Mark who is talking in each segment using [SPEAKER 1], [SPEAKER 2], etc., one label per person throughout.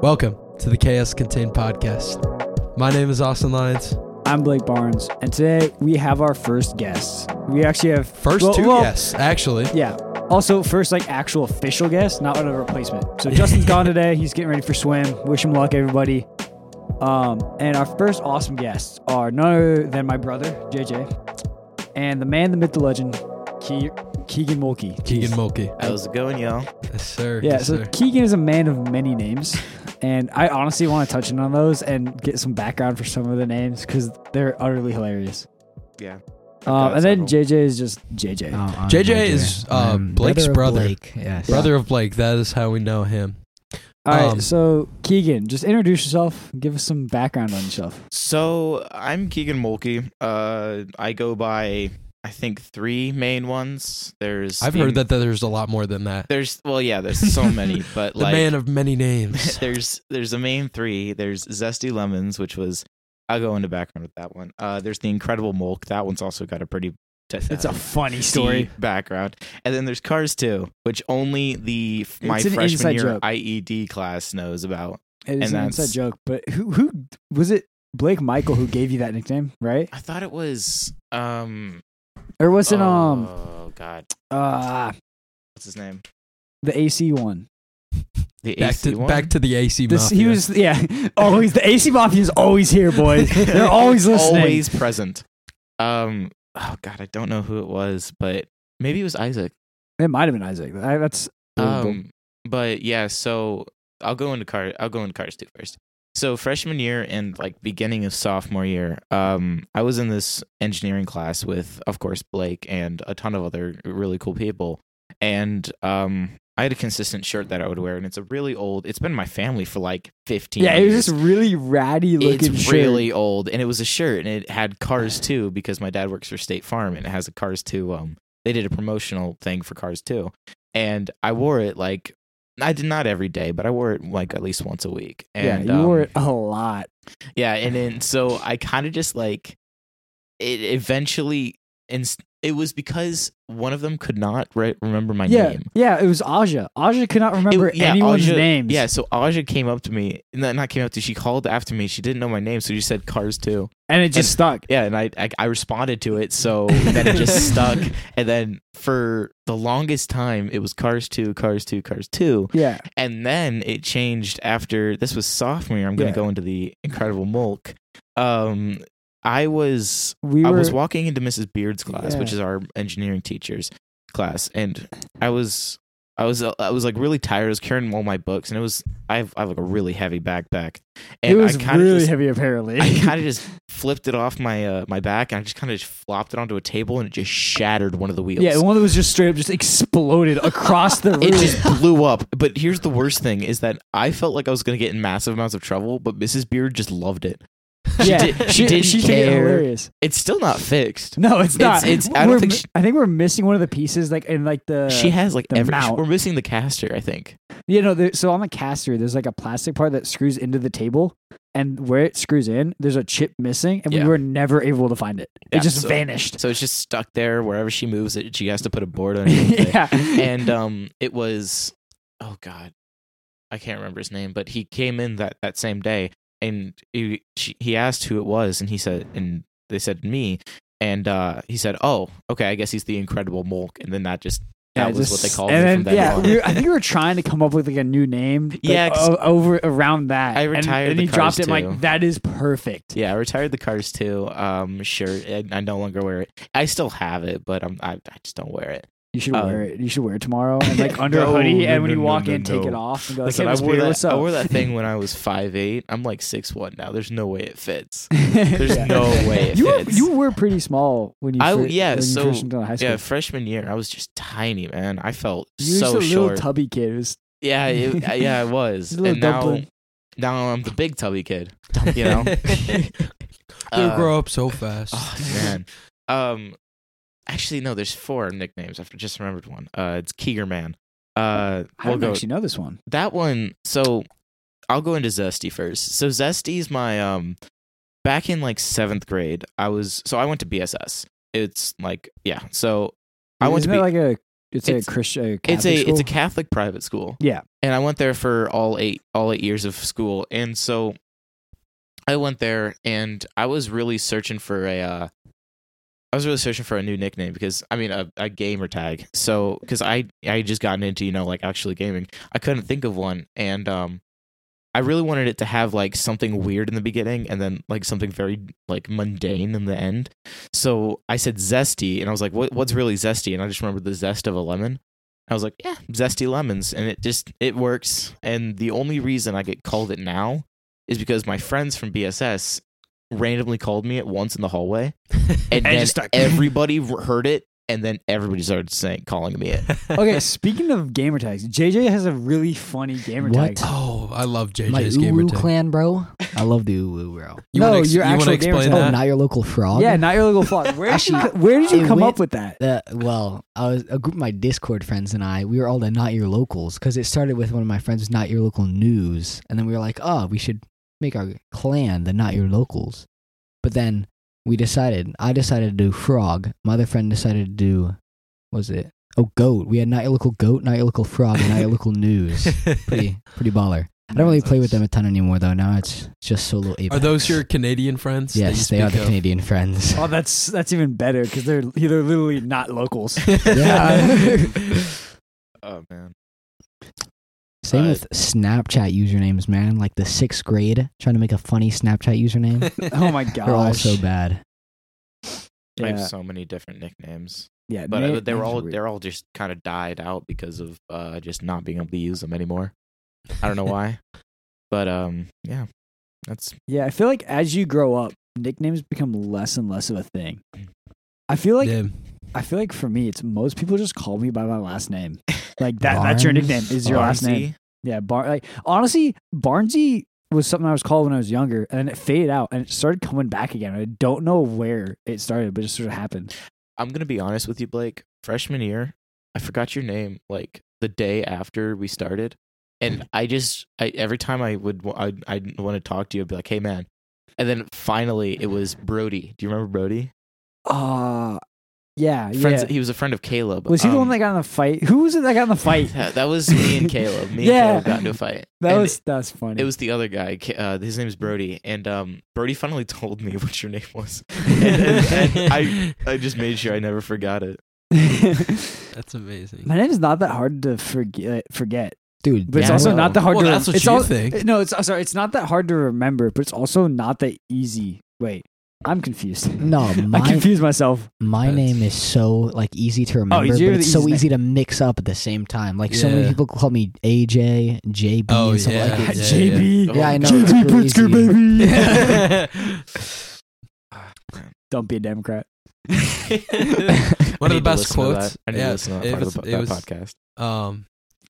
[SPEAKER 1] Welcome to the Chaos Contained podcast. My name is Austin Lyons.
[SPEAKER 2] I'm Blake Barnes, and today we have our first guests. We actually have
[SPEAKER 1] First
[SPEAKER 2] well-
[SPEAKER 1] two
[SPEAKER 2] well,
[SPEAKER 1] guests, actually.
[SPEAKER 2] Yeah. Also, first like actual official guest, not a replacement. So Justin's gone today. He's getting ready for swim. Wish him luck, everybody. Um, and our first awesome guests are none other than my brother JJ, and the man, the myth, the legend, Ke- Keegan Mulkey.
[SPEAKER 1] Keegan Mulkey.
[SPEAKER 3] How's it going, y'all?
[SPEAKER 1] Yes, sir.
[SPEAKER 2] Yeah,
[SPEAKER 1] yes,
[SPEAKER 2] so
[SPEAKER 1] sir.
[SPEAKER 2] Keegan is a man of many names, and I honestly want to touch in on those and get some background for some of the names because they're utterly hilarious.
[SPEAKER 3] Yeah.
[SPEAKER 2] Um,
[SPEAKER 3] got
[SPEAKER 2] and then
[SPEAKER 3] several.
[SPEAKER 2] JJ is just JJ.
[SPEAKER 4] Oh, I'm
[SPEAKER 1] JJ is, uh,
[SPEAKER 4] I'm
[SPEAKER 1] Blake's
[SPEAKER 4] of
[SPEAKER 1] brother.
[SPEAKER 4] Blake, yes.
[SPEAKER 1] Brother of Blake, that is how we know him.
[SPEAKER 2] All right,
[SPEAKER 1] Um,
[SPEAKER 2] so Keegan, just introduce yourself. Give us some background on yourself.
[SPEAKER 3] So I'm Keegan Mulkey. Uh, I go by I think three main ones. There's
[SPEAKER 1] I've
[SPEAKER 3] the-
[SPEAKER 1] heard that there's a lot more than that.
[SPEAKER 3] There's well, yeah. There's so many, but
[SPEAKER 1] The
[SPEAKER 3] like
[SPEAKER 1] man of many names.
[SPEAKER 3] there's there's a main three. There's Zesty Lemons, which was I'll go into background with that one. Uh, there's the Incredible Mulk. That one's also got a pretty t-
[SPEAKER 2] It's a
[SPEAKER 3] uh,
[SPEAKER 2] funny
[SPEAKER 3] deep
[SPEAKER 2] story.
[SPEAKER 3] background. And then there's Cars 2, which only the f- my
[SPEAKER 2] It's an
[SPEAKER 3] freshman
[SPEAKER 2] inside
[SPEAKER 3] year
[SPEAKER 2] joke.
[SPEAKER 3] IED class knows about.
[SPEAKER 2] It is
[SPEAKER 3] and
[SPEAKER 2] an inside
[SPEAKER 3] that's-
[SPEAKER 2] joke, but who who was it? Blake Michael who gave you that nickname, right?
[SPEAKER 3] I thought it was um
[SPEAKER 2] Or was it um
[SPEAKER 3] oh god.
[SPEAKER 2] uh
[SPEAKER 3] What's his name?
[SPEAKER 2] the AC one?
[SPEAKER 3] The
[SPEAKER 1] back
[SPEAKER 3] AC
[SPEAKER 1] to
[SPEAKER 3] one?
[SPEAKER 1] back to the AC
[SPEAKER 2] This
[SPEAKER 1] mafia.
[SPEAKER 2] he was yeah. Always the AC mafia is always here, boys. They're always listening.
[SPEAKER 3] always present. Um, oh god, I don't know who it was, but maybe it was Isaac.
[SPEAKER 2] It might have been Isaac. I, that's
[SPEAKER 3] Um, but yeah, so I'll go into car. I'll go into cars too first. So freshman year and like beginning of sophomore year, um, I was in this engineering class with, of course, Blake and a ton of other really cool people, and um. I had a consistent shirt that I would wear, and it's a really old. It's been in my family for like fifteen.
[SPEAKER 2] yeah, it was
[SPEAKER 3] years.
[SPEAKER 2] just really ratty looking.
[SPEAKER 3] it's
[SPEAKER 2] shirt.
[SPEAKER 3] really old and it was a shirt and it had cars too because my dad works for state farm and it has a cars too um they did a promotional thing for cars too and i wore it like i did not every day but i wore it like at least once a week and
[SPEAKER 2] yeah, you wore
[SPEAKER 3] um,
[SPEAKER 2] it a lot.
[SPEAKER 3] yeah, and then so I kind of just like it eventually, and it was because one of them could not re- remember my
[SPEAKER 2] yeah,
[SPEAKER 3] name.
[SPEAKER 2] yeah. It was Aja. Aja could not remember
[SPEAKER 3] It- yeah,
[SPEAKER 2] anyone's
[SPEAKER 3] Aja-
[SPEAKER 2] names.
[SPEAKER 3] Yeah, so Aja came up to me, no, not came up to. She called after me. She didn't know my name, so she said "Cars too."
[SPEAKER 2] and it just stuck.
[SPEAKER 3] Yeah, and I, I I responded to it, so then it just stuck. And then for the longest time, it was Cars Two, Cars Two, Cars Two,
[SPEAKER 2] Yeah.
[SPEAKER 3] and then it changed after this was sophomore. year. I'm going
[SPEAKER 2] Yeah.
[SPEAKER 3] to go into the Incredible Mulk. Um, I was
[SPEAKER 2] we were
[SPEAKER 3] I was walking into Mrs. Beard's class, which
[SPEAKER 2] Yeah.
[SPEAKER 3] is our engineering teacher's class, and I was I was I was like really tired. I was carrying all my books, and it was I have, I have like a really heavy backpack,
[SPEAKER 2] it
[SPEAKER 3] and
[SPEAKER 2] was
[SPEAKER 3] I kind of
[SPEAKER 2] really
[SPEAKER 3] just
[SPEAKER 2] heavy apparently
[SPEAKER 3] I kind of just flipped it off my uh, my back, and I just kind of just flopped it onto a table, and it just shattered one of the wheels.
[SPEAKER 2] yeah one that was just straight up just exploded across the room
[SPEAKER 3] it just blew up. But here's the worst thing: is that I felt like I was going to get in massive amounts of trouble, but Mrs's Beard just loved it.
[SPEAKER 2] yeah.
[SPEAKER 3] She, did, she didn't
[SPEAKER 2] she took it
[SPEAKER 3] care.
[SPEAKER 2] hilarious
[SPEAKER 3] It's still not fixed.
[SPEAKER 2] no it's not
[SPEAKER 3] It's- it's- I don't
[SPEAKER 2] We're
[SPEAKER 3] think
[SPEAKER 2] mi-
[SPEAKER 3] she-
[SPEAKER 2] I think we're missing one of the pieces like in like the
[SPEAKER 3] she has like
[SPEAKER 2] the
[SPEAKER 3] every.
[SPEAKER 2] mount.
[SPEAKER 3] We're missing the caster, I think.
[SPEAKER 2] you know there, so on the caster there's like a plastic part that screws into the table and where it screws in there's a chip missing and
[SPEAKER 3] Yeah.
[SPEAKER 2] we were never able to find it it
[SPEAKER 3] Yeah,
[SPEAKER 2] just
[SPEAKER 3] so-
[SPEAKER 2] vanished
[SPEAKER 3] So it's just stuck there wherever she moves it. She has to put a board on it.
[SPEAKER 2] yeah
[SPEAKER 3] and um, it was oh god, I can't remember his name, but he came in that that same day, and he she, he asked who it was, and he said, and they said me, and uh, he said, oh, okay, I guess he's the Incredible Mulk, and then that just
[SPEAKER 2] Yeah,
[SPEAKER 3] that
[SPEAKER 2] it
[SPEAKER 3] was
[SPEAKER 2] just-
[SPEAKER 3] what they called
[SPEAKER 2] and
[SPEAKER 3] him
[SPEAKER 2] then,
[SPEAKER 3] from then
[SPEAKER 2] yeah,
[SPEAKER 3] on.
[SPEAKER 2] we were- I think we were trying to come up with like a new name. like,
[SPEAKER 3] Yeah, 'cause-
[SPEAKER 2] o- over around that.
[SPEAKER 3] I
[SPEAKER 2] And-
[SPEAKER 3] retired
[SPEAKER 2] and,
[SPEAKER 3] the
[SPEAKER 2] he dropped
[SPEAKER 3] cars,
[SPEAKER 2] it. and
[SPEAKER 3] too.
[SPEAKER 2] Like that is perfect.
[SPEAKER 3] yeah, I retired the Cars too um, shirt. And I no longer wear it. I still have it, but I'm, I, I just don't wear it.
[SPEAKER 2] You should
[SPEAKER 3] Um,
[SPEAKER 2] wear it. You should wear it tomorrow and like under
[SPEAKER 3] No,
[SPEAKER 2] a hoodie.
[SPEAKER 3] no,
[SPEAKER 2] and when
[SPEAKER 3] no,
[SPEAKER 2] you
[SPEAKER 3] no,
[SPEAKER 2] walk
[SPEAKER 3] no,
[SPEAKER 2] in, take
[SPEAKER 3] no.
[SPEAKER 2] it off and go. Listen,
[SPEAKER 3] Listen,
[SPEAKER 2] hey,
[SPEAKER 3] I,
[SPEAKER 2] Miss
[SPEAKER 3] wore
[SPEAKER 2] Beard,
[SPEAKER 3] that,
[SPEAKER 2] what's up?
[SPEAKER 3] I wore that thing when I was 5'8". I'm like 6'1 now. There's no way it fits.
[SPEAKER 2] There's
[SPEAKER 3] There's no way it
[SPEAKER 2] You were,
[SPEAKER 3] fits.
[SPEAKER 2] you were pretty small when you
[SPEAKER 3] I-
[SPEAKER 2] first,
[SPEAKER 3] yeah,
[SPEAKER 2] when you
[SPEAKER 3] so-
[SPEAKER 2] first went to high school.
[SPEAKER 3] Yeah, freshman year, I was just tiny, man. I felt
[SPEAKER 2] you were just
[SPEAKER 3] so
[SPEAKER 2] a little
[SPEAKER 3] short.
[SPEAKER 2] tubby kid. It was,
[SPEAKER 3] yeah, it, yeah, I was.
[SPEAKER 2] just a little
[SPEAKER 3] And now,
[SPEAKER 2] dumpling.
[SPEAKER 3] now I'm the big tubby kid. You know,
[SPEAKER 1] They'll
[SPEAKER 3] Uh,
[SPEAKER 1] grow up so fast.
[SPEAKER 3] Oh man. Um, actually, no. There's four nicknames. I have just remembered one. Uh, it's Keeger Man. Uh,
[SPEAKER 2] I
[SPEAKER 3] we'll
[SPEAKER 2] don't
[SPEAKER 3] go
[SPEAKER 2] actually know this one.
[SPEAKER 3] that one. So I'll go into Zesty first. So Zesty's my um. Back in like seventh grade, I was so I went to BSS. It's like yeah. So I went
[SPEAKER 2] Isn't
[SPEAKER 3] to be
[SPEAKER 2] that like a It's, a
[SPEAKER 3] It's-
[SPEAKER 2] Christian. A Catholic
[SPEAKER 3] it's a
[SPEAKER 2] school?
[SPEAKER 3] it's a Catholic private school.
[SPEAKER 2] Yeah.
[SPEAKER 3] and I went there for all eight all eight years of school, and so I went there, and I was really searching for a, uh, I was really searching for a new nickname because I mean a, a gamer tag. So because I I had just gotten into you know like actually gaming, I couldn't think of one, and um, I really wanted it to have like something weird in the beginning, and then like something very like mundane in the end. So I said zesty, and I was like, what what's really zesty? And I just remembered the zest of a lemon. I was like, yeah, zesty lemons, and it just it works. And the only reason I get called it now is because my friends from BSS randomly called me at once in the hallway, and then
[SPEAKER 4] just start-
[SPEAKER 3] everybody heard it, and then everybody started saying calling me it.
[SPEAKER 2] okay, speaking of gamer tags, JJ has a really funny gamer
[SPEAKER 4] What?
[SPEAKER 2] tag.
[SPEAKER 1] Oh, I love
[SPEAKER 4] My
[SPEAKER 1] JJ's gamer
[SPEAKER 4] Ulu
[SPEAKER 1] tag.
[SPEAKER 4] clan, bro. I love the Ulu, bro.
[SPEAKER 1] You wanna
[SPEAKER 2] No,
[SPEAKER 1] ex-
[SPEAKER 2] your
[SPEAKER 1] you wanna
[SPEAKER 2] actual gamer
[SPEAKER 1] explain
[SPEAKER 2] tag.
[SPEAKER 4] Oh,
[SPEAKER 1] that?
[SPEAKER 4] not your local frog.
[SPEAKER 2] Yeah, not your legal fault. Where, did you
[SPEAKER 4] Actually,
[SPEAKER 2] co- where did you
[SPEAKER 4] it
[SPEAKER 2] come
[SPEAKER 4] went-
[SPEAKER 2] up with that?
[SPEAKER 4] The, well, I was a group of my Discord friends and I. We were all the not your locals because it started with one of my friends, not your local news, and then we were like, oh, we should make our clan the not your locals. But then we decided. I decided to do frog. My other friend decided to do, what was it? Oh, goat. We had not your local goat, not your local frog, and not your local news.
[SPEAKER 2] Oh,
[SPEAKER 4] Pretty, pretty baller. I don't really play with them a ton anymore though. Now it's just solo apex.
[SPEAKER 1] Are those your Canadian friends? that
[SPEAKER 4] Yes,
[SPEAKER 1] you
[SPEAKER 4] they are the
[SPEAKER 1] speak of?
[SPEAKER 4] Canadian friends.
[SPEAKER 2] Oh, that's that's even better because they're they're literally not locals.
[SPEAKER 4] Yeah.
[SPEAKER 3] oh man,
[SPEAKER 4] Same
[SPEAKER 3] Uh,
[SPEAKER 4] with Snapchat usernames, man. Like the sixth grade trying to make a funny Snapchat username.
[SPEAKER 2] Oh my gosh,
[SPEAKER 4] They're all so bad.
[SPEAKER 3] I have
[SPEAKER 2] Yeah,
[SPEAKER 3] so many different nicknames,
[SPEAKER 2] yeah,
[SPEAKER 3] but
[SPEAKER 2] na-
[SPEAKER 3] uh, they were
[SPEAKER 4] names
[SPEAKER 3] all
[SPEAKER 4] are weird.
[SPEAKER 3] they're all just kind of died out because of uh, just not being able to use them anymore. I don't know why, but um, yeah, that's
[SPEAKER 2] yeah. I feel like as you grow up, nicknames become less and less of a thing. I feel like
[SPEAKER 1] Damn.
[SPEAKER 2] I feel like for me, it's most people just call me by my last name. Like that. That's your
[SPEAKER 4] Barnes?
[SPEAKER 2] nickname. Is your last name?
[SPEAKER 3] Barnsey.
[SPEAKER 2] Yeah, Bar- like honestly, Barnsey was something I was called when I was younger, and it faded out, and it started coming back again. I don't know where it started, but it just sort of happened.
[SPEAKER 3] I'm gonna be honest with you, Blake. Freshman year, I forgot your name like the day after we started,
[SPEAKER 2] Mm.
[SPEAKER 3] and I just I every time I would I I want to talk to you, I'd be like, "Hey, man," and then finally it was Brody. Do you remember Brody?
[SPEAKER 2] Uh yeah,
[SPEAKER 3] Friends,
[SPEAKER 2] yeah.
[SPEAKER 3] he was a friend of Caleb.
[SPEAKER 2] was he the
[SPEAKER 3] Um,
[SPEAKER 2] one that got in the fight? Who was it that got in the fight?
[SPEAKER 3] Yeah, that was me and Caleb. Me
[SPEAKER 2] Yeah.
[SPEAKER 3] and Caleb got into a fight.
[SPEAKER 2] That
[SPEAKER 3] And
[SPEAKER 2] was that's funny.
[SPEAKER 3] It was the other guy. Ca- Uh, his name is Brody, and um, Brody finally told me what your name was. And- and- and I I just made sure I never forgot it.
[SPEAKER 1] That's amazing.
[SPEAKER 2] My name's not that hard to forget. Forget,
[SPEAKER 4] Dude,
[SPEAKER 2] but it's
[SPEAKER 3] Yeah, I
[SPEAKER 2] also
[SPEAKER 3] know.
[SPEAKER 2] not that hard
[SPEAKER 1] Well,
[SPEAKER 2] to.
[SPEAKER 1] that's what
[SPEAKER 2] it's
[SPEAKER 1] you
[SPEAKER 2] al-
[SPEAKER 1] think.
[SPEAKER 2] No, it's sorry. It's not that hard to remember, but it's also not that easy. Wait, I'm confused.
[SPEAKER 4] No,
[SPEAKER 2] I
[SPEAKER 4] my
[SPEAKER 2] confused myself.
[SPEAKER 4] my
[SPEAKER 1] That's-
[SPEAKER 4] name is so like easy
[SPEAKER 1] Oh,
[SPEAKER 4] to remember, but
[SPEAKER 2] you're the
[SPEAKER 4] it's so
[SPEAKER 2] easiest
[SPEAKER 4] easy to mix up at the same time. Like so many
[SPEAKER 1] Yeah.
[SPEAKER 4] people call me AJ, JB,
[SPEAKER 1] Oh,
[SPEAKER 4] and stuff
[SPEAKER 1] yeah,
[SPEAKER 4] like that.
[SPEAKER 1] yeah.
[SPEAKER 2] JB.
[SPEAKER 3] Oh,
[SPEAKER 4] Yeah, I know.
[SPEAKER 3] God.
[SPEAKER 4] it's
[SPEAKER 2] JB
[SPEAKER 4] pretty
[SPEAKER 2] Pritzker,
[SPEAKER 4] easy.
[SPEAKER 2] baby.
[SPEAKER 3] Man.
[SPEAKER 2] Don't be a Democrat.
[SPEAKER 1] One
[SPEAKER 3] I
[SPEAKER 1] of the
[SPEAKER 3] need to
[SPEAKER 1] best
[SPEAKER 3] listen to
[SPEAKER 1] quotes.
[SPEAKER 3] that. I need
[SPEAKER 1] Yeah,
[SPEAKER 3] to listen to
[SPEAKER 1] it
[SPEAKER 3] that part
[SPEAKER 1] was-
[SPEAKER 3] of the,
[SPEAKER 1] it
[SPEAKER 3] that
[SPEAKER 1] was-
[SPEAKER 3] podcast.
[SPEAKER 1] um,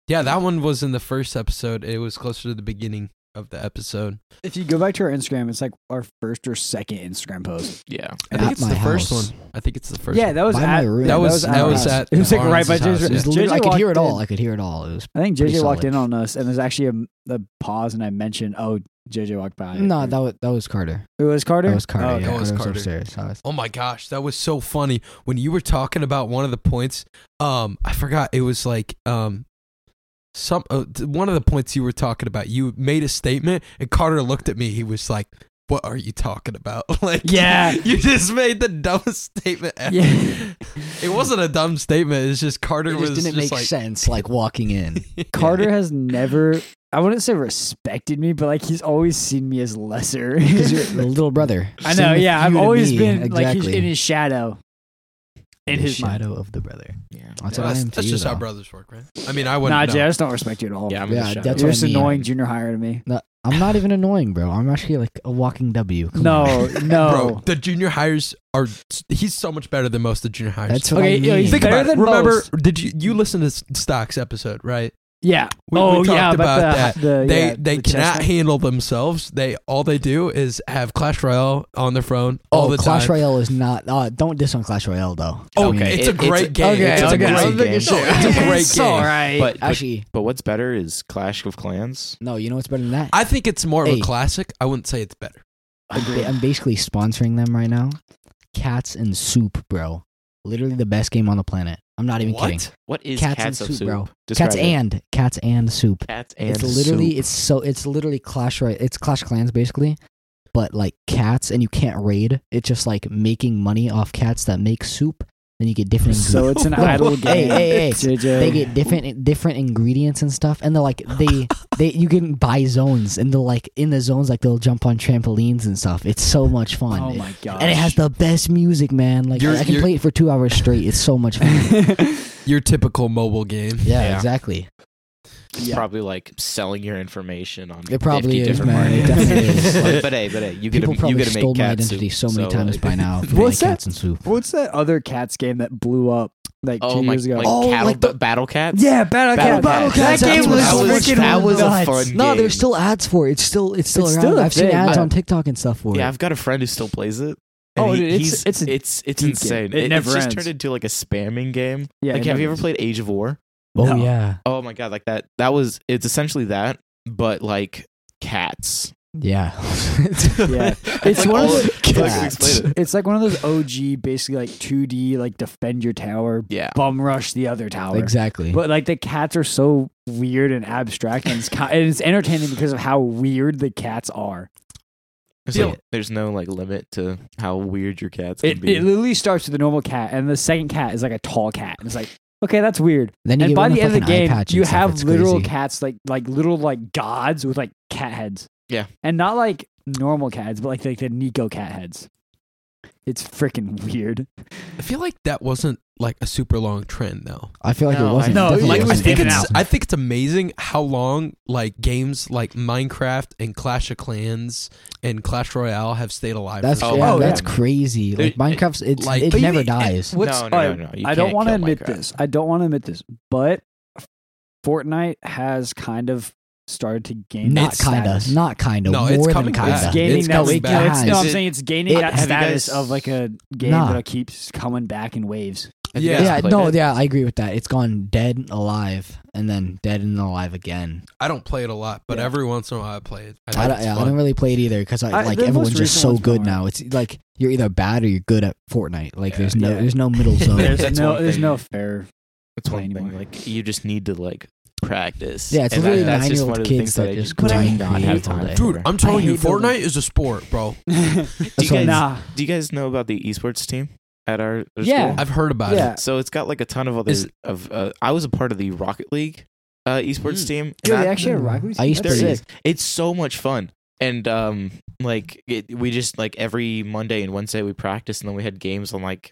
[SPEAKER 1] yeah, that one was in the first episode. It was closer to the beginning of the episode.
[SPEAKER 2] If you go back to our Instagram, it's like our first or second Instagram post.
[SPEAKER 3] Yeah.
[SPEAKER 1] I
[SPEAKER 4] At
[SPEAKER 1] think it's
[SPEAKER 4] my
[SPEAKER 1] the first
[SPEAKER 4] house.
[SPEAKER 1] one. I think it's the first.
[SPEAKER 2] Yeah, that was
[SPEAKER 4] By
[SPEAKER 2] at,
[SPEAKER 4] my room.
[SPEAKER 1] That
[SPEAKER 2] yeah,
[SPEAKER 1] was-
[SPEAKER 2] at
[SPEAKER 1] that
[SPEAKER 2] our
[SPEAKER 1] was
[SPEAKER 2] house.
[SPEAKER 1] at
[SPEAKER 2] It was like right by
[SPEAKER 1] Barnes' house,
[SPEAKER 4] It was
[SPEAKER 2] JJ.
[SPEAKER 4] literally- I could
[SPEAKER 2] walked
[SPEAKER 4] hear it all.
[SPEAKER 2] in.
[SPEAKER 4] I could hear it all. It was
[SPEAKER 2] I think JJ
[SPEAKER 4] Pretty
[SPEAKER 2] walked
[SPEAKER 4] solid.
[SPEAKER 2] in on us, and there's actually a, a pause, and I mentioned, "Oh, JJ walked by."
[SPEAKER 4] no, that was that was Carter.
[SPEAKER 2] it was Carter.
[SPEAKER 4] That was Carter.
[SPEAKER 2] Oh,
[SPEAKER 4] yeah,
[SPEAKER 1] That was Carter.
[SPEAKER 4] upstairs. I was-
[SPEAKER 1] Oh my gosh, that was so funny when you were talking about one of the points. Um, I forgot it was like um, some uh, th- one of the points you were talking about. You made a statement, and Carter looked at me. He was like, "What are you talking about?" like,
[SPEAKER 2] Yeah.
[SPEAKER 1] you just made the dumbest statement ever.
[SPEAKER 2] Yeah.
[SPEAKER 1] It wasn't a dumb statement. It's just Carter
[SPEAKER 4] It
[SPEAKER 1] was
[SPEAKER 4] just didn't
[SPEAKER 1] just
[SPEAKER 4] make sense. Like walking in.
[SPEAKER 1] like
[SPEAKER 2] Carter has never. I wouldn't say respected me, but like he's always seen me as lesser.
[SPEAKER 4] Because you're the little brother.
[SPEAKER 2] I
[SPEAKER 4] Same
[SPEAKER 2] know.
[SPEAKER 4] with
[SPEAKER 2] Yeah,
[SPEAKER 4] you
[SPEAKER 2] I've
[SPEAKER 4] and
[SPEAKER 2] always
[SPEAKER 4] me,
[SPEAKER 2] been like he's
[SPEAKER 4] exactly.
[SPEAKER 2] in his shadow. In
[SPEAKER 4] The
[SPEAKER 2] his mind.
[SPEAKER 4] shadow of the brother.
[SPEAKER 3] Yeah.
[SPEAKER 4] That's
[SPEAKER 1] Yeah,
[SPEAKER 4] what I
[SPEAKER 1] that's
[SPEAKER 4] am to
[SPEAKER 1] that's
[SPEAKER 4] you,
[SPEAKER 1] just how
[SPEAKER 4] though.
[SPEAKER 1] brothers work, right? I mean, I
[SPEAKER 2] Nah,
[SPEAKER 1] wouldn't
[SPEAKER 2] Jay, I
[SPEAKER 1] know.
[SPEAKER 2] just don't respect you at all.
[SPEAKER 3] Yeah, I'm
[SPEAKER 4] Yeah,
[SPEAKER 3] in the
[SPEAKER 4] that's
[SPEAKER 2] you're
[SPEAKER 4] what I
[SPEAKER 2] just
[SPEAKER 4] mean.
[SPEAKER 2] annoying junior higher to me.
[SPEAKER 4] No, I'm not even annoying, bro. I'm actually like a walking W. Come on.
[SPEAKER 2] No, no.
[SPEAKER 4] Oh.
[SPEAKER 1] Bro, the junior hires are he's so much better than most of the junior hires.
[SPEAKER 4] that's what
[SPEAKER 2] Okay,
[SPEAKER 4] I
[SPEAKER 2] yeah,
[SPEAKER 4] mean.
[SPEAKER 2] he's
[SPEAKER 1] Think
[SPEAKER 2] better
[SPEAKER 1] about it.
[SPEAKER 2] than
[SPEAKER 1] Remember,
[SPEAKER 2] most.
[SPEAKER 1] did you you listen to S- Stocks episode, right?
[SPEAKER 2] Yeah.
[SPEAKER 1] We, we
[SPEAKER 2] oh
[SPEAKER 1] talked
[SPEAKER 2] yeah,
[SPEAKER 1] about that.
[SPEAKER 2] The,
[SPEAKER 4] Oh,
[SPEAKER 2] the,
[SPEAKER 1] they
[SPEAKER 2] yeah,
[SPEAKER 1] they
[SPEAKER 2] the
[SPEAKER 1] cannot
[SPEAKER 2] chestnut.
[SPEAKER 1] handle themselves. They all they do is have Clash Royale on their phone all
[SPEAKER 4] oh,
[SPEAKER 1] the
[SPEAKER 4] Clash
[SPEAKER 1] time.
[SPEAKER 4] Royale is not. Uh, don't diss on Clash Royale though.
[SPEAKER 1] Oh,
[SPEAKER 4] I mean,
[SPEAKER 1] okay, it's a
[SPEAKER 3] It- it's-
[SPEAKER 1] great game.
[SPEAKER 3] okay,
[SPEAKER 1] it's a
[SPEAKER 3] okay, I was
[SPEAKER 1] great
[SPEAKER 3] making
[SPEAKER 1] game.
[SPEAKER 3] sure.
[SPEAKER 1] It's a great
[SPEAKER 2] It's
[SPEAKER 1] game.
[SPEAKER 2] all right.
[SPEAKER 3] But, but
[SPEAKER 4] actually,
[SPEAKER 3] but what's better is Clash of Clans.
[SPEAKER 4] no. You know what's better than that?
[SPEAKER 1] I think it's more of a
[SPEAKER 4] Hey.
[SPEAKER 1] classic. I wouldn't say it's better.
[SPEAKER 4] I'm ba- I'm basically sponsoring them right now. Cats and soup, bro. literally the best game on the planet. I'm not even
[SPEAKER 1] what?
[SPEAKER 4] kidding.
[SPEAKER 3] What is
[SPEAKER 4] Cats
[SPEAKER 3] cats,
[SPEAKER 4] and
[SPEAKER 3] of
[SPEAKER 4] soup,
[SPEAKER 3] soup,
[SPEAKER 4] bro.
[SPEAKER 3] Describe
[SPEAKER 4] cats
[SPEAKER 3] it.
[SPEAKER 4] and cats and soup.
[SPEAKER 3] cats and
[SPEAKER 4] it's literally
[SPEAKER 3] soup.
[SPEAKER 4] it's so it's literally Clash right it's Clash Clans basically, but like cats and you can't raid. It's just like making money off cats that make soup. Then you get different.
[SPEAKER 2] So it's an
[SPEAKER 1] Whoa,
[SPEAKER 2] idle
[SPEAKER 1] whoa,
[SPEAKER 2] game.
[SPEAKER 4] hey, hey, hey.
[SPEAKER 2] JJ.
[SPEAKER 4] they get different different ingredients and stuff and they're like they they you can buy zones and they're like in the zones like they'll jump on trampolines and stuff it's so much fun
[SPEAKER 2] Oh my god!
[SPEAKER 4] and it has the best music man like
[SPEAKER 1] You're-
[SPEAKER 4] i can
[SPEAKER 1] you're-
[SPEAKER 4] play it for two hours straight it's so much fun
[SPEAKER 1] Your typical mobile game.
[SPEAKER 4] yeah,
[SPEAKER 3] Yeah.
[SPEAKER 4] exactly
[SPEAKER 3] It's
[SPEAKER 2] Yeah.
[SPEAKER 3] probably like selling your information on
[SPEAKER 4] It
[SPEAKER 3] 50
[SPEAKER 4] probably is,
[SPEAKER 3] different
[SPEAKER 4] man. It
[SPEAKER 3] markets.
[SPEAKER 4] definitely is.
[SPEAKER 3] But- but hey, but hey, you get
[SPEAKER 4] people
[SPEAKER 3] to, you
[SPEAKER 4] probably
[SPEAKER 3] get to
[SPEAKER 4] stole
[SPEAKER 3] make
[SPEAKER 4] my
[SPEAKER 3] cat
[SPEAKER 4] identity
[SPEAKER 3] soup,
[SPEAKER 4] so many times
[SPEAKER 3] like-
[SPEAKER 4] by now for
[SPEAKER 2] What's that?
[SPEAKER 4] like cats and soup
[SPEAKER 2] What's that other cats game that blew up like two
[SPEAKER 3] Oh my!
[SPEAKER 2] years ago?
[SPEAKER 3] Like
[SPEAKER 4] Oh,
[SPEAKER 3] cattle,
[SPEAKER 4] like the-
[SPEAKER 3] battle cats.
[SPEAKER 2] yeah, Battle,
[SPEAKER 3] Battle
[SPEAKER 2] Cat.
[SPEAKER 3] Cat. Battle
[SPEAKER 2] That
[SPEAKER 4] Cat.
[SPEAKER 2] game was
[SPEAKER 4] That was-
[SPEAKER 2] freaking
[SPEAKER 3] that was a
[SPEAKER 2] nuts.
[SPEAKER 3] fun-
[SPEAKER 4] no
[SPEAKER 3] game.
[SPEAKER 4] there's still ads for it it's still it's still
[SPEAKER 2] It's
[SPEAKER 4] around
[SPEAKER 2] still a
[SPEAKER 4] i've seen
[SPEAKER 2] thing.
[SPEAKER 4] ads
[SPEAKER 2] I-
[SPEAKER 4] on tiktok and stuff for
[SPEAKER 3] Yeah,
[SPEAKER 4] it
[SPEAKER 3] I've got a friend who still plays it.
[SPEAKER 2] Oh,
[SPEAKER 3] and he-
[SPEAKER 2] dude, it's-
[SPEAKER 3] he's-
[SPEAKER 2] it's a
[SPEAKER 3] it's it's
[SPEAKER 2] deep game.
[SPEAKER 3] insane.
[SPEAKER 2] It never
[SPEAKER 3] it's
[SPEAKER 2] ends.
[SPEAKER 3] just turned into like a spamming game.
[SPEAKER 2] Yeah,
[SPEAKER 3] like, have you
[SPEAKER 2] never-
[SPEAKER 3] ever played Age of War?
[SPEAKER 4] oh
[SPEAKER 2] No.
[SPEAKER 4] yeah
[SPEAKER 3] Oh my god, like that. That was it's essentially that, but like cats.
[SPEAKER 4] yeah
[SPEAKER 2] Yeah.
[SPEAKER 3] It's
[SPEAKER 2] one of
[SPEAKER 3] all-
[SPEAKER 2] the-
[SPEAKER 3] I couldn't explain it.
[SPEAKER 2] It's like one of those OG, basically like 2D, like defend your tower,
[SPEAKER 3] Yeah,
[SPEAKER 2] bum rush the other tower.
[SPEAKER 4] exactly
[SPEAKER 2] But like the cats are so weird and abstract, and it's, ki- and it's entertaining because of how weird the cats are.
[SPEAKER 3] It's like, there's no like limit to how weird your cats can
[SPEAKER 2] It,
[SPEAKER 3] be.
[SPEAKER 2] it literally starts with a normal cat, and the second cat is like a tall cat, and it's like, okay, that's weird.
[SPEAKER 4] then you
[SPEAKER 2] And
[SPEAKER 4] get
[SPEAKER 2] by
[SPEAKER 4] one
[SPEAKER 2] the
[SPEAKER 4] with,
[SPEAKER 2] end
[SPEAKER 4] like,
[SPEAKER 2] of the
[SPEAKER 4] an eye
[SPEAKER 2] game,
[SPEAKER 4] patch and
[SPEAKER 2] you
[SPEAKER 4] stuff.
[SPEAKER 2] have
[SPEAKER 4] It's
[SPEAKER 2] literal
[SPEAKER 4] crazy.
[SPEAKER 2] cats, like like little like gods with like cat heads.
[SPEAKER 3] Yeah.
[SPEAKER 2] and not like normal cat heads, but like like the Nico cat heads. It's freaking weird.
[SPEAKER 1] I feel like that wasn't like a super long trend though.
[SPEAKER 4] I feel like
[SPEAKER 3] No,
[SPEAKER 4] it
[SPEAKER 3] I-
[SPEAKER 4] wasn't.
[SPEAKER 2] No,
[SPEAKER 4] definitely
[SPEAKER 2] like,
[SPEAKER 1] I
[SPEAKER 4] wasn't.
[SPEAKER 1] think
[SPEAKER 2] in and
[SPEAKER 1] it's
[SPEAKER 2] out.
[SPEAKER 1] I think it's amazing how long like games like Minecraft and Clash of Clans and Clash Royale have stayed alive.
[SPEAKER 4] That's
[SPEAKER 1] for
[SPEAKER 3] Oh,
[SPEAKER 1] so
[SPEAKER 4] yeah,
[SPEAKER 1] long.
[SPEAKER 2] yeah.
[SPEAKER 4] that's crazy. Like
[SPEAKER 3] There- it-
[SPEAKER 4] Minecraft's, it's
[SPEAKER 1] like-
[SPEAKER 4] it
[SPEAKER 1] But you
[SPEAKER 4] never
[SPEAKER 1] mean-
[SPEAKER 4] dies.
[SPEAKER 2] What's,
[SPEAKER 3] no, no,
[SPEAKER 2] I-
[SPEAKER 3] no, no.
[SPEAKER 2] I don't want
[SPEAKER 3] want
[SPEAKER 2] to admit this. I don't want to admit this, but Fortnite has kind of started to gain
[SPEAKER 4] Not
[SPEAKER 2] that
[SPEAKER 4] kinda,
[SPEAKER 2] status.
[SPEAKER 4] not kinda,
[SPEAKER 1] No,
[SPEAKER 4] more
[SPEAKER 1] it's
[SPEAKER 4] than
[SPEAKER 1] coming
[SPEAKER 4] kinda.
[SPEAKER 1] back.
[SPEAKER 2] It's
[SPEAKER 1] Yeah.
[SPEAKER 2] gaining
[SPEAKER 1] It's
[SPEAKER 2] that.
[SPEAKER 1] coming
[SPEAKER 2] it's-
[SPEAKER 1] back.
[SPEAKER 2] it's- no,
[SPEAKER 3] Is
[SPEAKER 2] I'm
[SPEAKER 3] it-
[SPEAKER 2] saying it's gaining
[SPEAKER 3] it-
[SPEAKER 2] that
[SPEAKER 3] have you
[SPEAKER 2] status
[SPEAKER 3] guys-
[SPEAKER 2] of like a game
[SPEAKER 4] Nah.
[SPEAKER 2] that keeps coming back in waves.
[SPEAKER 3] Have you
[SPEAKER 1] Yeah.
[SPEAKER 3] guys
[SPEAKER 4] Yeah,
[SPEAKER 3] played
[SPEAKER 4] no,
[SPEAKER 3] it?
[SPEAKER 4] yeah, I agree with that. It's gone dead, alive, and then dead and alive again.
[SPEAKER 1] I don't play it a lot, but
[SPEAKER 2] Yeah.
[SPEAKER 1] every once in a while I play it. I
[SPEAKER 4] I
[SPEAKER 1] think
[SPEAKER 4] don't,
[SPEAKER 1] it's
[SPEAKER 4] yeah, I
[SPEAKER 1] fun.
[SPEAKER 4] don't really play it either because
[SPEAKER 2] I-
[SPEAKER 4] like
[SPEAKER 2] the most
[SPEAKER 4] everyone's just
[SPEAKER 2] recent
[SPEAKER 4] so
[SPEAKER 2] one's
[SPEAKER 4] good
[SPEAKER 2] gone.
[SPEAKER 4] now. It's like you're either bad or you're good at Fortnite. Like
[SPEAKER 3] Yeah.
[SPEAKER 4] there's no,
[SPEAKER 2] Yeah.
[SPEAKER 4] there's no middle zone.
[SPEAKER 2] There's
[SPEAKER 3] That's
[SPEAKER 2] no,
[SPEAKER 3] one
[SPEAKER 2] there's
[SPEAKER 3] thing.
[SPEAKER 2] no fair.
[SPEAKER 3] It's one
[SPEAKER 2] anymore.
[SPEAKER 3] thing. Like you just need to like practice.
[SPEAKER 4] Yeah, it's
[SPEAKER 3] And
[SPEAKER 4] literally
[SPEAKER 3] that's just
[SPEAKER 4] nine-year-old
[SPEAKER 3] one of the
[SPEAKER 4] kids
[SPEAKER 3] things that
[SPEAKER 4] that
[SPEAKER 3] I
[SPEAKER 4] just
[SPEAKER 3] do
[SPEAKER 4] grind
[SPEAKER 3] not have
[SPEAKER 4] all
[SPEAKER 3] time
[SPEAKER 4] day.
[SPEAKER 3] for.
[SPEAKER 1] Dude, I'm
[SPEAKER 2] I
[SPEAKER 1] telling you,
[SPEAKER 2] hate those-
[SPEAKER 1] Fortnite is a sport, bro.
[SPEAKER 3] Do you
[SPEAKER 4] That's
[SPEAKER 3] guys
[SPEAKER 2] nah,
[SPEAKER 3] do you guys know about the esports team at our, our
[SPEAKER 2] Yeah.
[SPEAKER 3] school?
[SPEAKER 1] I've heard about
[SPEAKER 2] yeah.
[SPEAKER 3] So it's got like a ton of other
[SPEAKER 1] Is-
[SPEAKER 3] of. Uh, I was a part of the Rocket League uh, esports
[SPEAKER 1] Mm.
[SPEAKER 3] team. and
[SPEAKER 2] Dude,
[SPEAKER 3] I-
[SPEAKER 2] they actually had a
[SPEAKER 4] Mm.
[SPEAKER 2] Rocket League
[SPEAKER 4] I
[SPEAKER 2] team?
[SPEAKER 4] used to
[SPEAKER 3] there
[SPEAKER 2] That's
[SPEAKER 3] it
[SPEAKER 4] play
[SPEAKER 2] sick.
[SPEAKER 3] is. It's so much fun. And um, like it, we just like every Monday and Wednesday we practiced, and then we had games on like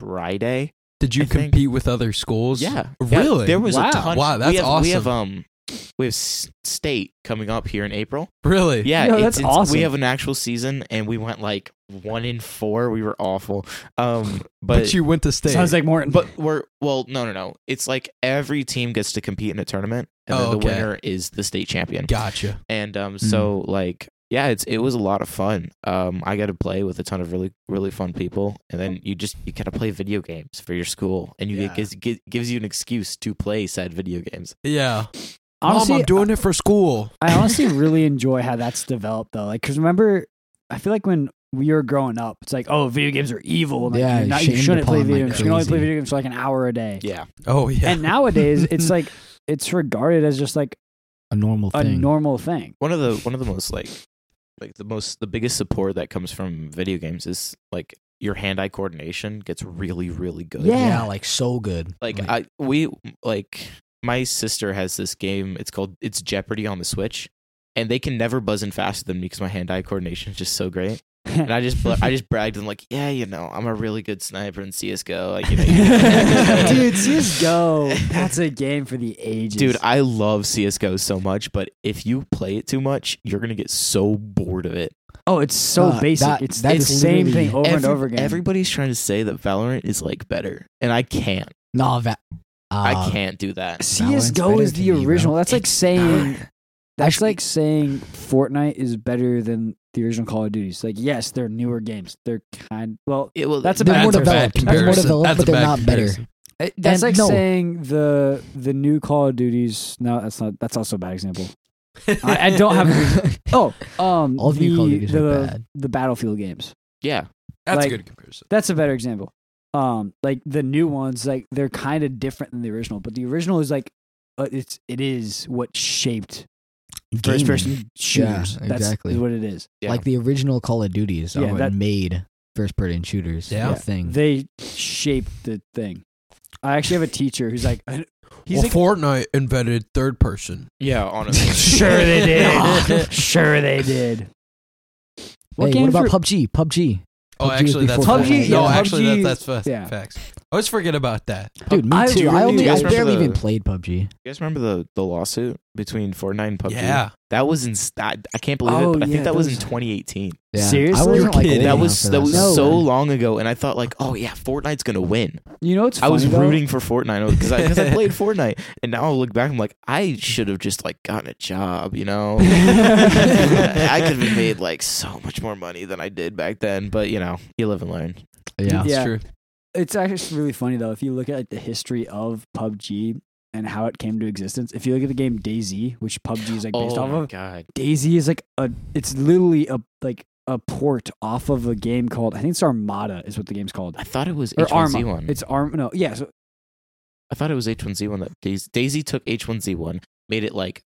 [SPEAKER 3] Friday.
[SPEAKER 1] it. Did you
[SPEAKER 3] I think-
[SPEAKER 1] compete with other schools? Uh,
[SPEAKER 3] Yeah,
[SPEAKER 1] Really?
[SPEAKER 3] there was
[SPEAKER 2] Wow.
[SPEAKER 3] a ton.
[SPEAKER 1] Wow, that's
[SPEAKER 3] we have, We have
[SPEAKER 1] awesome.
[SPEAKER 3] um, we have s- state coming up here in April.
[SPEAKER 1] Really?
[SPEAKER 3] Yeah,
[SPEAKER 2] Yo,
[SPEAKER 3] it's,
[SPEAKER 2] that's
[SPEAKER 3] it's-
[SPEAKER 2] awesome.
[SPEAKER 3] We have an actual season, and we went like one in four. We were awful. Um,
[SPEAKER 1] But,
[SPEAKER 3] but
[SPEAKER 1] you went to state.
[SPEAKER 2] Sounds like Morton.
[SPEAKER 3] But we're well, no, no, no. It's like every team gets to compete in a tournament, and
[SPEAKER 1] Oh,
[SPEAKER 3] then
[SPEAKER 1] okay.
[SPEAKER 3] the winner is the state champion.
[SPEAKER 1] gotcha.
[SPEAKER 3] And um, so like, yeah, it's it was a lot of fun. Um, I got to play with a ton of really really fun people, and then you just you gotta play video games for your school, and you
[SPEAKER 4] Yeah.
[SPEAKER 3] it gives gi- gives you an excuse to play said video games.
[SPEAKER 1] Yeah.
[SPEAKER 2] honestly,
[SPEAKER 1] Mom, I'm doing it for school.
[SPEAKER 2] I honestly really enjoy how that's developed though. Like, cause remember, I feel like when we were growing up, it's like, oh, video games are evil. and, Like,
[SPEAKER 4] Yeah,
[SPEAKER 2] you're not, you
[SPEAKER 4] shamed
[SPEAKER 2] shouldn't play
[SPEAKER 4] upon
[SPEAKER 2] video
[SPEAKER 4] like
[SPEAKER 2] games. You can only play
[SPEAKER 4] crazy.
[SPEAKER 2] video games for like an hour a day.
[SPEAKER 3] Yeah,
[SPEAKER 1] Oh yeah.
[SPEAKER 2] And nowadays, it's like it's regarded as just like
[SPEAKER 4] a normal
[SPEAKER 2] a
[SPEAKER 4] thing.
[SPEAKER 2] normal thing.
[SPEAKER 3] one of the one of the most like like the most the biggest support that comes from video games is like your hand eye coordination gets really really good.
[SPEAKER 2] Yeah.
[SPEAKER 4] yeah, like so good.
[SPEAKER 3] like I we like my sister has this game. It's called it's Jeopardy on the Switch, and they can never buzz in faster than me because my hand eye coordination is just so great. And I just bla- I just bragged and like, yeah, you know, I'm a really good sniper in CS:GO. Like, you know,
[SPEAKER 2] Dude, CS:GO, that's a game for the ages.
[SPEAKER 3] Dude, I love CS:GO so much, but if you play it too much, you're gonna get so bored of it.
[SPEAKER 2] oh, it's so
[SPEAKER 4] Nah,
[SPEAKER 2] basic.
[SPEAKER 4] that-
[SPEAKER 2] it's
[SPEAKER 4] that
[SPEAKER 2] the
[SPEAKER 4] is
[SPEAKER 2] same
[SPEAKER 4] literally
[SPEAKER 2] thing over and
[SPEAKER 3] Every-
[SPEAKER 2] over again.
[SPEAKER 3] Everybody's trying to say that Valorant is like better, and I can't.
[SPEAKER 4] no, that uh,
[SPEAKER 3] I can't do that.
[SPEAKER 2] CS:GO is
[SPEAKER 4] Valorant's
[SPEAKER 2] the
[SPEAKER 4] better to me, bro.
[SPEAKER 2] original. That's like
[SPEAKER 4] It's
[SPEAKER 2] saying
[SPEAKER 4] not.
[SPEAKER 2] that's like saying Fortnite is better than the original Call of Duty. It's like yes, they're newer games. They're kind well.
[SPEAKER 3] It will.
[SPEAKER 2] That's a
[SPEAKER 4] They're
[SPEAKER 2] bad
[SPEAKER 4] more
[SPEAKER 2] comparison.
[SPEAKER 4] developed.
[SPEAKER 2] That's more
[SPEAKER 4] They're more
[SPEAKER 1] comparison.
[SPEAKER 4] developed,
[SPEAKER 1] That's
[SPEAKER 4] but
[SPEAKER 1] a
[SPEAKER 4] they're
[SPEAKER 1] bad
[SPEAKER 4] not better.
[SPEAKER 1] comparison.
[SPEAKER 2] It- eh, That's
[SPEAKER 4] And
[SPEAKER 2] like
[SPEAKER 4] no.
[SPEAKER 2] saying the the new Call of Duties. No, that's not. That's also a bad example. I, I don't have. Oh, um,
[SPEAKER 4] All the
[SPEAKER 2] the
[SPEAKER 4] new Call of Duties
[SPEAKER 2] the,
[SPEAKER 4] are bad.
[SPEAKER 2] the Battlefield games.
[SPEAKER 3] yeah.
[SPEAKER 1] That's
[SPEAKER 2] like-
[SPEAKER 1] a good comparison.
[SPEAKER 2] That's a better example. um like the new ones like they're kind of different than the original but the original is like uh, it's it is what shaped first
[SPEAKER 4] Gaming.
[SPEAKER 2] person shooters
[SPEAKER 4] Yeah,
[SPEAKER 2] that's
[SPEAKER 4] exactly.
[SPEAKER 2] what it is
[SPEAKER 3] Yeah.
[SPEAKER 4] Like the original Call of Duties are
[SPEAKER 2] Yeah,
[SPEAKER 4] what
[SPEAKER 2] that-
[SPEAKER 4] made first person shooters
[SPEAKER 1] Yeah.
[SPEAKER 4] a thing.
[SPEAKER 2] they shaped the thing i actually have a teacher who's like he's
[SPEAKER 1] well,
[SPEAKER 2] like
[SPEAKER 1] Fortnite invented third person.
[SPEAKER 3] Yeah, honestly.
[SPEAKER 2] sure they did sure they did what
[SPEAKER 4] hey,
[SPEAKER 2] game
[SPEAKER 4] what about
[SPEAKER 2] for-
[SPEAKER 4] PUBG? PUBG.
[SPEAKER 1] Oh,
[SPEAKER 4] PUBG was
[SPEAKER 1] actually, that's
[SPEAKER 4] before
[SPEAKER 1] facts.
[SPEAKER 2] PUBG,
[SPEAKER 1] no,
[SPEAKER 2] yeah,
[SPEAKER 1] actually,
[SPEAKER 2] PUBG
[SPEAKER 1] that, that's fa-
[SPEAKER 2] yeah.
[SPEAKER 1] facts. I always forget about that.
[SPEAKER 4] Dude, me
[SPEAKER 2] I
[SPEAKER 4] too. I
[SPEAKER 2] really-
[SPEAKER 4] only
[SPEAKER 2] You
[SPEAKER 4] I
[SPEAKER 2] guys
[SPEAKER 4] barely
[SPEAKER 3] remember
[SPEAKER 4] even
[SPEAKER 3] the-
[SPEAKER 4] played PUBG.
[SPEAKER 3] You guys remember the, the lawsuit between Fortnite and PUBG?
[SPEAKER 1] Yeah,
[SPEAKER 3] That was in I, I can't believe
[SPEAKER 2] Oh,
[SPEAKER 3] it, but I
[SPEAKER 2] yeah,
[SPEAKER 3] think that was in
[SPEAKER 2] those-
[SPEAKER 3] 2018.
[SPEAKER 4] Yeah.
[SPEAKER 2] Seriously?
[SPEAKER 4] I wasn't like
[SPEAKER 1] You're
[SPEAKER 4] old
[SPEAKER 1] kidding.
[SPEAKER 3] That
[SPEAKER 4] enough
[SPEAKER 3] was
[SPEAKER 4] for
[SPEAKER 3] that was
[SPEAKER 2] No.
[SPEAKER 3] so long ago, and I thought like, oh yeah, Fortnite's gonna win.
[SPEAKER 2] you know it's
[SPEAKER 3] I was
[SPEAKER 2] funny, though?
[SPEAKER 3] rooting for Fortnite because I, 'cause I played Fortnite, and now I look back, I'm like, I should have just like gotten a job, you know. I could have made like so much more money than I did back then, but you know, you live and learn.
[SPEAKER 4] Yeah.
[SPEAKER 1] that's
[SPEAKER 2] Yeah.
[SPEAKER 1] true.
[SPEAKER 2] it's actually really funny though if you look at like the history of PUBG and how it came to existence. If you look at the game DayZ, which PUBG is like based
[SPEAKER 3] Oh,
[SPEAKER 2] off of,
[SPEAKER 3] god!
[SPEAKER 2] DayZ is like a it's literally a like a port off of a game called I think it's Armada is what the game's called
[SPEAKER 3] I thought it was
[SPEAKER 2] or
[SPEAKER 3] H one Z
[SPEAKER 2] Arma.
[SPEAKER 3] one.
[SPEAKER 2] It's Arm no yeah so
[SPEAKER 3] I thought it was H1Z1 that Daisy, Daisy took H1Z1, made it like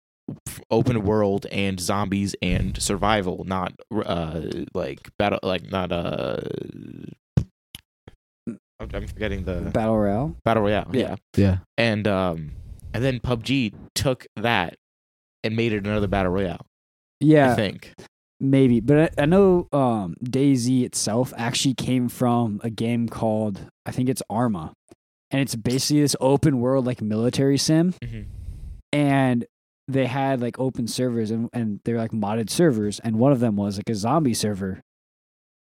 [SPEAKER 3] f- open world and zombies and survival, not uh like battle, like not uh. I'm I'm forgetting the
[SPEAKER 2] battle royale
[SPEAKER 3] battle royale.
[SPEAKER 2] Yeah.
[SPEAKER 3] Yeah.
[SPEAKER 4] Yeah.
[SPEAKER 3] and um, and then PUBG took that and made it another battle royale. I
[SPEAKER 2] yeah
[SPEAKER 3] think.
[SPEAKER 2] maybe but I, I know um, DayZ itself actually came from a game called I think it's Arma, and it's basically this open world like military sim.
[SPEAKER 3] Mm-hmm.
[SPEAKER 2] and they had like open servers and, and they were like modded servers and one of them was like a zombie server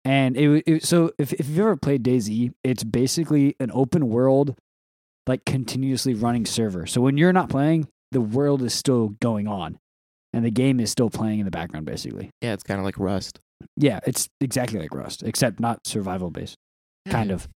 [SPEAKER 2] and it, wa- it so if, if you've ever played daisy it's basically an open world like continuously running server so when you're not playing the world is still going on and the game is still playing in the background basically
[SPEAKER 3] Yeah, it's kind of like Rust.
[SPEAKER 2] yeah it's exactly like rust except not survival based
[SPEAKER 4] Mm-hmm.
[SPEAKER 2] kind of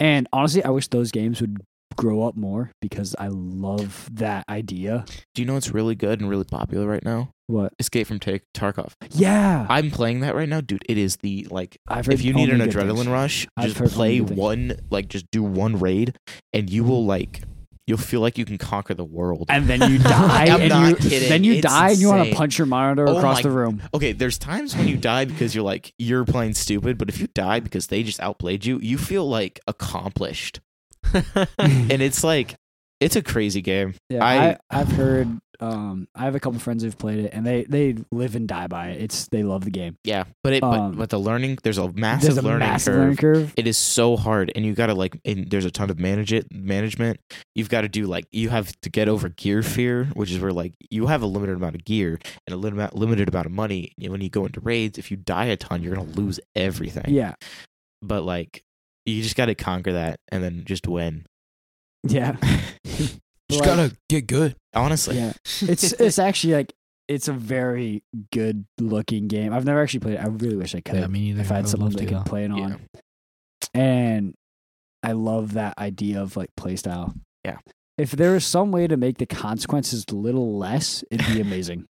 [SPEAKER 2] and honestly i wish those games would grow up more because i love that idea
[SPEAKER 3] Do you know what's really good and really popular right now?
[SPEAKER 2] what
[SPEAKER 3] Escape from Take- Tarkov.
[SPEAKER 2] yeah
[SPEAKER 3] I'm playing that right now, dude. It is the like
[SPEAKER 2] I've
[SPEAKER 3] if you need an
[SPEAKER 2] only good
[SPEAKER 3] adrenaline
[SPEAKER 2] things.
[SPEAKER 3] rush,
[SPEAKER 2] I've
[SPEAKER 3] just
[SPEAKER 2] heard only
[SPEAKER 3] play
[SPEAKER 2] good things.
[SPEAKER 3] one, like just do one raid, and you will like, you'll feel like you can conquer the world.
[SPEAKER 2] and then you die,
[SPEAKER 3] I'm
[SPEAKER 2] and
[SPEAKER 3] not
[SPEAKER 2] you
[SPEAKER 3] kidding.
[SPEAKER 2] then you
[SPEAKER 3] It's
[SPEAKER 2] die, and you want to
[SPEAKER 3] insane.
[SPEAKER 2] punch your monitor
[SPEAKER 3] Oh
[SPEAKER 2] across
[SPEAKER 3] my-
[SPEAKER 2] the room.
[SPEAKER 3] Okay, there's times when you die because you're like you're playing stupid, but if you die because they just outplayed you, you feel like accomplished, and it's like, it's a crazy game.
[SPEAKER 2] Yeah, I,
[SPEAKER 3] I-
[SPEAKER 2] have heard. Um, I have a couple friends who've played it, and they they live and die by it. It's they love the game.
[SPEAKER 3] Yeah, but it
[SPEAKER 2] Um,
[SPEAKER 3] but, but the learning there's a massive
[SPEAKER 2] There's a
[SPEAKER 3] learning
[SPEAKER 2] massive
[SPEAKER 3] curve.
[SPEAKER 2] learning curve.
[SPEAKER 3] it is so hard and you gotta like and there's a ton of manage it management you've got to do like you have to get over gear fear which is where like you have a limited amount of gear and a limited limited amount of money and when you go into raids if you die a ton you're gonna lose everything
[SPEAKER 2] Yeah,
[SPEAKER 3] but like you just gotta conquer that and then just win
[SPEAKER 2] yeah,
[SPEAKER 1] Just
[SPEAKER 2] Like-
[SPEAKER 1] gotta get good.
[SPEAKER 3] honestly
[SPEAKER 2] yeah. It's it's actually like it's a very good looking game. I've never actually played it. I really wish I could.
[SPEAKER 4] Yeah, me neither.
[SPEAKER 2] if I
[SPEAKER 4] I
[SPEAKER 2] had
[SPEAKER 4] would
[SPEAKER 2] someone
[SPEAKER 4] love
[SPEAKER 2] that
[SPEAKER 4] to,
[SPEAKER 2] could
[SPEAKER 4] though.
[SPEAKER 2] play it on,
[SPEAKER 3] Yeah.
[SPEAKER 2] and I love that idea of like playstyle.
[SPEAKER 3] Yeah.
[SPEAKER 2] If there was some way to make the consequences a little less, it'd be amazing.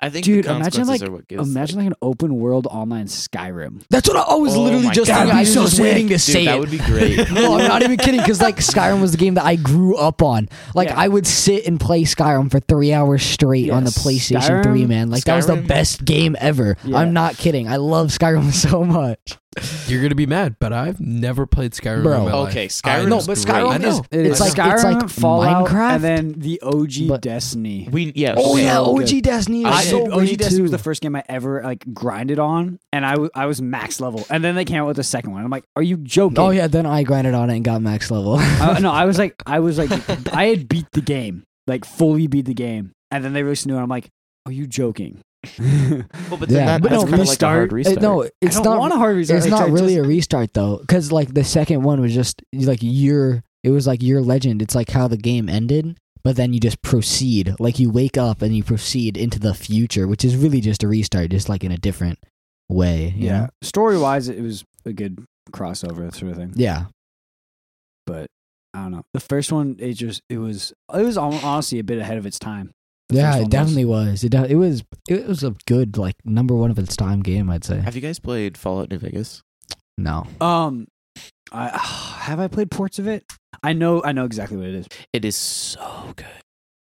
[SPEAKER 3] i think
[SPEAKER 2] Dude,
[SPEAKER 3] dude
[SPEAKER 2] imagine,
[SPEAKER 3] imagine
[SPEAKER 2] like-
[SPEAKER 3] like are what gives,
[SPEAKER 2] Imagine like an open world online Skyrim.
[SPEAKER 4] That's what I was
[SPEAKER 3] Oh
[SPEAKER 4] literally
[SPEAKER 3] my
[SPEAKER 4] just
[SPEAKER 3] God.
[SPEAKER 4] thinking. I was
[SPEAKER 2] That'd be
[SPEAKER 4] just
[SPEAKER 2] so
[SPEAKER 4] waiting to
[SPEAKER 3] dude,
[SPEAKER 4] say
[SPEAKER 3] that
[SPEAKER 4] it.
[SPEAKER 3] would be great
[SPEAKER 4] no, I'm not even kidding because like Skyrim was the game that I grew up on. Like
[SPEAKER 2] Yeah.
[SPEAKER 4] I would sit and play Skyrim for three hours straight on the
[SPEAKER 2] Yes.
[SPEAKER 4] PlayStation
[SPEAKER 2] Skyrim-
[SPEAKER 4] 3, man. Like that was the
[SPEAKER 3] Skyrim-
[SPEAKER 4] best game ever.
[SPEAKER 2] Yeah.
[SPEAKER 4] I'm not kidding. I love Skyrim so much.
[SPEAKER 1] You're gonna be mad, but I've never played Skyrim.
[SPEAKER 4] Bro.
[SPEAKER 1] in my life.
[SPEAKER 3] okay
[SPEAKER 1] I
[SPEAKER 3] skyrim
[SPEAKER 1] know,
[SPEAKER 4] no,
[SPEAKER 1] is
[SPEAKER 4] but
[SPEAKER 1] great. I
[SPEAKER 4] Skyrim
[SPEAKER 1] know.
[SPEAKER 4] is
[SPEAKER 2] It
[SPEAKER 4] it's
[SPEAKER 2] is.
[SPEAKER 4] like it's like
[SPEAKER 2] Fallout,
[SPEAKER 4] Minecraft.
[SPEAKER 2] and then the OG
[SPEAKER 4] but-
[SPEAKER 2] Destiny.
[SPEAKER 3] we yeah
[SPEAKER 4] oh
[SPEAKER 3] okay.
[SPEAKER 4] yeah,
[SPEAKER 2] so
[SPEAKER 4] OG
[SPEAKER 2] good.
[SPEAKER 4] Destiny
[SPEAKER 2] I,
[SPEAKER 4] was so
[SPEAKER 2] dude,
[SPEAKER 4] good
[SPEAKER 2] OG Destiny
[SPEAKER 4] too.
[SPEAKER 2] was the first game I ever like grinded on, and I, w- I was max level. And then they came out with the second one. I'm like, are you joking?
[SPEAKER 4] Oh yeah, then I grinded on it and got max level.
[SPEAKER 2] I, no, I was like, I was like, I had beat the game, like fully beat the game, and then they released a new one. I'm like, are you joking?
[SPEAKER 3] well, but
[SPEAKER 4] Oh, Yeah.
[SPEAKER 3] then that,
[SPEAKER 4] But
[SPEAKER 3] that's
[SPEAKER 4] no,
[SPEAKER 3] kind of like a hard
[SPEAKER 4] Uh,
[SPEAKER 3] restart
[SPEAKER 4] no, it's
[SPEAKER 2] I don't
[SPEAKER 4] not
[SPEAKER 2] want a hard reset.
[SPEAKER 4] it's
[SPEAKER 2] I
[SPEAKER 4] not really
[SPEAKER 2] just-
[SPEAKER 4] a restart though, because like the second one was just like your it was like your legend. It's like how the game ended, but then you just proceed. Like you wake up and you proceed into the future, which is really just a restart, just like in a different way. you
[SPEAKER 2] yeah.
[SPEAKER 4] know?
[SPEAKER 2] Story wise, it was a good crossover sort of thing.
[SPEAKER 4] yeah.
[SPEAKER 2] but I don't know. The first one, it just it was it was hon- honestly a bit ahead of its time. The
[SPEAKER 4] Yeah,
[SPEAKER 2] first one
[SPEAKER 4] it
[SPEAKER 2] was.
[SPEAKER 4] definitely was. It de- it was it was a good like number one of its time game, I'd say.
[SPEAKER 3] have you guys played fallout new vegas
[SPEAKER 4] No,
[SPEAKER 2] Um, I, have I played ports of it? I know, I know exactly what it is.
[SPEAKER 3] It is so good.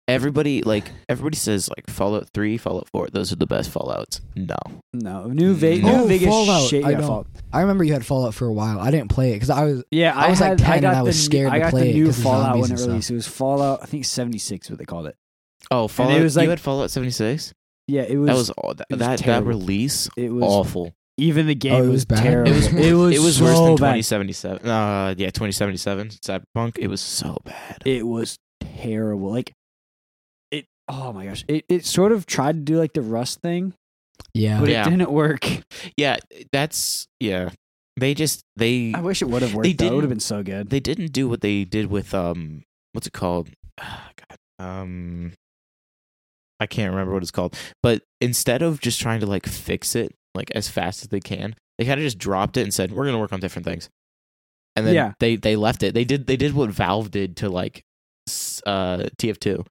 [SPEAKER 3] Everybody like everybody says like Fallout Three, Fallout Four. Those are the best Fallout's. No,
[SPEAKER 2] No, New, Ve-
[SPEAKER 3] No.
[SPEAKER 2] New
[SPEAKER 4] Oh,
[SPEAKER 2] Vegas.
[SPEAKER 4] Fallout.
[SPEAKER 2] Shit,
[SPEAKER 4] I
[SPEAKER 2] yeah,
[SPEAKER 4] don't.
[SPEAKER 2] Fallout.
[SPEAKER 4] I remember you had Fallout for a while. I didn't play it because I was
[SPEAKER 2] Yeah,
[SPEAKER 4] I was,
[SPEAKER 2] had,
[SPEAKER 4] like, 10
[SPEAKER 2] I
[SPEAKER 4] and
[SPEAKER 2] got
[SPEAKER 4] I was
[SPEAKER 2] the new-
[SPEAKER 4] scared
[SPEAKER 2] I
[SPEAKER 4] to
[SPEAKER 2] got
[SPEAKER 4] play it
[SPEAKER 2] the new
[SPEAKER 4] 'cause of
[SPEAKER 2] Fallout
[SPEAKER 4] zombies
[SPEAKER 2] when it
[SPEAKER 4] and stuff.
[SPEAKER 2] released. It was Fallout, I think seventy six, what they called it.
[SPEAKER 3] Oh, Fallout.
[SPEAKER 2] was
[SPEAKER 3] you
[SPEAKER 2] like-
[SPEAKER 3] had Fallout seventy six.
[SPEAKER 2] Yeah, it was.
[SPEAKER 3] That was all. That
[SPEAKER 2] was
[SPEAKER 3] that, that
[SPEAKER 2] terrible.
[SPEAKER 3] release
[SPEAKER 2] it was
[SPEAKER 3] awful.
[SPEAKER 2] even the game
[SPEAKER 4] Oh, it
[SPEAKER 2] was,
[SPEAKER 4] was bad?
[SPEAKER 2] terrible.
[SPEAKER 4] It was-
[SPEAKER 3] It was worse
[SPEAKER 2] so
[SPEAKER 3] than
[SPEAKER 2] bad.
[SPEAKER 3] twenty seventy seven. Uh, yeah, twenty seventy seven. Cyberpunk. It was so bad.
[SPEAKER 2] It was terrible. Like it. Oh my gosh! It it sort of tried to do like the Rust thing,
[SPEAKER 4] yeah.
[SPEAKER 2] but
[SPEAKER 3] Yeah.
[SPEAKER 2] it didn't work.
[SPEAKER 3] yeah, that's yeah. They just they
[SPEAKER 2] I wish it would have worked.
[SPEAKER 3] They
[SPEAKER 2] though. It would
[SPEAKER 3] didn't-
[SPEAKER 2] have been so good.
[SPEAKER 3] they didn't do what they did with um what's it called? Ah, God. Um I can't remember what it's called. But instead of just trying to like fix it like as fast as they can, they kind of just dropped it and said, We're gonna work on different things. And then
[SPEAKER 2] Yeah.
[SPEAKER 3] they they left it. They did they did what Valve did to like s- uh TF2.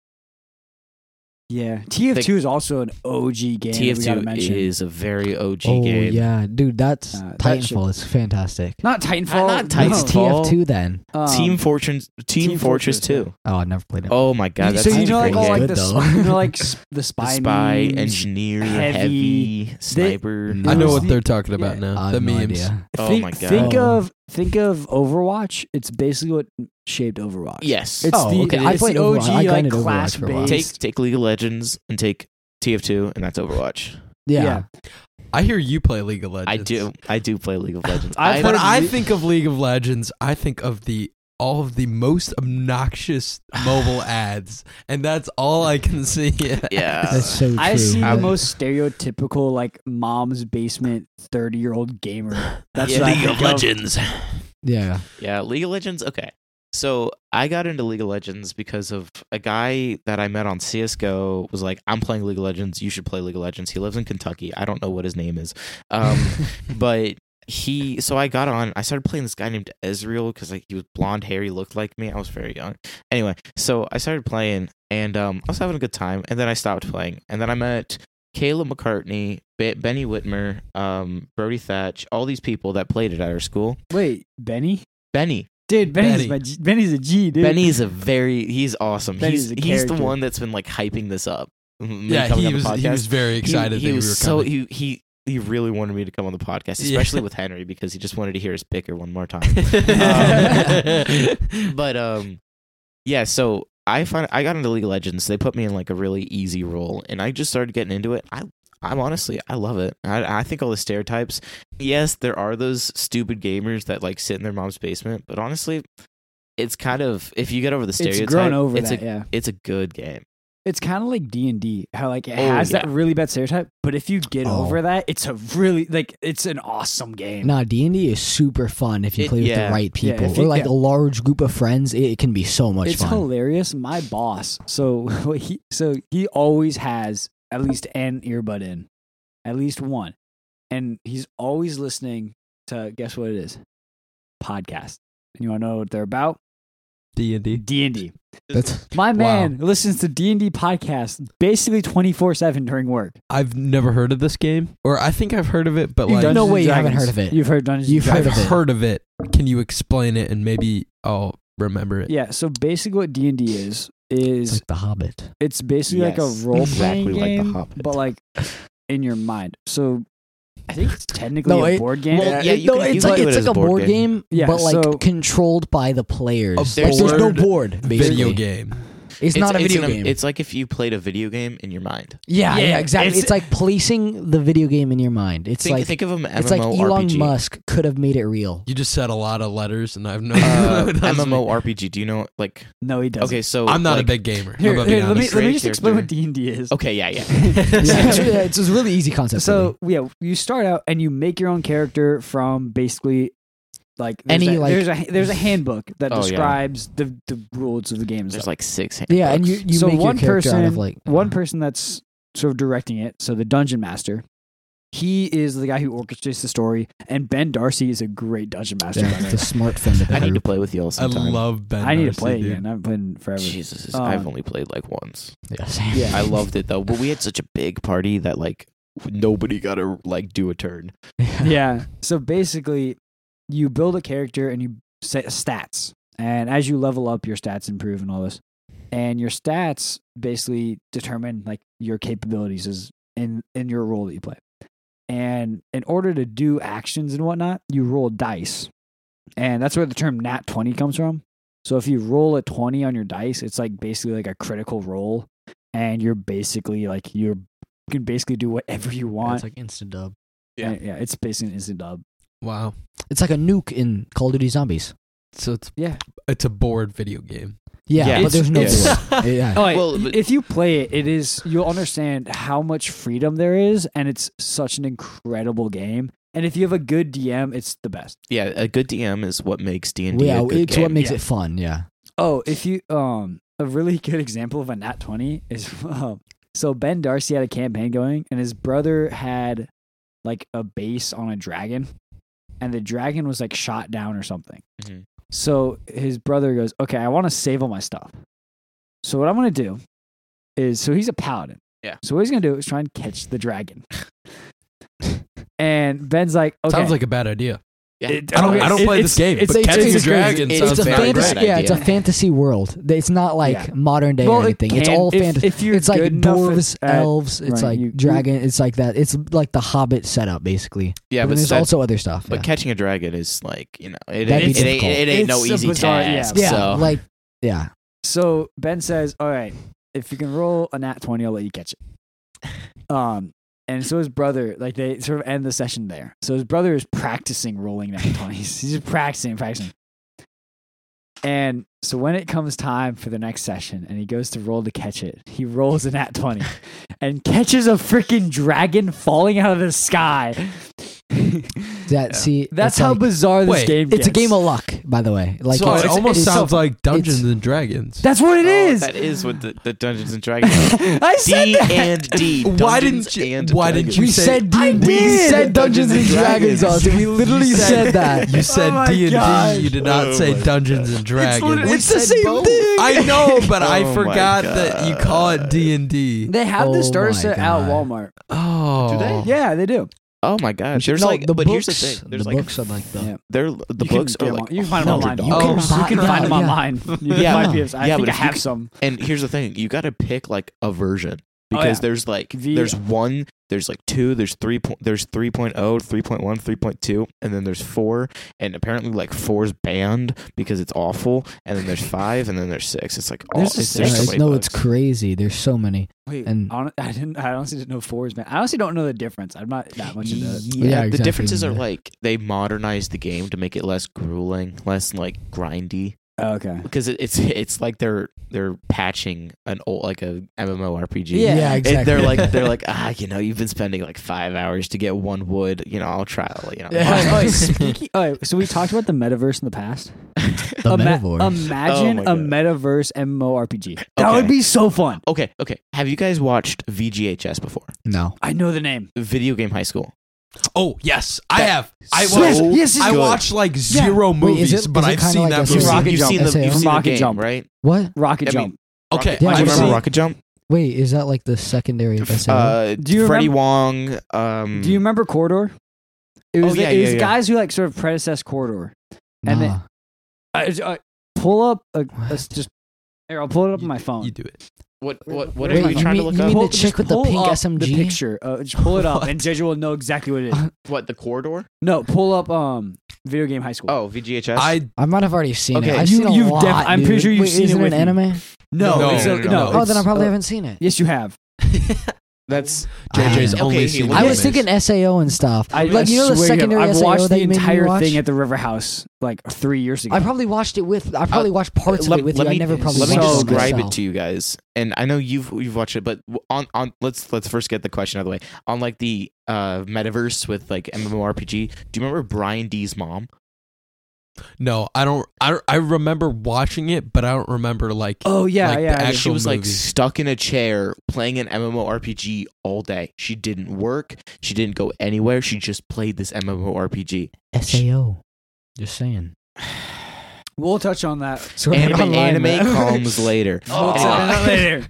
[SPEAKER 2] yeah, TF2 is also an OG game. we gotta
[SPEAKER 3] TF2
[SPEAKER 2] mention.
[SPEAKER 3] is a very OG
[SPEAKER 4] oh
[SPEAKER 3] game.
[SPEAKER 4] yeah, dude, that's
[SPEAKER 2] Uh, that
[SPEAKER 4] Titanfall is fantastic.
[SPEAKER 2] not Titanfall.
[SPEAKER 3] Not
[SPEAKER 2] no.
[SPEAKER 4] It's
[SPEAKER 3] Titanfall.
[SPEAKER 4] TF2 then.
[SPEAKER 2] Um,
[SPEAKER 3] Team Fortress Team,
[SPEAKER 2] Team
[SPEAKER 3] Fortress,
[SPEAKER 2] Fortress, yeah.
[SPEAKER 3] 2.
[SPEAKER 4] Oh, I never played it.
[SPEAKER 3] Oh my god,
[SPEAKER 2] you-
[SPEAKER 3] that's
[SPEAKER 2] so you
[SPEAKER 3] such a
[SPEAKER 2] know like
[SPEAKER 3] great
[SPEAKER 2] all
[SPEAKER 3] game.
[SPEAKER 2] like
[SPEAKER 4] Good
[SPEAKER 2] the
[SPEAKER 4] though.
[SPEAKER 2] sp- you know like sp- the
[SPEAKER 3] The
[SPEAKER 2] spy,
[SPEAKER 3] spy,
[SPEAKER 2] memes.
[SPEAKER 3] engineer,
[SPEAKER 2] heavy-
[SPEAKER 3] heavy, sniper.
[SPEAKER 4] Mm.
[SPEAKER 1] I know
[SPEAKER 4] No.
[SPEAKER 1] what they're talking about
[SPEAKER 2] Yeah.
[SPEAKER 1] now.
[SPEAKER 4] I
[SPEAKER 1] the
[SPEAKER 4] have no
[SPEAKER 1] memes.
[SPEAKER 4] idea.
[SPEAKER 3] Oh
[SPEAKER 2] think,
[SPEAKER 3] my God.
[SPEAKER 2] Think
[SPEAKER 4] Oh.
[SPEAKER 2] of think of Overwatch. It's basically what shaped Overwatch.
[SPEAKER 3] Yes.
[SPEAKER 2] It's
[SPEAKER 4] Oh,
[SPEAKER 2] the
[SPEAKER 4] okay. I
[SPEAKER 2] it's
[SPEAKER 4] played
[SPEAKER 2] the
[SPEAKER 4] Overwatch.
[SPEAKER 2] OG
[SPEAKER 4] I
[SPEAKER 2] like
[SPEAKER 4] grinded Overwatch
[SPEAKER 2] class
[SPEAKER 4] for a while.
[SPEAKER 2] based.
[SPEAKER 3] take take League of Legends and take TF2 and that's Overwatch.
[SPEAKER 4] Yeah.
[SPEAKER 2] yeah.
[SPEAKER 1] I hear you play League of
[SPEAKER 3] I
[SPEAKER 1] Legends.
[SPEAKER 3] do I do play League of Legends.
[SPEAKER 2] I've
[SPEAKER 3] I
[SPEAKER 1] When
[SPEAKER 2] heard-
[SPEAKER 1] I
[SPEAKER 2] you-
[SPEAKER 1] think of League of Legends, I think of the all of the most obnoxious mobile ads, and that's all I can see.
[SPEAKER 3] yeah.
[SPEAKER 4] That's so true.
[SPEAKER 2] I see the
[SPEAKER 4] That-
[SPEAKER 2] most stereotypical like mom's basement thirty year old gamer. That's
[SPEAKER 3] Yeah.
[SPEAKER 2] what I
[SPEAKER 3] League
[SPEAKER 2] think
[SPEAKER 3] of
[SPEAKER 2] of.
[SPEAKER 1] Legends.
[SPEAKER 4] Yeah.
[SPEAKER 3] Yeah, League of Legends. Okay. So I got into League of Legends because of a guy that I met on CSGO was like, I'm playing League of Legends, you should play League of Legends. He lives in Kentucky. I don't know what his name is. Um but he so I got on I started playing this guy named Ezreal because like he was blonde hair he looked like me I was very young anyway so I started playing and um I was having a good time and then I stopped playing and then I met Kayla McCartney Be- Benny Whitmer um Brody Thatch all these people that played it at our school
[SPEAKER 2] Wait, Benny?
[SPEAKER 3] Benny
[SPEAKER 2] Dude, Benny's
[SPEAKER 1] Benny.
[SPEAKER 2] my G- Benny's a G, dude.
[SPEAKER 3] Benny's a very he's awesome
[SPEAKER 2] Benny's
[SPEAKER 3] he's
[SPEAKER 2] a
[SPEAKER 3] he's the
[SPEAKER 2] character.
[SPEAKER 3] one that's been like hyping this up me
[SPEAKER 1] Yeah,
[SPEAKER 3] coming on
[SPEAKER 1] he
[SPEAKER 3] the
[SPEAKER 1] was he
[SPEAKER 3] podcast.
[SPEAKER 1] was very excited.
[SPEAKER 3] He, he
[SPEAKER 1] that
[SPEAKER 3] was
[SPEAKER 1] we were
[SPEAKER 3] so
[SPEAKER 1] coming.
[SPEAKER 3] he he he really wanted me to come on the podcast,
[SPEAKER 1] Yeah.
[SPEAKER 3] especially with Henry because he just wanted to hear us bicker one more time. but um, yeah. So I find I got into League of Legends. They put me in like a really easy role, and I just started getting into it. I I'm honestly I love it. I I think all the stereotypes. Yes, there are those stupid gamers that like sit in their mom's basement, but honestly. It's kind of if you get over the
[SPEAKER 2] it's
[SPEAKER 3] stereotype,
[SPEAKER 2] grown over
[SPEAKER 3] it's
[SPEAKER 2] that,
[SPEAKER 3] a
[SPEAKER 2] yeah.
[SPEAKER 3] it's a good game.
[SPEAKER 2] It's kind of like D and D, how like it
[SPEAKER 3] Oh,
[SPEAKER 2] has that
[SPEAKER 3] yeah.
[SPEAKER 2] really bad stereotype, but if you get
[SPEAKER 4] Oh.
[SPEAKER 2] over that, it's a really like it's an awesome game.
[SPEAKER 4] Nah, D and D is super fun if you
[SPEAKER 3] It-
[SPEAKER 4] play with
[SPEAKER 3] yeah.
[SPEAKER 4] the right
[SPEAKER 2] Yeah,
[SPEAKER 4] people
[SPEAKER 2] if you-
[SPEAKER 4] or like
[SPEAKER 2] yeah.
[SPEAKER 4] a large group of friends. It, it can be so much
[SPEAKER 2] it's
[SPEAKER 4] fun.
[SPEAKER 2] hilarious. My boss, so what he so he always has at least an earbud in, at least one, and he's always listening to guess what it is, podcast. And you want to know what they're about?
[SPEAKER 1] D and D.
[SPEAKER 2] D and D.
[SPEAKER 4] That's
[SPEAKER 2] My
[SPEAKER 4] Wow.
[SPEAKER 2] man listens to D and D podcasts basically twenty four seven during work.
[SPEAKER 1] I've never heard of this game, or I think I've heard of it, but
[SPEAKER 2] Dude,
[SPEAKER 1] like
[SPEAKER 4] don't
[SPEAKER 2] Dungeons
[SPEAKER 4] know- no way
[SPEAKER 2] and
[SPEAKER 4] you haven't
[SPEAKER 2] Dragons.
[SPEAKER 4] heard of it.
[SPEAKER 2] You've heard Dungeons.
[SPEAKER 4] You've
[SPEAKER 2] and
[SPEAKER 1] I've
[SPEAKER 4] heard of
[SPEAKER 2] Dragons.
[SPEAKER 4] it.
[SPEAKER 1] heard of it. Can you explain it, and maybe I'll remember it?
[SPEAKER 2] Yeah. So basically, what D and D is
[SPEAKER 4] it's
[SPEAKER 2] is
[SPEAKER 4] like the Hobbit.
[SPEAKER 2] it's basically like
[SPEAKER 3] Yes.
[SPEAKER 2] a role playing
[SPEAKER 3] Exactly like The
[SPEAKER 2] game,
[SPEAKER 3] Hobbit.
[SPEAKER 2] but like in your mind. So I think it's technically
[SPEAKER 4] No,
[SPEAKER 2] a
[SPEAKER 4] it-
[SPEAKER 2] board game.
[SPEAKER 3] well,
[SPEAKER 2] It-
[SPEAKER 3] yeah, you
[SPEAKER 4] no,
[SPEAKER 3] can- you
[SPEAKER 4] it's
[SPEAKER 3] can
[SPEAKER 4] like
[SPEAKER 3] do it
[SPEAKER 4] it's
[SPEAKER 3] as
[SPEAKER 4] like a board, game,
[SPEAKER 2] Yeah,
[SPEAKER 4] but like
[SPEAKER 2] so-
[SPEAKER 4] controlled by the players.
[SPEAKER 1] A
[SPEAKER 4] Like, there's no
[SPEAKER 1] board
[SPEAKER 4] board. Basically.
[SPEAKER 1] Video game.
[SPEAKER 4] It's, not a video
[SPEAKER 3] an-
[SPEAKER 4] game.
[SPEAKER 3] It's like if you played a video game in your mind.
[SPEAKER 4] yeah,
[SPEAKER 2] yeah,
[SPEAKER 4] yeah, exactly.
[SPEAKER 2] it's-
[SPEAKER 4] It's, like placing the video game in your mind. It's
[SPEAKER 3] Think,
[SPEAKER 4] like
[SPEAKER 3] think of them MMORPG.
[SPEAKER 4] it's like Elon Musk could have made it real.
[SPEAKER 1] You just said a lot of letters, and I've no
[SPEAKER 3] uh,
[SPEAKER 1] That was me.
[SPEAKER 3] MMORPG. Do you know like
[SPEAKER 2] no, he doesn't.
[SPEAKER 3] okay? So
[SPEAKER 1] I'm not
[SPEAKER 3] like,
[SPEAKER 1] a big gamer.
[SPEAKER 2] Here,
[SPEAKER 1] I'm gonna be
[SPEAKER 2] here, let me
[SPEAKER 1] honest.
[SPEAKER 2] let me
[SPEAKER 3] Great
[SPEAKER 2] just explain what
[SPEAKER 3] character. Oh,
[SPEAKER 2] D and D is.
[SPEAKER 3] Okay, yeah, yeah.
[SPEAKER 4] yeah, it's, really- it's a really easy concept.
[SPEAKER 2] So yeah, you start out and you make your own character from basically like there's
[SPEAKER 4] Any,
[SPEAKER 2] a,
[SPEAKER 4] like-
[SPEAKER 2] there's a there's a handbook that
[SPEAKER 3] Oh, yeah.
[SPEAKER 2] describs the the rules of the game. and
[SPEAKER 3] There's
[SPEAKER 2] stuff.
[SPEAKER 3] like six.
[SPEAKER 4] really. yeah, and you
[SPEAKER 3] handbooks.
[SPEAKER 4] you
[SPEAKER 2] so
[SPEAKER 4] make
[SPEAKER 2] one
[SPEAKER 4] your character out
[SPEAKER 2] person,
[SPEAKER 4] of like uh-huh.
[SPEAKER 2] one person that's sort of directing it. So the dungeon master, he is the guy who orchestrates the story, and Ben Darcy is a great dungeon master. by
[SPEAKER 4] yeah,
[SPEAKER 2] the way.
[SPEAKER 4] the smart friend of the
[SPEAKER 3] I need to
[SPEAKER 4] group.
[SPEAKER 3] play with y'all
[SPEAKER 1] I
[SPEAKER 3] sometime.
[SPEAKER 1] love Ben.
[SPEAKER 2] I need to
[SPEAKER 1] Darcy,
[SPEAKER 2] play
[SPEAKER 1] dude.
[SPEAKER 2] again. I haven't played in forever.
[SPEAKER 3] Jesus,
[SPEAKER 2] Um,
[SPEAKER 3] I've only played like once.
[SPEAKER 4] Uh, Yeah,
[SPEAKER 2] Yeah.
[SPEAKER 3] I loved it though, but we had such a big party that like nobody got to like do a turn.
[SPEAKER 2] yeah. So basically, you build a character and you set stats. And as you level up, your stats improve and all this. And your stats basically determine like your capabilities is in in your role that you play. And in order to do actions and whatnot, you roll dice. And that's where the term nat 20 comes from. So if you roll a 20 on your dice, it's like basically like a critical roll. And you're basically like, you're, you can basically do whatever you want.
[SPEAKER 4] It's like instant dub.
[SPEAKER 3] Yeah.
[SPEAKER 2] And, yeah, it's basically an instant dub.
[SPEAKER 1] Wow.
[SPEAKER 4] It's like a nuke in Call of Duty Zombies.
[SPEAKER 1] So it's
[SPEAKER 2] Yeah.
[SPEAKER 1] it's a bored video game.
[SPEAKER 4] Yeah,
[SPEAKER 3] Yeah.
[SPEAKER 4] but there's no.
[SPEAKER 3] It's-
[SPEAKER 4] door. yeah.
[SPEAKER 2] Oh, well,
[SPEAKER 3] Well, but-
[SPEAKER 2] if you play it, it is you'll understand how much freedom there is, and it's such an incredible game. And if you have a good DM, it's the best.
[SPEAKER 3] Yeah, a good DM is what makes D and D
[SPEAKER 4] Yeah,
[SPEAKER 3] a good
[SPEAKER 4] it's
[SPEAKER 3] game.
[SPEAKER 4] what makes
[SPEAKER 2] Yeah.
[SPEAKER 4] it fun. Yeah.
[SPEAKER 2] Oh, if you um a really good example of a nat twenty is um, so Ben Darcy had a campaign going, and his brother had like a base on a dragon, and the dragon was like shot down or something.
[SPEAKER 3] Mhm.
[SPEAKER 2] So his brother goes, "Okay, I want to save all my stuff. So what I'm gonna do is, so he's a paladin.
[SPEAKER 3] Yeah.
[SPEAKER 2] So what he's gonna do is try and catch the dragon. and Ben's like, "Okay,
[SPEAKER 1] Sounds like a bad idea.
[SPEAKER 3] Yeah.
[SPEAKER 1] I don't I don't play
[SPEAKER 2] It's-
[SPEAKER 1] this game.
[SPEAKER 2] it's
[SPEAKER 1] but
[SPEAKER 2] a-
[SPEAKER 1] catching
[SPEAKER 2] it's
[SPEAKER 1] a
[SPEAKER 2] a crazy-
[SPEAKER 1] dragon
[SPEAKER 3] it's
[SPEAKER 1] sounds
[SPEAKER 3] a
[SPEAKER 1] not
[SPEAKER 3] fantasy-
[SPEAKER 1] great.
[SPEAKER 3] great
[SPEAKER 4] yeah, it's a
[SPEAKER 3] idea.
[SPEAKER 4] fantasy world. It's not like
[SPEAKER 2] Yeah.
[SPEAKER 4] modern day
[SPEAKER 2] Well,
[SPEAKER 4] or
[SPEAKER 2] it
[SPEAKER 4] anything. It's
[SPEAKER 2] can-
[SPEAKER 4] all
[SPEAKER 2] if-
[SPEAKER 4] fantasy.
[SPEAKER 2] if you're
[SPEAKER 4] it's like
[SPEAKER 2] good enough
[SPEAKER 4] dwarves,
[SPEAKER 2] at- at-
[SPEAKER 4] elves. It's
[SPEAKER 2] right,
[SPEAKER 4] like
[SPEAKER 2] you- you-
[SPEAKER 4] dragon. It's like that. It's like the Hobbit setup, basically.
[SPEAKER 3] Yeah,
[SPEAKER 4] but,
[SPEAKER 3] but
[SPEAKER 4] there's
[SPEAKER 3] that-
[SPEAKER 4] also other stuff.
[SPEAKER 3] but
[SPEAKER 4] yeah.
[SPEAKER 3] catching a dragon is like you know it
[SPEAKER 4] That'd
[SPEAKER 3] ain't
[SPEAKER 4] be
[SPEAKER 3] it ain't,
[SPEAKER 4] difficult.
[SPEAKER 3] it ain't no
[SPEAKER 2] It's a
[SPEAKER 3] easy
[SPEAKER 2] bizarre- yeah.
[SPEAKER 3] task.
[SPEAKER 4] yeah,
[SPEAKER 3] so.
[SPEAKER 4] like yeah,
[SPEAKER 2] So Ben says, "All right, if you can roll a nat twenty, I'll let you catch it." Um, and so his brother, like they sort of end the session there. So his brother is practicing rolling nat twenties. He's just practicing, practicing. And so when it comes time for the next session, and he goes to roll to catch it, he rolls a nat twenty, and catches a freaking dragon falling out of the sky.
[SPEAKER 4] that see.
[SPEAKER 2] That's
[SPEAKER 4] it's
[SPEAKER 2] how
[SPEAKER 4] like-
[SPEAKER 2] bizarre this
[SPEAKER 1] Wait,
[SPEAKER 2] game.
[SPEAKER 4] it's a
[SPEAKER 2] gets.
[SPEAKER 4] game of luck, by the way. Like
[SPEAKER 1] so
[SPEAKER 4] it's,
[SPEAKER 1] it almost
[SPEAKER 4] it's-
[SPEAKER 1] sounds like Dungeons
[SPEAKER 4] it's-
[SPEAKER 1] and Dragons.
[SPEAKER 2] That's what it
[SPEAKER 3] Oh,
[SPEAKER 2] is.
[SPEAKER 3] That is what the, the Dungeons and Dragons.
[SPEAKER 2] I said
[SPEAKER 3] D
[SPEAKER 2] that.
[SPEAKER 3] and D.
[SPEAKER 1] Why
[SPEAKER 3] Dungeons
[SPEAKER 1] didn't you-
[SPEAKER 3] and
[SPEAKER 1] why didn't
[SPEAKER 3] Dragons.
[SPEAKER 1] you
[SPEAKER 4] we
[SPEAKER 1] say-
[SPEAKER 4] said D-
[SPEAKER 2] I
[SPEAKER 4] we
[SPEAKER 2] did!
[SPEAKER 4] said Dungeons and Dragons. Austin. We literally
[SPEAKER 1] You
[SPEAKER 4] said that.
[SPEAKER 1] You said
[SPEAKER 2] Oh my
[SPEAKER 1] D and
[SPEAKER 2] gosh.
[SPEAKER 1] D. You did not
[SPEAKER 3] Oh
[SPEAKER 1] say
[SPEAKER 3] my
[SPEAKER 1] Dungeons and Dragons.
[SPEAKER 4] it's the same
[SPEAKER 3] both.
[SPEAKER 4] thing.
[SPEAKER 1] I know, but I
[SPEAKER 3] Oh my
[SPEAKER 1] forgot that you call it
[SPEAKER 3] God.
[SPEAKER 1] D and D.
[SPEAKER 2] They have
[SPEAKER 4] Oh
[SPEAKER 2] the starter
[SPEAKER 4] my
[SPEAKER 2] set out at
[SPEAKER 4] God.
[SPEAKER 2] Walmart.
[SPEAKER 1] Oh,
[SPEAKER 3] Do they?
[SPEAKER 2] Yeah, they do.
[SPEAKER 3] Oh my gosh! There's
[SPEAKER 4] no,
[SPEAKER 3] like,
[SPEAKER 4] the
[SPEAKER 3] but here's
[SPEAKER 4] books,
[SPEAKER 3] the thing. There's
[SPEAKER 4] the
[SPEAKER 3] like
[SPEAKER 4] books are like the.
[SPEAKER 2] Yeah.
[SPEAKER 3] they're the
[SPEAKER 2] You can
[SPEAKER 3] books
[SPEAKER 2] get
[SPEAKER 3] are
[SPEAKER 2] 'em
[SPEAKER 3] like
[SPEAKER 2] on- you can find them online.
[SPEAKER 3] $100.
[SPEAKER 4] You can
[SPEAKER 2] Oh,
[SPEAKER 4] buy-
[SPEAKER 2] you can
[SPEAKER 4] yeah,
[SPEAKER 2] find them
[SPEAKER 4] yeah.
[SPEAKER 2] online. You can
[SPEAKER 3] Yeah.
[SPEAKER 2] buy PFs. I
[SPEAKER 3] Yeah,
[SPEAKER 2] think
[SPEAKER 3] but
[SPEAKER 2] I
[SPEAKER 3] if you
[SPEAKER 2] have
[SPEAKER 3] can-
[SPEAKER 2] some.
[SPEAKER 3] And here's the thing: you got to pick like a version
[SPEAKER 2] Oh,
[SPEAKER 3] because
[SPEAKER 2] yeah.
[SPEAKER 3] there's like
[SPEAKER 2] The-
[SPEAKER 3] there's one, there's like two, there's three, oh, po- there's 3.0, 3.1, 3.2, and then there's four, and apparently like four's banned because it's awful, and then there's five, and then there's six. It's like all
[SPEAKER 2] There's a
[SPEAKER 3] it's,
[SPEAKER 4] Yeah,
[SPEAKER 3] there's
[SPEAKER 2] six.
[SPEAKER 3] so
[SPEAKER 4] it's,
[SPEAKER 3] many
[SPEAKER 4] no,
[SPEAKER 3] books.
[SPEAKER 4] it's crazy. There's so many.
[SPEAKER 2] Wait,
[SPEAKER 4] and-
[SPEAKER 2] I, don't, I didn't. I honestly didn't know fours, man. I honestly don't know the difference. I'm not that much into it.
[SPEAKER 3] Yeah,
[SPEAKER 4] Yeah,
[SPEAKER 3] the
[SPEAKER 4] exactly,
[SPEAKER 3] differences are
[SPEAKER 4] yeah.
[SPEAKER 3] like they modernized the game to make it less grueling, less like grindy.
[SPEAKER 2] Okay.
[SPEAKER 3] Because it, it's it's like they're they're patching an old like a MMORPG.
[SPEAKER 2] Yeah.
[SPEAKER 4] yeah
[SPEAKER 2] It-
[SPEAKER 3] It-
[SPEAKER 4] exactly.
[SPEAKER 3] they're like they're like ah you know you've been spending like five hours to get one wood you know I'll try you know
[SPEAKER 4] Yeah.
[SPEAKER 2] Oh,
[SPEAKER 3] I'll-
[SPEAKER 2] wait, speaking- all right, so we talked about the metaverse in the past.
[SPEAKER 4] the
[SPEAKER 2] Ima-
[SPEAKER 4] metaverse.
[SPEAKER 2] Imagine
[SPEAKER 3] Oh my
[SPEAKER 2] a
[SPEAKER 3] God.
[SPEAKER 2] metaverse MMORPG. That would
[SPEAKER 3] Okay.
[SPEAKER 2] be so fun.
[SPEAKER 3] okay okay have you guys watched VGHS before
[SPEAKER 4] no.
[SPEAKER 2] I know the name.
[SPEAKER 3] Video Game High School
[SPEAKER 1] oh yes, I
[SPEAKER 3] That-
[SPEAKER 1] have. I
[SPEAKER 3] So
[SPEAKER 1] watched.
[SPEAKER 2] yes,
[SPEAKER 1] I
[SPEAKER 3] good.
[SPEAKER 1] watched like zero
[SPEAKER 4] Wait, is
[SPEAKER 1] movies,
[SPEAKER 4] it-
[SPEAKER 1] but
[SPEAKER 4] is it
[SPEAKER 1] I've
[SPEAKER 4] kinda
[SPEAKER 1] seen
[SPEAKER 4] like
[SPEAKER 1] that
[SPEAKER 4] a
[SPEAKER 1] movie.
[SPEAKER 2] Rocket
[SPEAKER 3] you've
[SPEAKER 2] Jump,
[SPEAKER 3] seen the
[SPEAKER 4] SAO.
[SPEAKER 3] you've seen the
[SPEAKER 2] Rocket
[SPEAKER 3] game
[SPEAKER 2] Jump.
[SPEAKER 3] right
[SPEAKER 4] What?
[SPEAKER 2] Rocket
[SPEAKER 3] I mean,
[SPEAKER 2] Jump.
[SPEAKER 1] Okay,
[SPEAKER 4] Yeah,
[SPEAKER 3] do you
[SPEAKER 1] I've
[SPEAKER 4] I've
[SPEAKER 3] remember
[SPEAKER 1] seen.
[SPEAKER 4] seen-
[SPEAKER 3] Rocket Jump
[SPEAKER 4] Wait, is that like the secondary? SAO?
[SPEAKER 3] uh
[SPEAKER 2] Do you remember-
[SPEAKER 3] Freddie Wong um
[SPEAKER 2] Do you remember Corridor? It
[SPEAKER 3] Oh,
[SPEAKER 2] was, the-
[SPEAKER 3] yeah,
[SPEAKER 2] it was
[SPEAKER 3] yeah, yeah.
[SPEAKER 2] guys who like sort of predecessed Corridor. and
[SPEAKER 4] nah.
[SPEAKER 2] then- I, I- pull up a,
[SPEAKER 4] What?
[SPEAKER 2] let's just here, I'll pull it up on my phone.
[SPEAKER 1] You do it.
[SPEAKER 3] what what what
[SPEAKER 2] Where-
[SPEAKER 3] are
[SPEAKER 2] where's
[SPEAKER 3] you
[SPEAKER 2] my
[SPEAKER 3] trying to
[SPEAKER 4] phone?
[SPEAKER 3] look
[SPEAKER 4] You
[SPEAKER 3] up
[SPEAKER 4] mean
[SPEAKER 2] Pull-
[SPEAKER 4] the chick
[SPEAKER 2] just
[SPEAKER 4] with the
[SPEAKER 2] pull
[SPEAKER 4] pink
[SPEAKER 2] up
[SPEAKER 4] SMG?
[SPEAKER 2] The picture. Uh, just pull it up,
[SPEAKER 1] What?
[SPEAKER 2] and JJ will know exactly what it is.
[SPEAKER 3] what the corridor
[SPEAKER 2] No, pull up um video game high school.
[SPEAKER 3] oh VGHS
[SPEAKER 1] I
[SPEAKER 4] I might have already seen
[SPEAKER 3] Okay.
[SPEAKER 4] it. I've
[SPEAKER 2] You-
[SPEAKER 4] seen a
[SPEAKER 2] you've
[SPEAKER 4] lot.
[SPEAKER 2] def- I'm pretty
[SPEAKER 4] dude.
[SPEAKER 2] sure you've
[SPEAKER 4] Wait,
[SPEAKER 2] seen
[SPEAKER 4] is
[SPEAKER 2] it
[SPEAKER 4] it
[SPEAKER 2] with
[SPEAKER 4] an
[SPEAKER 2] me.
[SPEAKER 4] anime?
[SPEAKER 2] no,
[SPEAKER 3] No,
[SPEAKER 2] it's
[SPEAKER 3] no,
[SPEAKER 2] a-
[SPEAKER 3] no,
[SPEAKER 2] no,
[SPEAKER 3] no.
[SPEAKER 4] Oh, then I
[SPEAKER 2] it's-
[SPEAKER 4] probably
[SPEAKER 2] uh,
[SPEAKER 4] haven't seen it.
[SPEAKER 2] Yes, you have.
[SPEAKER 3] that's
[SPEAKER 1] JJ's
[SPEAKER 4] I-
[SPEAKER 1] only
[SPEAKER 3] okay,
[SPEAKER 1] seen.
[SPEAKER 3] he-
[SPEAKER 1] the
[SPEAKER 4] I was
[SPEAKER 1] animes.
[SPEAKER 4] thinking SAO and stuff.
[SPEAKER 2] I
[SPEAKER 4] like you know the
[SPEAKER 2] swear you have.
[SPEAKER 4] secondary
[SPEAKER 2] I've
[SPEAKER 4] SAO
[SPEAKER 2] watched
[SPEAKER 4] that
[SPEAKER 2] the
[SPEAKER 4] you made me
[SPEAKER 2] entire
[SPEAKER 4] watch?
[SPEAKER 2] thing at the River House like three years ago.
[SPEAKER 4] I probably watched it with. I probably watched parts
[SPEAKER 3] Uh, let,
[SPEAKER 4] of it with
[SPEAKER 3] let
[SPEAKER 4] you.
[SPEAKER 3] Me,
[SPEAKER 4] I never probably
[SPEAKER 3] let me
[SPEAKER 4] watched
[SPEAKER 2] saw
[SPEAKER 3] describe
[SPEAKER 4] myself.
[SPEAKER 3] it to you guys, and I know you've you've watched it, but on on let's let's first get the question out of the way. On like the uh metaverse with like MMORPG, do you remember Brian D's mom?
[SPEAKER 1] No, I don't. I don't- I remember watching it, but I don't remember like.
[SPEAKER 2] oh yeah,
[SPEAKER 1] like the
[SPEAKER 2] yeah. I did.
[SPEAKER 1] actual-
[SPEAKER 3] She was like
[SPEAKER 1] movie.
[SPEAKER 3] stuck in a chair playing an MMORPG all day. She didn't work. She didn't go anywhere. She just played this MMORPG.
[SPEAKER 4] SAO. Just saying.
[SPEAKER 2] we'll touch on that.
[SPEAKER 4] So
[SPEAKER 3] Anime,
[SPEAKER 4] online,
[SPEAKER 3] anime
[SPEAKER 4] man.
[SPEAKER 3] comes later.
[SPEAKER 2] We'll touch on that later.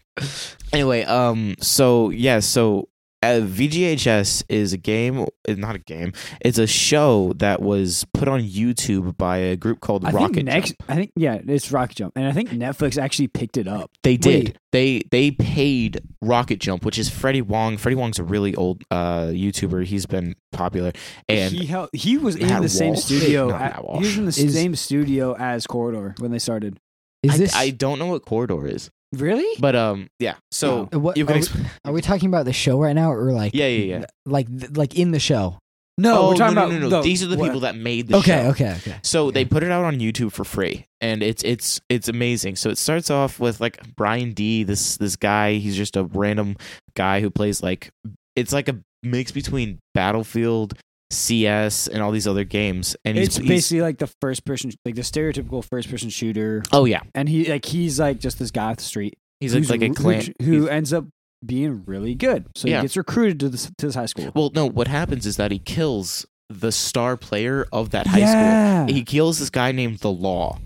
[SPEAKER 3] Anyway, um, so yeah, so uh, VGHS is a game, eh, not a game. It's a show that was put on YouTube by a group called
[SPEAKER 2] I
[SPEAKER 3] Rocket.
[SPEAKER 2] think next,
[SPEAKER 3] Jump.
[SPEAKER 2] I think yeah, it's Rocket Jump, and I think Netflix actually picked it up.
[SPEAKER 3] They did.
[SPEAKER 4] Wait.
[SPEAKER 3] They they paid Rocket Jump, which is Freddie Wong. Freddie Wong's a really old uh, YouTuber. He's been popular, and
[SPEAKER 2] he hel- he was in
[SPEAKER 3] Matt
[SPEAKER 2] the same
[SPEAKER 3] Walsh.
[SPEAKER 2] studio.
[SPEAKER 3] Not
[SPEAKER 2] at-
[SPEAKER 3] Matt
[SPEAKER 2] he was in the
[SPEAKER 4] Is-
[SPEAKER 2] same studio as Corridor when they started.
[SPEAKER 4] Is
[SPEAKER 3] I,
[SPEAKER 4] this
[SPEAKER 3] I don't know what corridor is,
[SPEAKER 2] Really?
[SPEAKER 3] but um, yeah. So
[SPEAKER 4] Uh, what-
[SPEAKER 3] you can.
[SPEAKER 4] are
[SPEAKER 3] exp-
[SPEAKER 4] Are we talking about the show right now, or like
[SPEAKER 3] yeah, yeah, yeah.
[SPEAKER 4] like th- like in the show?
[SPEAKER 2] No,
[SPEAKER 3] oh,
[SPEAKER 2] we're talking
[SPEAKER 3] no,
[SPEAKER 2] about
[SPEAKER 3] no, no, no.
[SPEAKER 2] the-
[SPEAKER 3] These are the
[SPEAKER 2] what-
[SPEAKER 3] people that made the show.
[SPEAKER 4] okay, okay, okay.
[SPEAKER 3] So they put it out on YouTube for free, and it's it's it's amazing. So it starts off with like Brian D, this this guy. He's just a random guy who plays like it's like a mix between Battlefield, CS, and all these other games. And he's,
[SPEAKER 2] It's
[SPEAKER 3] he's-
[SPEAKER 2] basically like the first person, like the stereotypical first person shooter,
[SPEAKER 3] oh yeah,
[SPEAKER 2] and he like he's like just this guy off the street.
[SPEAKER 3] he's like,
[SPEAKER 2] who's-
[SPEAKER 3] like a
[SPEAKER 2] who-
[SPEAKER 3] clan.
[SPEAKER 2] who,
[SPEAKER 3] he's-
[SPEAKER 2] ends up being really good. So
[SPEAKER 3] Yeah.
[SPEAKER 2] he gets recruited to this to this high school.
[SPEAKER 3] well, no, what happens is that he kills the star player of that high
[SPEAKER 2] yeah.
[SPEAKER 3] school. He kills this guy named the Law.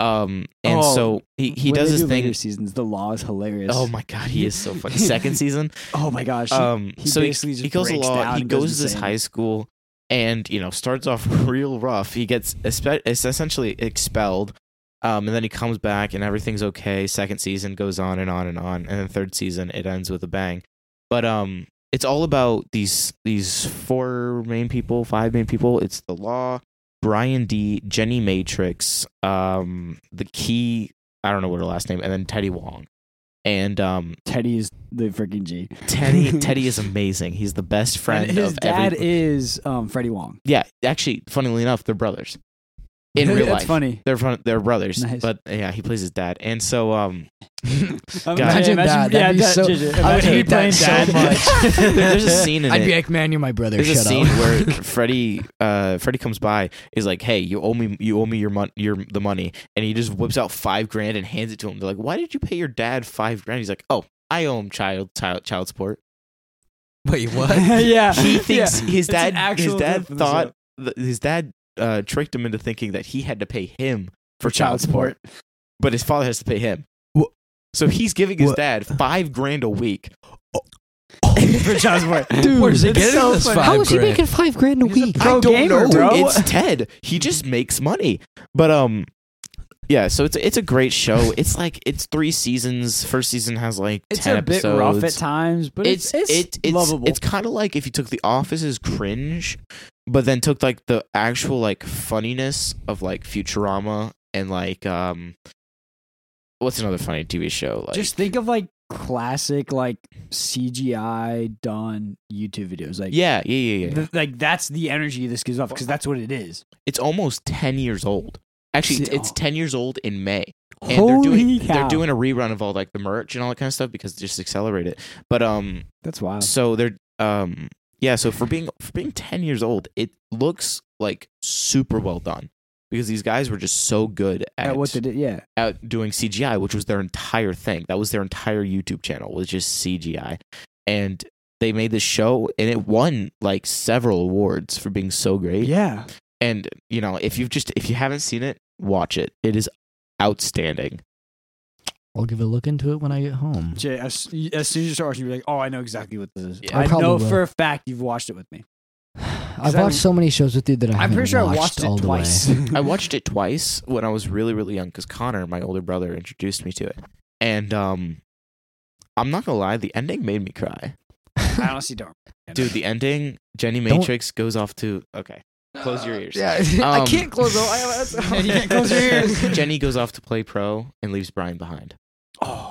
[SPEAKER 3] Um, and
[SPEAKER 1] Oh,
[SPEAKER 3] so he he
[SPEAKER 2] When
[SPEAKER 3] does
[SPEAKER 2] they
[SPEAKER 3] his
[SPEAKER 2] do
[SPEAKER 3] thing.
[SPEAKER 2] Later seasons, the law is hilarious.
[SPEAKER 3] Oh my god, he is so funny. Second season.
[SPEAKER 2] Oh my gosh.
[SPEAKER 3] um
[SPEAKER 2] he
[SPEAKER 3] so
[SPEAKER 2] basically
[SPEAKER 3] he,
[SPEAKER 2] just
[SPEAKER 3] he goes
[SPEAKER 2] breaks
[SPEAKER 3] along
[SPEAKER 2] down
[SPEAKER 3] he
[SPEAKER 2] and
[SPEAKER 3] goes,
[SPEAKER 2] goes
[SPEAKER 3] to this
[SPEAKER 2] insane.
[SPEAKER 3] high school and you know starts off real rough he gets espe- is essentially expelled um and then he comes back and everything's okay second season goes on and on and on and then third season it ends with a bang but um it's all about these these four main people five main people it's the law brian d jenny matrix um the key i don't know what her last name and then teddy wong and um
[SPEAKER 2] Teddy is the freaking G.
[SPEAKER 3] Teddy Teddy is amazing. He's the best friend
[SPEAKER 2] And his
[SPEAKER 3] of
[SPEAKER 2] dad
[SPEAKER 3] every.
[SPEAKER 2] is um, Freddie Wong.
[SPEAKER 3] yeah, actually, funnily enough, they're brothers. In real
[SPEAKER 2] That's
[SPEAKER 3] life,
[SPEAKER 2] funny.
[SPEAKER 3] they're fun- they're brothers.
[SPEAKER 2] Nice.
[SPEAKER 3] But yeah, he plays his dad, and so um,
[SPEAKER 4] Imagine that.
[SPEAKER 2] Yeah,
[SPEAKER 4] That'd be so-
[SPEAKER 2] imagine
[SPEAKER 4] I would
[SPEAKER 2] you
[SPEAKER 4] hate that
[SPEAKER 2] playing
[SPEAKER 4] so
[SPEAKER 2] dad.
[SPEAKER 4] much.
[SPEAKER 3] there- there's a scene in
[SPEAKER 4] I'd
[SPEAKER 3] it.
[SPEAKER 4] be like, man, you're my brother.
[SPEAKER 3] there's a
[SPEAKER 4] Shut
[SPEAKER 3] scene
[SPEAKER 4] up.
[SPEAKER 3] where Freddie uh Freddie comes by. He's like, "Hey, you owe me you owe me your mon- your the money," and he just whips out five grand and hands it to him. They're like, "Why did you pay your dad five grand?" He's like, "Oh, I owe him child child child support."
[SPEAKER 1] Wait, what?
[SPEAKER 2] yeah.
[SPEAKER 3] he thinks
[SPEAKER 2] yeah. It's
[SPEAKER 3] his
[SPEAKER 2] an
[SPEAKER 3] dad his
[SPEAKER 2] actual
[SPEAKER 3] dad
[SPEAKER 2] clip of this
[SPEAKER 3] thought
[SPEAKER 2] up.
[SPEAKER 3] th- his dad uh, tricked him into thinking that he had to pay him for child support, but his father has to pay him.
[SPEAKER 1] Wha-
[SPEAKER 3] So he's giving his
[SPEAKER 1] Wha-
[SPEAKER 3] dad five grand a week.
[SPEAKER 2] for child support.
[SPEAKER 4] Dude,
[SPEAKER 1] Where's he
[SPEAKER 2] it's
[SPEAKER 1] getting
[SPEAKER 2] so
[SPEAKER 1] this
[SPEAKER 2] funny.
[SPEAKER 1] five
[SPEAKER 4] How is he
[SPEAKER 1] grand?
[SPEAKER 4] making five grand a
[SPEAKER 2] He's a
[SPEAKER 4] week?
[SPEAKER 2] pro-
[SPEAKER 3] I don't
[SPEAKER 2] gamer,
[SPEAKER 3] know.
[SPEAKER 2] bro.
[SPEAKER 3] It's Ted. He just makes money. But um, yeah. So it's it's a great show. It's like it's three seasons. First season has like
[SPEAKER 2] It's
[SPEAKER 3] ten
[SPEAKER 2] a bit rough at
[SPEAKER 3] episodes.
[SPEAKER 2] times, but it's it's,
[SPEAKER 3] it- it's
[SPEAKER 2] lovable.
[SPEAKER 3] It's kind of like if you took The Office's cringe, but then took like the actual like funniness of like Futurama and like um, what's another funny TV show? Like
[SPEAKER 2] Just think of like classic like CGI done YouTube videos. Like
[SPEAKER 3] yeah, yeah, yeah, yeah.
[SPEAKER 2] th- like that's the energy this gives off because that's what it is.
[SPEAKER 3] It's almost ten years old. Actually, it's,
[SPEAKER 2] See,
[SPEAKER 3] it's
[SPEAKER 2] oh.
[SPEAKER 3] ten years old in May. And
[SPEAKER 2] Holy
[SPEAKER 3] they're doing
[SPEAKER 2] cow!
[SPEAKER 3] they're doing a rerun of all like the merch and all that kind of stuff because just accelerate it. But um,
[SPEAKER 2] that's wild.
[SPEAKER 3] so they're um yeah so for being for being 10 years old it looks like super well done because these guys were just so good at,
[SPEAKER 2] At what they did, yeah.
[SPEAKER 3] at doing cgi which was their entire thing that was their entire youtube channel was just cgi and they made this show and it won like several awards for being so great
[SPEAKER 2] Yeah.
[SPEAKER 3] and you know if you've just if you haven't seen it watch it it is outstanding
[SPEAKER 4] I'll give a look into it when I get home.
[SPEAKER 2] Jay, as, as soon as you start watching, you're like, oh, I know exactly what this is.
[SPEAKER 3] Yeah.
[SPEAKER 4] I
[SPEAKER 2] I,
[SPEAKER 4] probably
[SPEAKER 2] know
[SPEAKER 4] will.
[SPEAKER 2] for a fact you've watched it with me.
[SPEAKER 4] I've
[SPEAKER 2] I-
[SPEAKER 4] watched so many shows with you that I
[SPEAKER 2] I'm
[SPEAKER 4] haven't
[SPEAKER 2] pretty sure I watched
[SPEAKER 4] all
[SPEAKER 2] it
[SPEAKER 4] the
[SPEAKER 2] twice.
[SPEAKER 4] way.
[SPEAKER 3] I watched it twice when I was really, really young because Connor, my older brother, introduced me to it. And um, I'm not gonna lie, the ending made me cry.
[SPEAKER 2] I honestly don't. remember.
[SPEAKER 3] Dude, the ending, Jenny
[SPEAKER 4] Don't-
[SPEAKER 3] Matrix goes off to okay. Close your ears.
[SPEAKER 4] Yeah,
[SPEAKER 3] Um,
[SPEAKER 4] I can't close them. I,
[SPEAKER 2] You can't close your ears.
[SPEAKER 3] Jenny goes off to play pro and leaves Brian behind.
[SPEAKER 2] oh,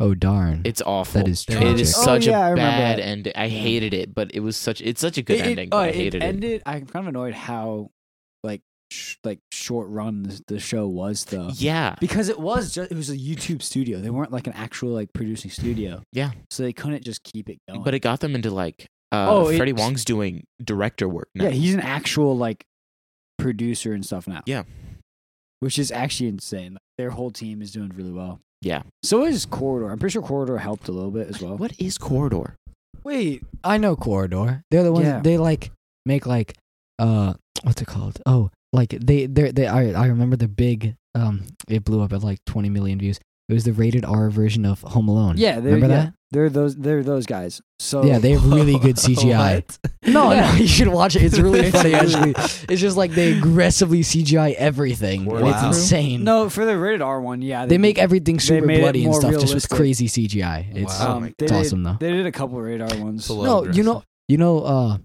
[SPEAKER 4] oh darn!
[SPEAKER 3] It's awful.
[SPEAKER 4] that is
[SPEAKER 1] It
[SPEAKER 4] tragic.
[SPEAKER 3] It is
[SPEAKER 2] Oh,
[SPEAKER 3] such
[SPEAKER 2] yeah, I
[SPEAKER 3] a
[SPEAKER 2] remember
[SPEAKER 3] bad
[SPEAKER 2] that.
[SPEAKER 3] ending. I
[SPEAKER 2] Yeah.
[SPEAKER 3] hated it, but it was such. It's such a good
[SPEAKER 2] It- it-
[SPEAKER 3] ending.
[SPEAKER 2] oh,
[SPEAKER 3] but I
[SPEAKER 2] it
[SPEAKER 3] hated it.
[SPEAKER 2] ended. I'm kind of annoyed how like sh- like short run the, the show was though.
[SPEAKER 3] Yeah,
[SPEAKER 2] Because it was just it was a YouTube studio. They weren't like an actual like producing studio.
[SPEAKER 3] Yeah.
[SPEAKER 2] So they couldn't just keep it going.
[SPEAKER 3] but it got them into like. Uh,
[SPEAKER 2] Oh, it-
[SPEAKER 3] Freddie Wong's doing director work now.
[SPEAKER 2] yeah, he's an actual like producer and stuff now.
[SPEAKER 3] Yeah.
[SPEAKER 2] Which is actually insane. Their whole team is doing really well.
[SPEAKER 3] Yeah.
[SPEAKER 2] So is Corridor. I'm pretty sure Corridor helped a little bit as well.
[SPEAKER 3] What is Corridor?
[SPEAKER 2] Wait.
[SPEAKER 4] I know Corridor. They're the ones
[SPEAKER 2] Yeah.
[SPEAKER 4] they like make like uh what's it called? Oh, like they they they I I remember the big um it blew up at like 20 million views. It was the rated R version of Home Alone.
[SPEAKER 2] Yeah, they-
[SPEAKER 4] remember
[SPEAKER 2] yeah.
[SPEAKER 4] that?
[SPEAKER 2] They're those. They're those guys. So
[SPEAKER 4] Yeah, they have really good CGI.
[SPEAKER 1] What?
[SPEAKER 4] No,
[SPEAKER 2] Yeah.
[SPEAKER 4] no, you should watch it. It's really
[SPEAKER 1] It's
[SPEAKER 4] funny,
[SPEAKER 1] really-
[SPEAKER 4] actually. It's just like they aggressively CGI everything. and It's
[SPEAKER 1] Wow.
[SPEAKER 4] insane.
[SPEAKER 2] No, for the rated R one, yeah,
[SPEAKER 4] they make everything super
[SPEAKER 2] made it
[SPEAKER 4] bloody and
[SPEAKER 2] more
[SPEAKER 4] stuff, just with crazy
[SPEAKER 2] realistic.
[SPEAKER 4] CGI. It's
[SPEAKER 1] Wow.
[SPEAKER 2] Um,
[SPEAKER 1] it's
[SPEAKER 2] they
[SPEAKER 4] Oh it's
[SPEAKER 2] did-
[SPEAKER 4] awesome though.
[SPEAKER 2] They did a couple radar ones.
[SPEAKER 1] It's a little
[SPEAKER 4] No, you
[SPEAKER 1] aggressive.
[SPEAKER 4] know, you know, uh,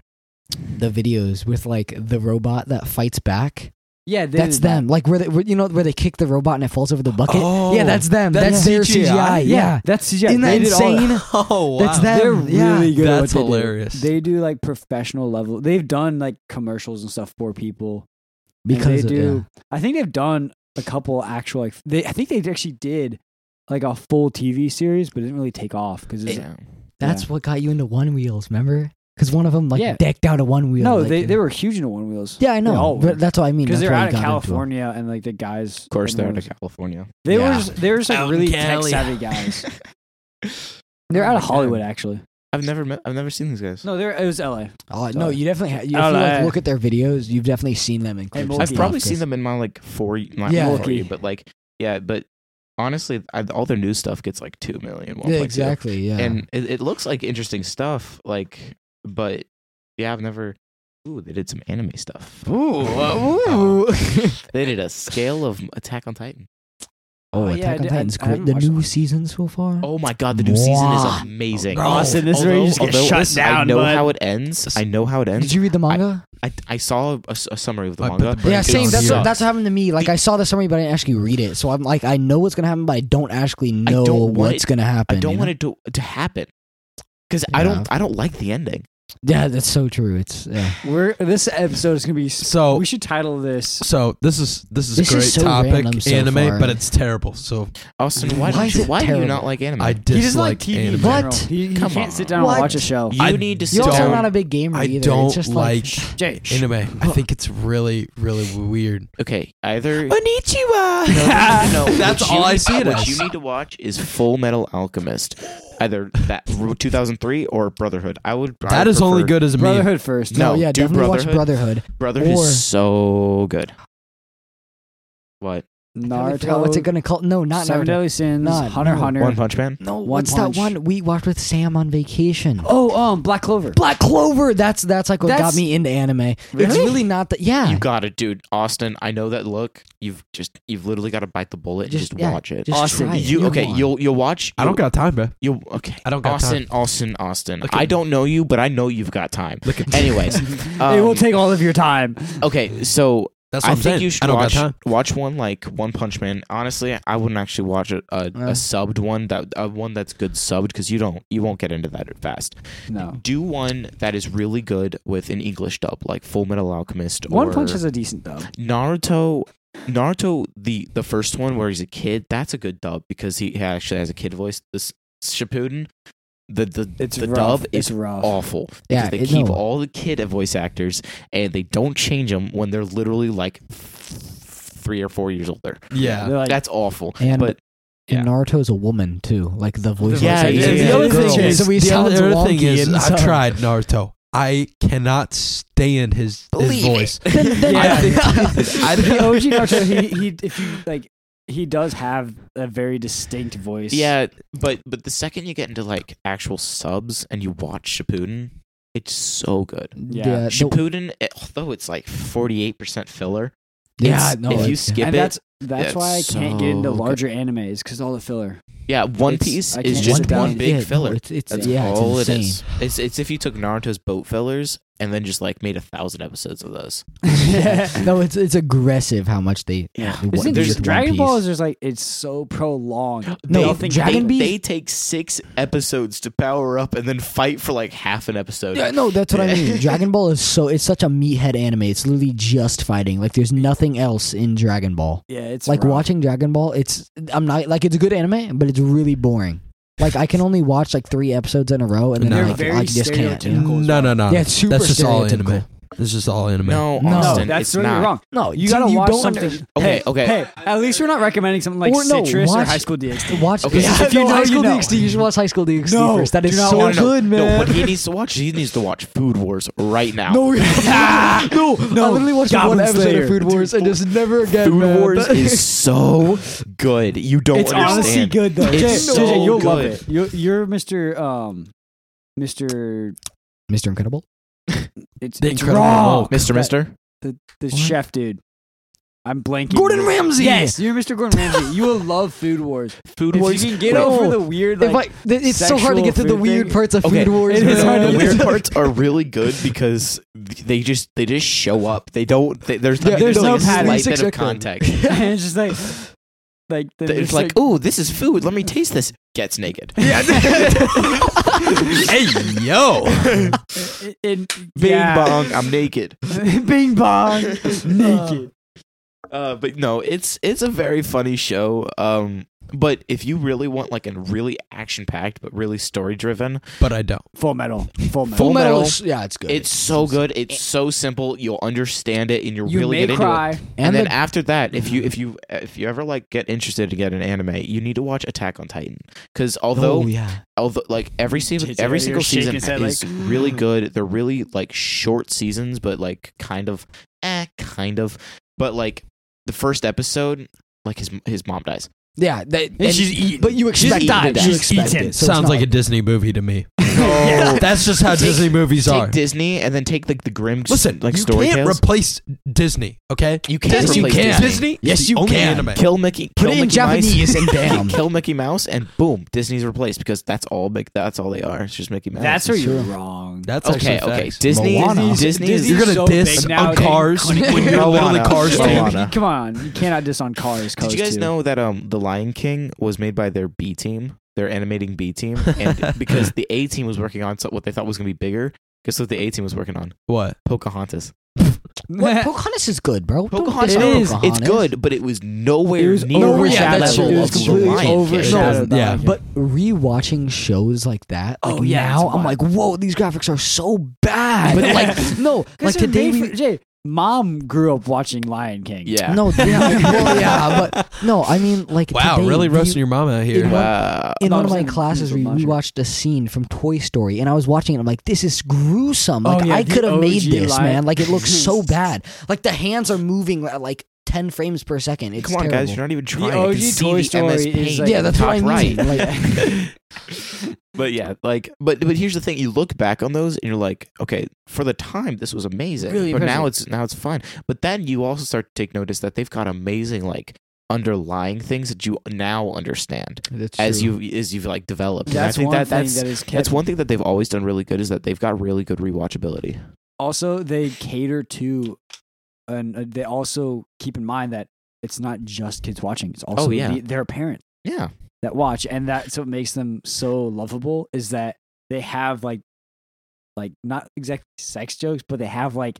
[SPEAKER 4] the videos with like the robot that fights back.
[SPEAKER 2] Yeah, they
[SPEAKER 4] that's
[SPEAKER 2] did that.
[SPEAKER 4] them. Like where they, where, you know, where they kick the robot and it falls over the bucket.
[SPEAKER 1] Oh,
[SPEAKER 4] yeah, that's them.
[SPEAKER 1] that's
[SPEAKER 4] That's, their
[SPEAKER 1] CGI?
[SPEAKER 4] CGI. Yeah,
[SPEAKER 2] that's yeah.
[SPEAKER 4] isn't that
[SPEAKER 2] they did all
[SPEAKER 4] insane?
[SPEAKER 1] Oh wow.
[SPEAKER 4] That's them.
[SPEAKER 2] They're
[SPEAKER 4] yeah.
[SPEAKER 2] really good. at
[SPEAKER 1] That's
[SPEAKER 2] what they do.
[SPEAKER 1] hilarious.
[SPEAKER 2] They do like professional level. They've done like commercials and stuff for people. And
[SPEAKER 4] because
[SPEAKER 2] they
[SPEAKER 4] of,
[SPEAKER 2] do. I think they've done a couple actual like they. I think they actually did like a full TV series, but it didn't really take off because
[SPEAKER 3] Yeah.
[SPEAKER 4] yeah. that's what got you into one wheels. Remember? Because one of them like
[SPEAKER 2] Yeah.
[SPEAKER 4] decked out a one wheel.
[SPEAKER 2] no,
[SPEAKER 4] like,
[SPEAKER 2] they
[SPEAKER 4] in-
[SPEAKER 2] they were huge into one wheels.
[SPEAKER 4] Yeah, I
[SPEAKER 2] they all
[SPEAKER 4] know.
[SPEAKER 2] were.
[SPEAKER 4] But that's what I mean.
[SPEAKER 2] because
[SPEAKER 4] that's
[SPEAKER 2] they're
[SPEAKER 4] why I
[SPEAKER 2] out of
[SPEAKER 4] got into 'em.
[SPEAKER 2] California and like the guys.
[SPEAKER 3] Of course,
[SPEAKER 2] in
[SPEAKER 3] they're out
[SPEAKER 2] one
[SPEAKER 3] of
[SPEAKER 2] wheels-
[SPEAKER 3] California.
[SPEAKER 2] They were
[SPEAKER 4] Yeah.
[SPEAKER 2] just, they were just like
[SPEAKER 1] Out in
[SPEAKER 2] really tech
[SPEAKER 1] Cali.
[SPEAKER 2] savvy guys. They're
[SPEAKER 3] Oh
[SPEAKER 2] out of
[SPEAKER 3] my
[SPEAKER 2] Hollywood,
[SPEAKER 3] God.
[SPEAKER 2] actually.
[SPEAKER 3] I've never met. I've never seen these guys.
[SPEAKER 2] No, they're it was L.A.
[SPEAKER 4] Oh, no,
[SPEAKER 2] Sorry.
[SPEAKER 4] you definitely. Ha- you, if you
[SPEAKER 2] I don't know,
[SPEAKER 4] like,
[SPEAKER 2] I-
[SPEAKER 4] look at their videos, you've definitely seen them in clips.
[SPEAKER 2] Mulkey.
[SPEAKER 4] and
[SPEAKER 3] I've
[SPEAKER 4] stuff,
[SPEAKER 3] probably
[SPEAKER 4] 'cause-
[SPEAKER 3] seen them in my like four, not
[SPEAKER 4] Yeah.
[SPEAKER 3] for you,
[SPEAKER 2] Mulkey.
[SPEAKER 3] but like yeah, but honestly, I, all their new stuff gets like two million. 1.2.
[SPEAKER 4] Yeah, exactly. Yeah.
[SPEAKER 3] And it, it looks like interesting stuff, like, but yeah, I've never. Ooh, they did some anime stuff.
[SPEAKER 4] Ooh,
[SPEAKER 1] Oh,
[SPEAKER 3] uh, They did a scale of Attack on Titan.
[SPEAKER 4] Oh,
[SPEAKER 2] Oh,
[SPEAKER 4] Attack
[SPEAKER 2] yeah, I
[SPEAKER 4] on
[SPEAKER 2] did- I-
[SPEAKER 4] Titan's
[SPEAKER 2] I
[SPEAKER 4] great.
[SPEAKER 2] haven't
[SPEAKER 4] The
[SPEAKER 2] watched that
[SPEAKER 4] new
[SPEAKER 2] one.
[SPEAKER 4] season so far.
[SPEAKER 3] Oh my god, the new season
[SPEAKER 4] Mwah.
[SPEAKER 3] is amazing.
[SPEAKER 1] Oh, Austin,
[SPEAKER 2] this is where you
[SPEAKER 3] Although-
[SPEAKER 2] just get
[SPEAKER 3] although
[SPEAKER 2] shut
[SPEAKER 3] listen, I
[SPEAKER 2] down,
[SPEAKER 3] know
[SPEAKER 2] bud.
[SPEAKER 3] how it ends. I know how it
[SPEAKER 4] Did
[SPEAKER 3] ends.
[SPEAKER 4] you read the manga?
[SPEAKER 3] I, I saw a, a summary of the
[SPEAKER 1] I bet
[SPEAKER 3] manga.
[SPEAKER 1] the break
[SPEAKER 4] yeah,
[SPEAKER 1] it
[SPEAKER 4] same.
[SPEAKER 1] down
[SPEAKER 4] That's
[SPEAKER 1] here.
[SPEAKER 4] what, that's what happened to me. Like I saw the summary, but I didn't actually read it. So I'm like, I know what's gonna happen, but I don't actually know
[SPEAKER 3] don't want
[SPEAKER 4] what's
[SPEAKER 3] it-
[SPEAKER 4] gonna happen.
[SPEAKER 3] I don't
[SPEAKER 4] you
[SPEAKER 3] want
[SPEAKER 4] know?
[SPEAKER 3] it to to happen because I
[SPEAKER 4] Yeah.
[SPEAKER 3] don't I don't like the ending.
[SPEAKER 4] Yeah, that's so true. It's yeah.
[SPEAKER 2] We're this episode is gonna be. s-
[SPEAKER 1] so
[SPEAKER 2] We should title this.
[SPEAKER 1] so this is this is
[SPEAKER 4] This
[SPEAKER 1] a
[SPEAKER 4] is
[SPEAKER 1] great
[SPEAKER 4] so random
[SPEAKER 1] topic
[SPEAKER 4] so
[SPEAKER 1] anime,
[SPEAKER 4] far.
[SPEAKER 1] but it's terrible. So
[SPEAKER 3] Austin, why,
[SPEAKER 4] Mm. Why
[SPEAKER 3] don't
[SPEAKER 4] is
[SPEAKER 3] you,
[SPEAKER 4] it
[SPEAKER 3] why do you
[SPEAKER 4] terrible?
[SPEAKER 3] not Hmm. like anime?
[SPEAKER 1] I
[SPEAKER 2] He doesn't
[SPEAKER 1] dislike
[SPEAKER 2] like TV. in
[SPEAKER 1] anime.
[SPEAKER 4] What?
[SPEAKER 2] general. He, he
[SPEAKER 3] Come
[SPEAKER 2] can't
[SPEAKER 3] on.
[SPEAKER 2] sit down
[SPEAKER 4] What?
[SPEAKER 2] and watch a show.
[SPEAKER 3] you
[SPEAKER 1] I
[SPEAKER 3] need to sit
[SPEAKER 4] You're also
[SPEAKER 1] don't-
[SPEAKER 4] not
[SPEAKER 3] down.
[SPEAKER 4] a big gamer
[SPEAKER 1] I
[SPEAKER 4] either. It's
[SPEAKER 1] don't
[SPEAKER 4] just
[SPEAKER 3] Jay, sh-
[SPEAKER 1] Anime. I think it's really really weird.
[SPEAKER 3] okay, either
[SPEAKER 1] Onichiwa.
[SPEAKER 3] no, no, no, no.
[SPEAKER 1] That's
[SPEAKER 3] What you
[SPEAKER 1] all I
[SPEAKER 3] need-
[SPEAKER 1] see it
[SPEAKER 3] What
[SPEAKER 1] as.
[SPEAKER 3] you need to watch is Full Metal Alchemist, either that 2003 or Brotherhood. I would. I
[SPEAKER 1] that
[SPEAKER 3] would
[SPEAKER 1] is only
[SPEAKER 3] prefer-
[SPEAKER 1] good as a meme.
[SPEAKER 2] Brotherhood first.
[SPEAKER 3] No,
[SPEAKER 4] no, yeah,
[SPEAKER 3] do
[SPEAKER 4] definitely watch Brotherhood.
[SPEAKER 3] Brotherhood. Brotherhood
[SPEAKER 4] or-
[SPEAKER 3] is so good. What
[SPEAKER 4] I forgot
[SPEAKER 2] Naruto.
[SPEAKER 4] Oh, What's it gonna call? No, not
[SPEAKER 2] Seven
[SPEAKER 4] Naruto.
[SPEAKER 2] Deadly Sins.
[SPEAKER 4] Not-
[SPEAKER 2] Hunter
[SPEAKER 4] no.
[SPEAKER 2] x Hunter.
[SPEAKER 3] One Punch Man?
[SPEAKER 4] No,
[SPEAKER 2] One
[SPEAKER 4] what's
[SPEAKER 2] Punch.
[SPEAKER 4] that one we watched with Sam on vacation?
[SPEAKER 2] Oh, um, Black Clover.
[SPEAKER 4] Black Clover. That's that's like what got
[SPEAKER 2] That's-
[SPEAKER 4] me into anime. It's
[SPEAKER 2] Really?
[SPEAKER 4] really not that. Yeah,
[SPEAKER 3] You got it, dude. Austin, I know that look. You've just you've literally got to bite the bullet
[SPEAKER 4] Just-
[SPEAKER 3] and just
[SPEAKER 4] yeah,
[SPEAKER 3] watch it.
[SPEAKER 4] just
[SPEAKER 2] Austin,
[SPEAKER 4] try it.
[SPEAKER 3] you
[SPEAKER 4] Come
[SPEAKER 3] okay?
[SPEAKER 4] on.
[SPEAKER 3] You'll you'll watch.
[SPEAKER 1] I don't got time, man.
[SPEAKER 3] You will okay?
[SPEAKER 1] I don't got
[SPEAKER 3] Austin, Austin, Austin.
[SPEAKER 1] Look at
[SPEAKER 3] I
[SPEAKER 1] me.
[SPEAKER 3] don't know you, but I know you've got time.
[SPEAKER 1] Look at
[SPEAKER 3] Anyways,
[SPEAKER 2] it
[SPEAKER 3] um,
[SPEAKER 2] will take all of your time.
[SPEAKER 3] Okay, so
[SPEAKER 1] That's what
[SPEAKER 3] I
[SPEAKER 1] I'm
[SPEAKER 3] think
[SPEAKER 1] saying.
[SPEAKER 3] you should
[SPEAKER 1] I don't
[SPEAKER 3] watch
[SPEAKER 1] got time.
[SPEAKER 3] watch one like One Punch Man. Honestly, I wouldn't actually watch a, a,
[SPEAKER 2] Uh.
[SPEAKER 4] Yeah.
[SPEAKER 3] a subbed one that a one that's good subbed because you don't you won't get into that fast.
[SPEAKER 2] No.
[SPEAKER 3] Do one that is really good with an English dub, like Full Metal Alchemist.
[SPEAKER 2] One
[SPEAKER 3] or
[SPEAKER 2] Punch is a decent dub.
[SPEAKER 3] Naruto. Naruto, the the first one where he's a kid, that's a good dub because he actually has a kid voice. This Shippuden, the the
[SPEAKER 2] It's
[SPEAKER 3] the
[SPEAKER 2] rough.
[SPEAKER 3] dub
[SPEAKER 2] it's
[SPEAKER 3] is
[SPEAKER 2] rough.
[SPEAKER 3] awful.
[SPEAKER 4] Yeah,
[SPEAKER 3] because they
[SPEAKER 4] it-
[SPEAKER 3] keep
[SPEAKER 4] no.
[SPEAKER 3] all the kid voice actors and they don't change them when they're literally like th- three or four years older.
[SPEAKER 1] Yeah.
[SPEAKER 2] They're like,
[SPEAKER 3] That's awful.
[SPEAKER 4] And-
[SPEAKER 3] but
[SPEAKER 4] And
[SPEAKER 3] yeah.
[SPEAKER 4] Naruto's a woman too, like the voice.
[SPEAKER 3] Yeah,
[SPEAKER 4] actor.
[SPEAKER 3] yeah, yeah. The other
[SPEAKER 4] Girl.
[SPEAKER 3] thing is-
[SPEAKER 4] so we
[SPEAKER 1] the
[SPEAKER 4] sound
[SPEAKER 1] other thing
[SPEAKER 4] wonky
[SPEAKER 1] is,
[SPEAKER 4] and
[SPEAKER 1] I've
[SPEAKER 4] so-
[SPEAKER 1] tried Naruto. I cannot stand his his
[SPEAKER 4] Believe
[SPEAKER 1] voice.
[SPEAKER 4] Then- then-
[SPEAKER 1] I think- I
[SPEAKER 2] the
[SPEAKER 1] think-
[SPEAKER 2] OG Naruto. He, he if you like, he does have a very distinct voice.
[SPEAKER 3] yeah, but but the second you get into like actual subs and you watch Shippuden, it's so good.
[SPEAKER 2] Yeah.
[SPEAKER 4] Yeah, the-
[SPEAKER 3] Shippuden, it- although it's like forty eight percent filler.
[SPEAKER 4] yeah,
[SPEAKER 3] it's-
[SPEAKER 4] no,
[SPEAKER 3] if you
[SPEAKER 4] it's-
[SPEAKER 3] skip
[SPEAKER 2] and
[SPEAKER 3] it,
[SPEAKER 2] that's that's
[SPEAKER 3] That's
[SPEAKER 2] why I can't get into
[SPEAKER 3] so good.
[SPEAKER 2] larger animes because all the filler.
[SPEAKER 3] yeah, One
[SPEAKER 2] it's-
[SPEAKER 3] Piece
[SPEAKER 2] I
[SPEAKER 3] is
[SPEAKER 2] can't
[SPEAKER 3] just
[SPEAKER 2] sit down.
[SPEAKER 3] one big
[SPEAKER 4] yeah, no,
[SPEAKER 3] filler.
[SPEAKER 4] it's, it's,
[SPEAKER 3] That's
[SPEAKER 4] yeah,
[SPEAKER 3] all
[SPEAKER 4] it's
[SPEAKER 3] it
[SPEAKER 4] insane.
[SPEAKER 3] is. It's it's if you took Naruto's boat fillers and then just like made a thousand episodes of those.
[SPEAKER 4] no, it's it's aggressive how much they.
[SPEAKER 3] Yeah.
[SPEAKER 4] they
[SPEAKER 2] Isn't
[SPEAKER 4] want-
[SPEAKER 3] there's
[SPEAKER 4] with One
[SPEAKER 2] Dragon
[SPEAKER 4] Piece.
[SPEAKER 2] Ball is just like it's so prolonged.
[SPEAKER 4] No,
[SPEAKER 3] they,
[SPEAKER 4] think
[SPEAKER 3] they,
[SPEAKER 4] Dragon Beat-
[SPEAKER 3] they take six episodes to power up and then fight for like half an episode.
[SPEAKER 4] Yeah, no, that's what I mean. Dragon Ball is so it's such a meathead anime. It's literally just fighting. Like there's nothing else in Dragon Ball.
[SPEAKER 2] Yeah, it's
[SPEAKER 4] like
[SPEAKER 2] rough.
[SPEAKER 4] watching Dragon Ball, it's I'm not like it's a good anime, but it's really boring. Like I can only watch like three episodes in a row, and then
[SPEAKER 1] No.
[SPEAKER 4] I,
[SPEAKER 1] They're
[SPEAKER 4] like,
[SPEAKER 2] very
[SPEAKER 4] I just can't. you know?
[SPEAKER 2] stereotypical.
[SPEAKER 1] No, no, no.
[SPEAKER 4] Yeah, it's super
[SPEAKER 1] That's just all anime.
[SPEAKER 4] stereotypical.
[SPEAKER 1] This is all anime.
[SPEAKER 3] No,
[SPEAKER 4] No,
[SPEAKER 3] Austin,
[SPEAKER 2] that's
[SPEAKER 3] it's
[SPEAKER 2] where
[SPEAKER 3] not.
[SPEAKER 2] you're wrong.
[SPEAKER 4] No,
[SPEAKER 2] You
[SPEAKER 4] Tim,
[SPEAKER 2] gotta watch
[SPEAKER 4] don't
[SPEAKER 2] something.
[SPEAKER 4] under-
[SPEAKER 3] Okay,
[SPEAKER 2] hey,
[SPEAKER 3] okay.
[SPEAKER 2] Hey, at least we're not recommending something like
[SPEAKER 4] Or no,
[SPEAKER 2] Citrus or
[SPEAKER 4] watch-
[SPEAKER 2] High School DxD.
[SPEAKER 4] Watch
[SPEAKER 3] Okay.
[SPEAKER 4] okay.
[SPEAKER 3] Yeah,
[SPEAKER 4] if you
[SPEAKER 2] no,
[SPEAKER 4] know
[SPEAKER 2] I
[SPEAKER 4] High School
[SPEAKER 2] know.
[SPEAKER 4] DxD, you should watch High School DxD
[SPEAKER 2] No,
[SPEAKER 4] first. That
[SPEAKER 2] do
[SPEAKER 4] is
[SPEAKER 2] not
[SPEAKER 4] so
[SPEAKER 2] watch it.
[SPEAKER 4] good, man.
[SPEAKER 3] No, what he needs to watch, he needs to watch Food Wars right now.
[SPEAKER 4] No, no,
[SPEAKER 2] no,
[SPEAKER 4] I literally watched
[SPEAKER 2] Goblin
[SPEAKER 4] one episode
[SPEAKER 2] Slayer.
[SPEAKER 4] of Food Wars and just never again.
[SPEAKER 3] Food
[SPEAKER 4] man.
[SPEAKER 3] Wars is so good. You don't
[SPEAKER 2] it's
[SPEAKER 3] understand.
[SPEAKER 2] honestly good though.
[SPEAKER 3] It's
[SPEAKER 2] JJ,
[SPEAKER 3] so
[SPEAKER 2] JJ, you'll
[SPEAKER 3] good.
[SPEAKER 2] love it. You're, you're Mr. Um, Mr.
[SPEAKER 4] Mr. Incredible.
[SPEAKER 2] It's,
[SPEAKER 1] The
[SPEAKER 2] it's
[SPEAKER 1] Incredible
[SPEAKER 2] wrong.
[SPEAKER 1] Hulk.
[SPEAKER 3] Mr. Mister.
[SPEAKER 2] The
[SPEAKER 4] What?
[SPEAKER 2] chef dude. I'm blanking.
[SPEAKER 4] Gordon Ramsay.
[SPEAKER 2] Yes, you're Mr. Gordon Ramsay. You will love Food Wars.
[SPEAKER 3] Food
[SPEAKER 2] if
[SPEAKER 3] Wars.
[SPEAKER 2] you can get
[SPEAKER 3] Wait,
[SPEAKER 2] over the weird,
[SPEAKER 4] If
[SPEAKER 2] like,
[SPEAKER 4] I- th- it's so hard to
[SPEAKER 2] sexual
[SPEAKER 4] get through the
[SPEAKER 2] food
[SPEAKER 4] weird
[SPEAKER 2] thing.
[SPEAKER 4] parts of
[SPEAKER 3] Okay,
[SPEAKER 4] Food Wars.
[SPEAKER 2] it is hard
[SPEAKER 4] man.
[SPEAKER 2] to
[SPEAKER 3] the
[SPEAKER 2] get
[SPEAKER 3] weird
[SPEAKER 2] through.
[SPEAKER 3] parts are really good because they just they just show up. They don't. They, there's
[SPEAKER 4] Yeah,
[SPEAKER 3] not,
[SPEAKER 4] there's
[SPEAKER 3] there's,
[SPEAKER 2] no
[SPEAKER 3] like a
[SPEAKER 2] pattern.
[SPEAKER 3] slight bit
[SPEAKER 4] Six
[SPEAKER 3] of
[SPEAKER 4] echo.
[SPEAKER 3] context.
[SPEAKER 2] it's just like, like the,
[SPEAKER 3] It's like, oh, this is food. Let me taste this. Gets naked.
[SPEAKER 1] Hey yo,
[SPEAKER 2] it, it,
[SPEAKER 3] Bing
[SPEAKER 2] yeah.
[SPEAKER 3] bong, I'm naked.
[SPEAKER 2] Bing bong, naked.
[SPEAKER 3] Uh, but no, it's it's a very funny show. Um, but if you really want like a really action packed but really story driven,
[SPEAKER 1] but I don't.
[SPEAKER 2] Full metal, full metal.
[SPEAKER 4] Full Metal.
[SPEAKER 3] Metal.
[SPEAKER 4] is- Yeah, it's good.
[SPEAKER 3] it's so good. It's so simple. You'll understand it, and you'll
[SPEAKER 2] you
[SPEAKER 3] really
[SPEAKER 2] may
[SPEAKER 3] get into it.
[SPEAKER 2] cry.
[SPEAKER 3] And,
[SPEAKER 4] and
[SPEAKER 3] then
[SPEAKER 4] the-
[SPEAKER 3] after that, if you if you if you ever like get interested to get an anime, you need to watch Attack on Titan because although
[SPEAKER 4] oh, yeah,
[SPEAKER 3] although like every season
[SPEAKER 2] JJ over
[SPEAKER 3] every
[SPEAKER 2] here
[SPEAKER 3] single
[SPEAKER 2] shaking
[SPEAKER 3] season
[SPEAKER 2] his head
[SPEAKER 3] is
[SPEAKER 2] like,
[SPEAKER 3] really good they're really like short seasons but like kind of eh, kind of but like the first episode like his his mom dies
[SPEAKER 4] yeah. That, and-
[SPEAKER 1] she's eaten.
[SPEAKER 4] But you expect
[SPEAKER 3] eaten to
[SPEAKER 4] that.
[SPEAKER 3] death.
[SPEAKER 4] You
[SPEAKER 2] She's
[SPEAKER 4] expect
[SPEAKER 2] eaten.
[SPEAKER 4] it. So
[SPEAKER 1] Sounds like a Disney movie to me.
[SPEAKER 3] No.
[SPEAKER 1] That's just how
[SPEAKER 3] Take-
[SPEAKER 1] Disney movies
[SPEAKER 3] take
[SPEAKER 1] are.
[SPEAKER 3] disney and then take like the grim
[SPEAKER 1] Listen,
[SPEAKER 3] like
[SPEAKER 1] you
[SPEAKER 3] story
[SPEAKER 1] can't
[SPEAKER 3] tales.
[SPEAKER 1] replace Disney. Okay,
[SPEAKER 3] you can't
[SPEAKER 4] Disney
[SPEAKER 3] replace
[SPEAKER 4] can.
[SPEAKER 3] disney
[SPEAKER 1] Disney.
[SPEAKER 4] Yes,
[SPEAKER 1] is the
[SPEAKER 4] you
[SPEAKER 1] only
[SPEAKER 4] can.
[SPEAKER 1] Anime.
[SPEAKER 3] kill mickey
[SPEAKER 4] Put
[SPEAKER 3] kill
[SPEAKER 4] it in
[SPEAKER 3] mickey mouse
[SPEAKER 4] Japanese and bam.
[SPEAKER 3] kill mickey mouse and boom disney's replaced because that's all Mick- that's all they are it's just mickey mouse
[SPEAKER 2] That's where you're
[SPEAKER 4] True.
[SPEAKER 2] wrong.
[SPEAKER 1] That's
[SPEAKER 3] okay
[SPEAKER 1] actually
[SPEAKER 3] okay
[SPEAKER 1] facts.
[SPEAKER 3] disney
[SPEAKER 4] Moana.
[SPEAKER 3] disney
[SPEAKER 2] Disney's
[SPEAKER 3] is
[SPEAKER 1] You're gonna
[SPEAKER 2] so
[SPEAKER 1] diss
[SPEAKER 2] big
[SPEAKER 1] on
[SPEAKER 2] nowadays.
[SPEAKER 1] Cars when you're literally
[SPEAKER 3] Moana.
[SPEAKER 1] Cars
[SPEAKER 3] Moana.
[SPEAKER 1] too.
[SPEAKER 3] Moana.
[SPEAKER 2] Come on, you cannot diss on cars.
[SPEAKER 3] Did you guys
[SPEAKER 2] Cars two.
[SPEAKER 3] know that um the Lion King was made by their B team, their animating B team, and because the A team was working on so- what they thought was gonna be bigger. Guess what the A team was working on?
[SPEAKER 1] What?
[SPEAKER 3] Pocahontas.
[SPEAKER 4] What? Pocahontas is good, bro. Don't
[SPEAKER 3] Pocahontas,
[SPEAKER 4] diss
[SPEAKER 2] is.
[SPEAKER 4] Pocahontas.
[SPEAKER 3] it's good, but it was
[SPEAKER 2] It
[SPEAKER 3] nowhere
[SPEAKER 2] was
[SPEAKER 3] near
[SPEAKER 4] No,
[SPEAKER 3] the
[SPEAKER 4] yeah, that's
[SPEAKER 3] level
[SPEAKER 4] true. It
[SPEAKER 3] of
[SPEAKER 4] was
[SPEAKER 3] the
[SPEAKER 4] completely
[SPEAKER 3] Lion King.
[SPEAKER 1] overshadowed.
[SPEAKER 2] by
[SPEAKER 1] Yeah.
[SPEAKER 2] Lion King.
[SPEAKER 4] But rewatching shows like that,
[SPEAKER 2] Oh,
[SPEAKER 4] like
[SPEAKER 2] yeah,
[SPEAKER 4] now
[SPEAKER 2] it's
[SPEAKER 4] I'm
[SPEAKER 2] wild.
[SPEAKER 4] like, whoa, these graphics are so bad. But like, no, like
[SPEAKER 2] Listen,
[SPEAKER 4] today
[SPEAKER 2] Dave-
[SPEAKER 4] we,
[SPEAKER 2] Jay, mom grew up watching Lion King.
[SPEAKER 3] Yeah.
[SPEAKER 4] no, yeah, well, yeah, but no, I mean, like,
[SPEAKER 1] Wow,
[SPEAKER 4] today
[SPEAKER 1] really
[SPEAKER 4] we-
[SPEAKER 1] roasting your mom out here.
[SPEAKER 4] Yeah.
[SPEAKER 3] Wow.
[SPEAKER 4] In
[SPEAKER 2] No,
[SPEAKER 4] one
[SPEAKER 2] I'm
[SPEAKER 4] of my
[SPEAKER 2] saying-
[SPEAKER 4] classes, we,
[SPEAKER 2] I'm
[SPEAKER 4] we
[SPEAKER 2] sure.
[SPEAKER 4] watched a scene from Toy Story, and I was watching it. I'm like, this is gruesome.
[SPEAKER 2] Oh,
[SPEAKER 4] Like,
[SPEAKER 2] yeah,
[SPEAKER 4] I
[SPEAKER 2] the
[SPEAKER 4] could have made
[SPEAKER 2] OG
[SPEAKER 4] this,
[SPEAKER 2] line.
[SPEAKER 4] man. Like, it looks so bad. Like, the hands are moving at like 10 frames per second. It's
[SPEAKER 3] Come on,
[SPEAKER 4] terrible.
[SPEAKER 3] guys, you're not even trying. I
[SPEAKER 2] OG
[SPEAKER 3] can see
[SPEAKER 2] Toy
[SPEAKER 3] the
[SPEAKER 2] Story
[SPEAKER 3] MS
[SPEAKER 2] is,
[SPEAKER 3] Paint
[SPEAKER 2] like,
[SPEAKER 4] yeah, that's
[SPEAKER 3] top
[SPEAKER 4] what I mean.
[SPEAKER 3] right.
[SPEAKER 4] Like,
[SPEAKER 3] but yeah, like, but but here's the thing: you look back on those and you're like, okay, for the time, this was amazing,
[SPEAKER 4] Really
[SPEAKER 3] but now
[SPEAKER 4] impressive.
[SPEAKER 3] it's now it's fine. But then you also start to take notice that they've got amazing like underlying things that you now understand as you as you've like developed. And I
[SPEAKER 2] That's
[SPEAKER 3] think
[SPEAKER 2] one
[SPEAKER 3] that
[SPEAKER 2] thing
[SPEAKER 3] that's
[SPEAKER 2] that is kept.
[SPEAKER 3] that's one thing that they've always done really good is that they've got really good rewatchability.
[SPEAKER 2] also they cater to, and uh, they also keep in mind that it's not just kids watching; it's also
[SPEAKER 3] Oh, yeah.
[SPEAKER 2] the, their parents
[SPEAKER 3] Yeah,
[SPEAKER 2] that watch, and that's what makes them so lovable. Is that they have like, like not exactly sex jokes, but they have like,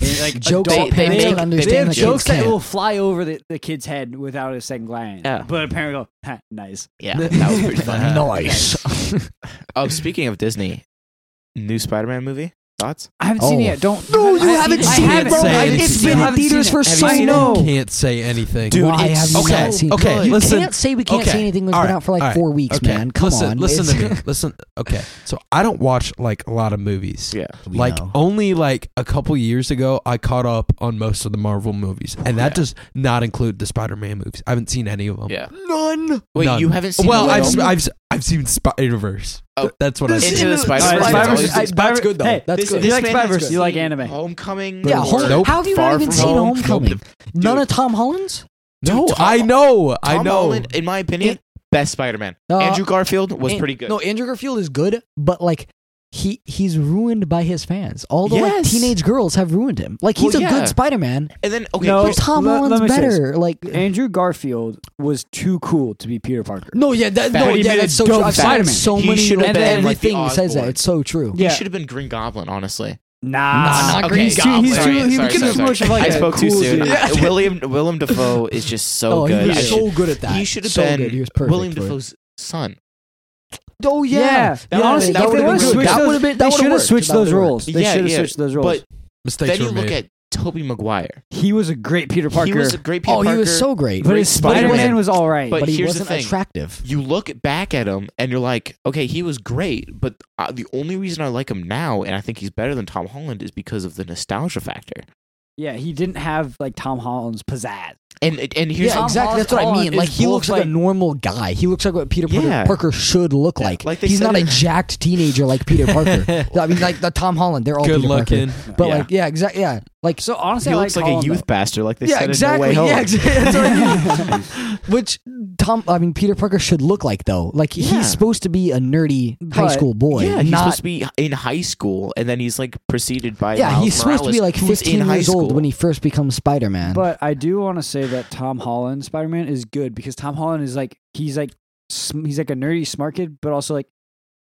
[SPEAKER 2] they- like
[SPEAKER 4] Jokes
[SPEAKER 2] adult-
[SPEAKER 4] that parents
[SPEAKER 2] they,
[SPEAKER 4] can understand
[SPEAKER 2] They have
[SPEAKER 4] that kids
[SPEAKER 2] jokes that
[SPEAKER 4] can't.
[SPEAKER 2] will fly over the, the kid's head without a second glance.
[SPEAKER 3] Yeah.
[SPEAKER 2] But a parent will go, ha, nice.
[SPEAKER 3] yeah, that was pretty fun.
[SPEAKER 4] nice.
[SPEAKER 3] Oh, speaking of Disney, new Spider-Man movie thoughts?
[SPEAKER 2] I haven't seen it
[SPEAKER 4] Oh.
[SPEAKER 2] yet. Don't.
[SPEAKER 4] No, you
[SPEAKER 2] I-
[SPEAKER 4] haven't
[SPEAKER 2] I
[SPEAKER 4] seen it,
[SPEAKER 2] haven't
[SPEAKER 4] bro.
[SPEAKER 1] seen it.
[SPEAKER 4] It's
[SPEAKER 1] It's
[SPEAKER 4] been
[SPEAKER 1] not-
[SPEAKER 4] in theaters for
[SPEAKER 2] Have you
[SPEAKER 4] so
[SPEAKER 2] seen it?
[SPEAKER 4] long.
[SPEAKER 1] Can't say anything.
[SPEAKER 3] Dude,
[SPEAKER 4] Why
[SPEAKER 3] it's-
[SPEAKER 4] have you
[SPEAKER 1] okay,
[SPEAKER 4] not seen it?
[SPEAKER 1] okay,
[SPEAKER 4] You
[SPEAKER 1] listen.
[SPEAKER 4] can't say we can't
[SPEAKER 1] Okay,
[SPEAKER 4] say anything that's
[SPEAKER 1] all
[SPEAKER 4] been
[SPEAKER 1] right,
[SPEAKER 4] out for like
[SPEAKER 1] all right,
[SPEAKER 4] four weeks,
[SPEAKER 1] okay,
[SPEAKER 4] man. Come
[SPEAKER 1] listen,
[SPEAKER 4] on,
[SPEAKER 1] listen
[SPEAKER 4] it's-
[SPEAKER 1] to me. Listen. Okay, so I don't watch like a lot of movies.
[SPEAKER 3] Yeah,
[SPEAKER 4] We
[SPEAKER 1] like
[SPEAKER 4] know.
[SPEAKER 1] only like a couple years ago, I caught up on most of the Marvel movies, and that
[SPEAKER 3] Yeah.
[SPEAKER 1] does not include the Spider-Man movies. I haven't seen any of them.
[SPEAKER 3] yeah.
[SPEAKER 4] none.
[SPEAKER 3] Wait,
[SPEAKER 1] None.
[SPEAKER 3] you haven't seen?
[SPEAKER 1] well, I've,
[SPEAKER 3] Venom?
[SPEAKER 1] s- I've s- I've seen Spider Verse.
[SPEAKER 3] Oh.
[SPEAKER 1] That's what I
[SPEAKER 4] This
[SPEAKER 1] said.
[SPEAKER 4] is-
[SPEAKER 3] Into the Spider-Verse.
[SPEAKER 4] Spider-Verse.
[SPEAKER 3] Spider-Verse is-
[SPEAKER 4] That's
[SPEAKER 2] Spider-
[SPEAKER 4] good, though.
[SPEAKER 2] Hey,
[SPEAKER 4] That's
[SPEAKER 2] this-
[SPEAKER 4] good.
[SPEAKER 2] You
[SPEAKER 3] this
[SPEAKER 2] like
[SPEAKER 3] man
[SPEAKER 2] Spider-Verse?
[SPEAKER 3] has
[SPEAKER 2] You like
[SPEAKER 3] seen
[SPEAKER 2] anime?
[SPEAKER 3] Homecoming.
[SPEAKER 4] Yeah,
[SPEAKER 3] or-
[SPEAKER 4] home,
[SPEAKER 1] Nope.
[SPEAKER 4] how have you
[SPEAKER 3] Far
[SPEAKER 4] not even
[SPEAKER 3] From
[SPEAKER 4] seen
[SPEAKER 3] Home.
[SPEAKER 4] Homecoming? None of Tom Holland's.
[SPEAKER 1] no,
[SPEAKER 3] Tom-
[SPEAKER 1] I know, I
[SPEAKER 3] Tom
[SPEAKER 1] know.
[SPEAKER 3] Holland, in my opinion, best Spider-Man.
[SPEAKER 4] Uh,
[SPEAKER 3] Andrew Garfield was
[SPEAKER 4] An-
[SPEAKER 3] pretty good.
[SPEAKER 4] No, Andrew Garfield is good, but like he he's ruined by his fans. All the like
[SPEAKER 3] Yes.
[SPEAKER 4] teenage girls have ruined him. Like he's
[SPEAKER 3] Well,
[SPEAKER 4] a
[SPEAKER 3] yeah.
[SPEAKER 4] good Spider Man,
[SPEAKER 3] and then okay,
[SPEAKER 2] No. Oh,
[SPEAKER 4] but Tom
[SPEAKER 2] let- let
[SPEAKER 4] Holland's
[SPEAKER 2] me say this.
[SPEAKER 4] better. Like
[SPEAKER 2] Andrew Garfield was too cool to be Peter Parker.
[SPEAKER 4] no, yeah, that, no,
[SPEAKER 3] But he
[SPEAKER 4] yeah,
[SPEAKER 2] made
[SPEAKER 4] that's
[SPEAKER 2] a
[SPEAKER 4] so
[SPEAKER 2] dope
[SPEAKER 4] true. I've
[SPEAKER 2] Spider-Man.
[SPEAKER 4] seen so
[SPEAKER 3] He
[SPEAKER 4] many.
[SPEAKER 3] should've
[SPEAKER 4] Like,
[SPEAKER 3] been like the
[SPEAKER 4] everything says that.
[SPEAKER 3] Osborn.
[SPEAKER 4] It's so true.
[SPEAKER 3] he
[SPEAKER 2] Yeah.
[SPEAKER 3] should have been Green Goblin. Honestly,
[SPEAKER 2] Nah,
[SPEAKER 4] Nah, not
[SPEAKER 3] Okay,
[SPEAKER 4] Green
[SPEAKER 3] sorry,
[SPEAKER 4] Goblin.
[SPEAKER 2] He's too,
[SPEAKER 3] sorry,
[SPEAKER 2] he's too,
[SPEAKER 3] sorry,
[SPEAKER 2] he's
[SPEAKER 3] sorry,
[SPEAKER 2] too
[SPEAKER 3] sorry.
[SPEAKER 2] much of like
[SPEAKER 3] I
[SPEAKER 2] a
[SPEAKER 3] spoke
[SPEAKER 2] cool
[SPEAKER 3] too soon.
[SPEAKER 2] dude.
[SPEAKER 3] I- William Willem Dafoe is just so
[SPEAKER 4] oh,
[SPEAKER 3] good.
[SPEAKER 4] he
[SPEAKER 3] I
[SPEAKER 4] was
[SPEAKER 3] should-
[SPEAKER 4] so good at that.
[SPEAKER 3] he should have
[SPEAKER 4] so
[SPEAKER 3] been
[SPEAKER 4] good. He was perfect.
[SPEAKER 3] William
[SPEAKER 4] for it.
[SPEAKER 3] Dafoe's son.
[SPEAKER 4] Oh yeah,
[SPEAKER 2] Yeah,
[SPEAKER 3] That would've-
[SPEAKER 2] honestly,
[SPEAKER 3] that
[SPEAKER 2] if they
[SPEAKER 3] would've
[SPEAKER 2] would have
[SPEAKER 3] been good.
[SPEAKER 2] switched
[SPEAKER 3] That
[SPEAKER 2] those,
[SPEAKER 4] would've been-
[SPEAKER 2] they
[SPEAKER 4] that
[SPEAKER 2] should
[SPEAKER 4] would've
[SPEAKER 2] have
[SPEAKER 4] worked.
[SPEAKER 2] switched
[SPEAKER 4] That
[SPEAKER 2] those
[SPEAKER 4] would've
[SPEAKER 2] roles. They
[SPEAKER 3] Yeah,
[SPEAKER 2] should have
[SPEAKER 3] yeah.
[SPEAKER 2] switched those roles.
[SPEAKER 3] But
[SPEAKER 1] Mistakes
[SPEAKER 3] then
[SPEAKER 1] were
[SPEAKER 3] you look
[SPEAKER 1] made.
[SPEAKER 3] at Toby Maguire.
[SPEAKER 2] He was a great Peter Parker.
[SPEAKER 3] He was a great Peter
[SPEAKER 4] oh,
[SPEAKER 3] Parker.
[SPEAKER 4] he was so great,
[SPEAKER 2] but
[SPEAKER 4] but,
[SPEAKER 3] great
[SPEAKER 2] his Spider Man
[SPEAKER 3] Spider-Man,
[SPEAKER 2] was all right.
[SPEAKER 3] but-
[SPEAKER 4] he
[SPEAKER 3] here's the
[SPEAKER 4] wasn't
[SPEAKER 3] thing.
[SPEAKER 4] attractive.
[SPEAKER 3] you look back at him and you're like, okay, he was great, but uh, the only reason I like him now and I think he's better than Tom Holland is because of the nostalgia factor.
[SPEAKER 2] yeah, he didn't have like Tom Holland's pizzazz.
[SPEAKER 3] And and here's
[SPEAKER 4] yeah,
[SPEAKER 2] Tom
[SPEAKER 4] exactly. That's what I
[SPEAKER 2] Holland
[SPEAKER 4] mean.
[SPEAKER 2] is
[SPEAKER 4] Like he
[SPEAKER 2] both,
[SPEAKER 4] looks like,
[SPEAKER 2] like-
[SPEAKER 4] a normal guy. He looks like what Peter Parker,
[SPEAKER 3] Yeah.
[SPEAKER 4] Parker should look like.
[SPEAKER 3] like they
[SPEAKER 4] He's
[SPEAKER 3] said
[SPEAKER 4] not a
[SPEAKER 3] in-
[SPEAKER 4] jacked teenager like Peter Parker. I mean, like the Tom Holland. They're all
[SPEAKER 1] Good
[SPEAKER 4] Peter Parker.
[SPEAKER 1] looking.
[SPEAKER 4] But
[SPEAKER 3] Yeah.
[SPEAKER 4] like, yeah, exactly. Yeah, like
[SPEAKER 2] So honestly,
[SPEAKER 3] he
[SPEAKER 2] I
[SPEAKER 3] looks like,
[SPEAKER 2] Holland,
[SPEAKER 3] a youth bastard, like they
[SPEAKER 4] yeah,
[SPEAKER 3] said
[SPEAKER 4] exactly.
[SPEAKER 3] in No Way Home.
[SPEAKER 4] yeah, exactly. That's what I mean. Which Tom, I mean, Peter Parker should look like though. Like
[SPEAKER 3] Yeah.
[SPEAKER 4] he's supposed to be a nerdy high
[SPEAKER 2] But-
[SPEAKER 4] school boy.
[SPEAKER 3] Yeah, he's
[SPEAKER 4] not.
[SPEAKER 3] supposed to be in high school, and then he's like preceded by
[SPEAKER 4] yeah,
[SPEAKER 3] Miles
[SPEAKER 4] he's supposed to be
[SPEAKER 3] Morales,
[SPEAKER 4] like
[SPEAKER 3] who was
[SPEAKER 4] 15
[SPEAKER 3] in high
[SPEAKER 4] years
[SPEAKER 3] school.
[SPEAKER 4] old when he first becomes Spider Man.
[SPEAKER 2] But I do want to say that Tom Holland Spider Man is good because Tom Holland is like he's like sm- he's like a nerdy smart kid, but also like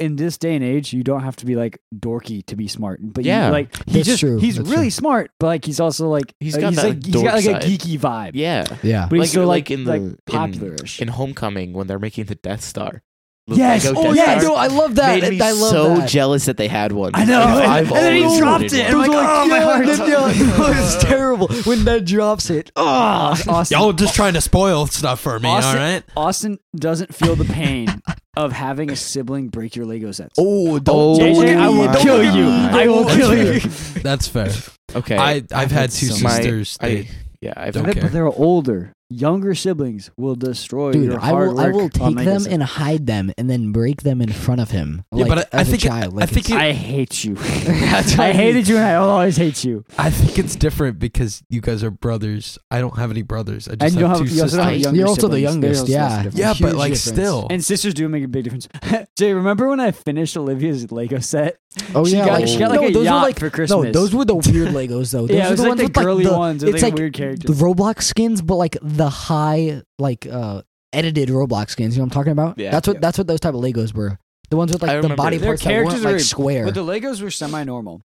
[SPEAKER 2] in this day and age, you don't have to be like dorky to be smart. But yeah,
[SPEAKER 3] Yeah.
[SPEAKER 2] like he's
[SPEAKER 4] That's
[SPEAKER 2] just
[SPEAKER 4] true.
[SPEAKER 2] he's
[SPEAKER 4] That's
[SPEAKER 2] really
[SPEAKER 4] true.
[SPEAKER 2] smart, but like he's also like
[SPEAKER 3] He's
[SPEAKER 2] uh,
[SPEAKER 3] got that,
[SPEAKER 2] like,
[SPEAKER 3] like,
[SPEAKER 2] he's got like
[SPEAKER 3] dork
[SPEAKER 2] a
[SPEAKER 3] side.
[SPEAKER 2] geeky vibe.
[SPEAKER 3] yeah,
[SPEAKER 4] yeah,
[SPEAKER 2] but he's
[SPEAKER 3] Like-
[SPEAKER 2] still like,
[SPEAKER 3] like in
[SPEAKER 2] like
[SPEAKER 3] the- in-
[SPEAKER 2] popularish.
[SPEAKER 3] in Homecoming when they're making the Death Star. The
[SPEAKER 2] Yes!
[SPEAKER 3] Lego
[SPEAKER 2] Oh,
[SPEAKER 3] Death
[SPEAKER 2] yeah,
[SPEAKER 3] Star.
[SPEAKER 2] dude,
[SPEAKER 4] I love that.
[SPEAKER 3] Made me
[SPEAKER 4] I love
[SPEAKER 3] so
[SPEAKER 4] that.
[SPEAKER 3] jealous that they had one.
[SPEAKER 2] I know.
[SPEAKER 3] because
[SPEAKER 2] And then he
[SPEAKER 3] always
[SPEAKER 2] dropped
[SPEAKER 3] wanted
[SPEAKER 2] it, and
[SPEAKER 3] one.
[SPEAKER 2] I'm like, oh, my heart.
[SPEAKER 4] That, was terrible when that drops it.
[SPEAKER 2] Aus- Ah, Austin,
[SPEAKER 1] Y'all just trying to spoil stuff for me,
[SPEAKER 2] Austin-
[SPEAKER 1] all right?
[SPEAKER 2] Austin doesn't feel the pain of having a sibling break your Lego sets.
[SPEAKER 4] Oh,
[SPEAKER 3] Oh,
[SPEAKER 2] JJ,
[SPEAKER 3] look at
[SPEAKER 2] I
[SPEAKER 3] me.
[SPEAKER 2] will
[SPEAKER 3] Don't
[SPEAKER 2] kill
[SPEAKER 3] look at
[SPEAKER 2] you.
[SPEAKER 3] me.
[SPEAKER 2] I will
[SPEAKER 3] That's
[SPEAKER 2] kill
[SPEAKER 3] fair.
[SPEAKER 2] you.
[SPEAKER 1] That's fair.
[SPEAKER 3] Okay,
[SPEAKER 1] I I've had two
[SPEAKER 4] so
[SPEAKER 3] my-
[SPEAKER 1] sisters.
[SPEAKER 3] I,
[SPEAKER 1] dude.
[SPEAKER 3] yeah, I've
[SPEAKER 1] Don't
[SPEAKER 2] But
[SPEAKER 1] care.
[SPEAKER 2] they're older. Younger siblings will destroy
[SPEAKER 4] Dude,
[SPEAKER 2] your
[SPEAKER 4] I
[SPEAKER 2] hard
[SPEAKER 4] will. I
[SPEAKER 2] work.
[SPEAKER 4] will
[SPEAKER 2] on
[SPEAKER 4] take
[SPEAKER 2] Lego
[SPEAKER 4] them
[SPEAKER 2] sets.
[SPEAKER 4] and hide them, and then break them in front of him.
[SPEAKER 1] Yeah,
[SPEAKER 4] like,
[SPEAKER 1] but I- I
[SPEAKER 4] as a
[SPEAKER 1] think it-
[SPEAKER 4] child,
[SPEAKER 1] I
[SPEAKER 4] like
[SPEAKER 1] think
[SPEAKER 4] it's-
[SPEAKER 2] I hate you.
[SPEAKER 4] That's what
[SPEAKER 2] I
[SPEAKER 4] I mean.
[SPEAKER 2] hated you, and I will always hate you.
[SPEAKER 1] I think it's different because you guys are brothers. I don't have any brothers. I
[SPEAKER 2] And
[SPEAKER 1] just
[SPEAKER 2] you don't
[SPEAKER 1] have
[SPEAKER 2] have,
[SPEAKER 1] two
[SPEAKER 2] you also
[SPEAKER 1] sisters.
[SPEAKER 2] don't have
[SPEAKER 4] You're
[SPEAKER 2] younger
[SPEAKER 4] also the
[SPEAKER 2] siblings.
[SPEAKER 4] youngest,
[SPEAKER 2] There's less
[SPEAKER 4] yeah.
[SPEAKER 2] difference.
[SPEAKER 1] yeah, but
[SPEAKER 4] Huge
[SPEAKER 1] like
[SPEAKER 4] difference.
[SPEAKER 1] still.
[SPEAKER 2] And sisters do make a big difference. Jay, remember when I finished Olivia's Lego set?
[SPEAKER 4] Oh
[SPEAKER 2] she
[SPEAKER 4] yeah,
[SPEAKER 2] got,
[SPEAKER 4] like,
[SPEAKER 2] she got like
[SPEAKER 4] no,
[SPEAKER 2] a
[SPEAKER 4] those
[SPEAKER 2] yacht
[SPEAKER 4] were like
[SPEAKER 2] for Christmas.
[SPEAKER 4] no, those were the weird Legos though. Those
[SPEAKER 2] yeah, it
[SPEAKER 4] were
[SPEAKER 2] was like
[SPEAKER 4] the ones
[SPEAKER 2] the
[SPEAKER 4] with, like,
[SPEAKER 2] girly
[SPEAKER 4] the-
[SPEAKER 2] ones. with,
[SPEAKER 4] It's
[SPEAKER 2] like,
[SPEAKER 4] like
[SPEAKER 2] weird
[SPEAKER 4] the
[SPEAKER 2] characters.
[SPEAKER 4] Roblox skins, but like the high, like uh edited Roblox skins. You know what I'm talking about?
[SPEAKER 3] Yeah.
[SPEAKER 4] that's what
[SPEAKER 2] Yeah.
[SPEAKER 4] that's what those type of Legos were. The ones with
[SPEAKER 3] I
[SPEAKER 4] like the
[SPEAKER 3] remember.
[SPEAKER 4] body
[SPEAKER 2] Their
[SPEAKER 4] parts that weren't
[SPEAKER 2] characters
[SPEAKER 4] like
[SPEAKER 2] were-
[SPEAKER 4] square.
[SPEAKER 2] But the Legos were semi-normal.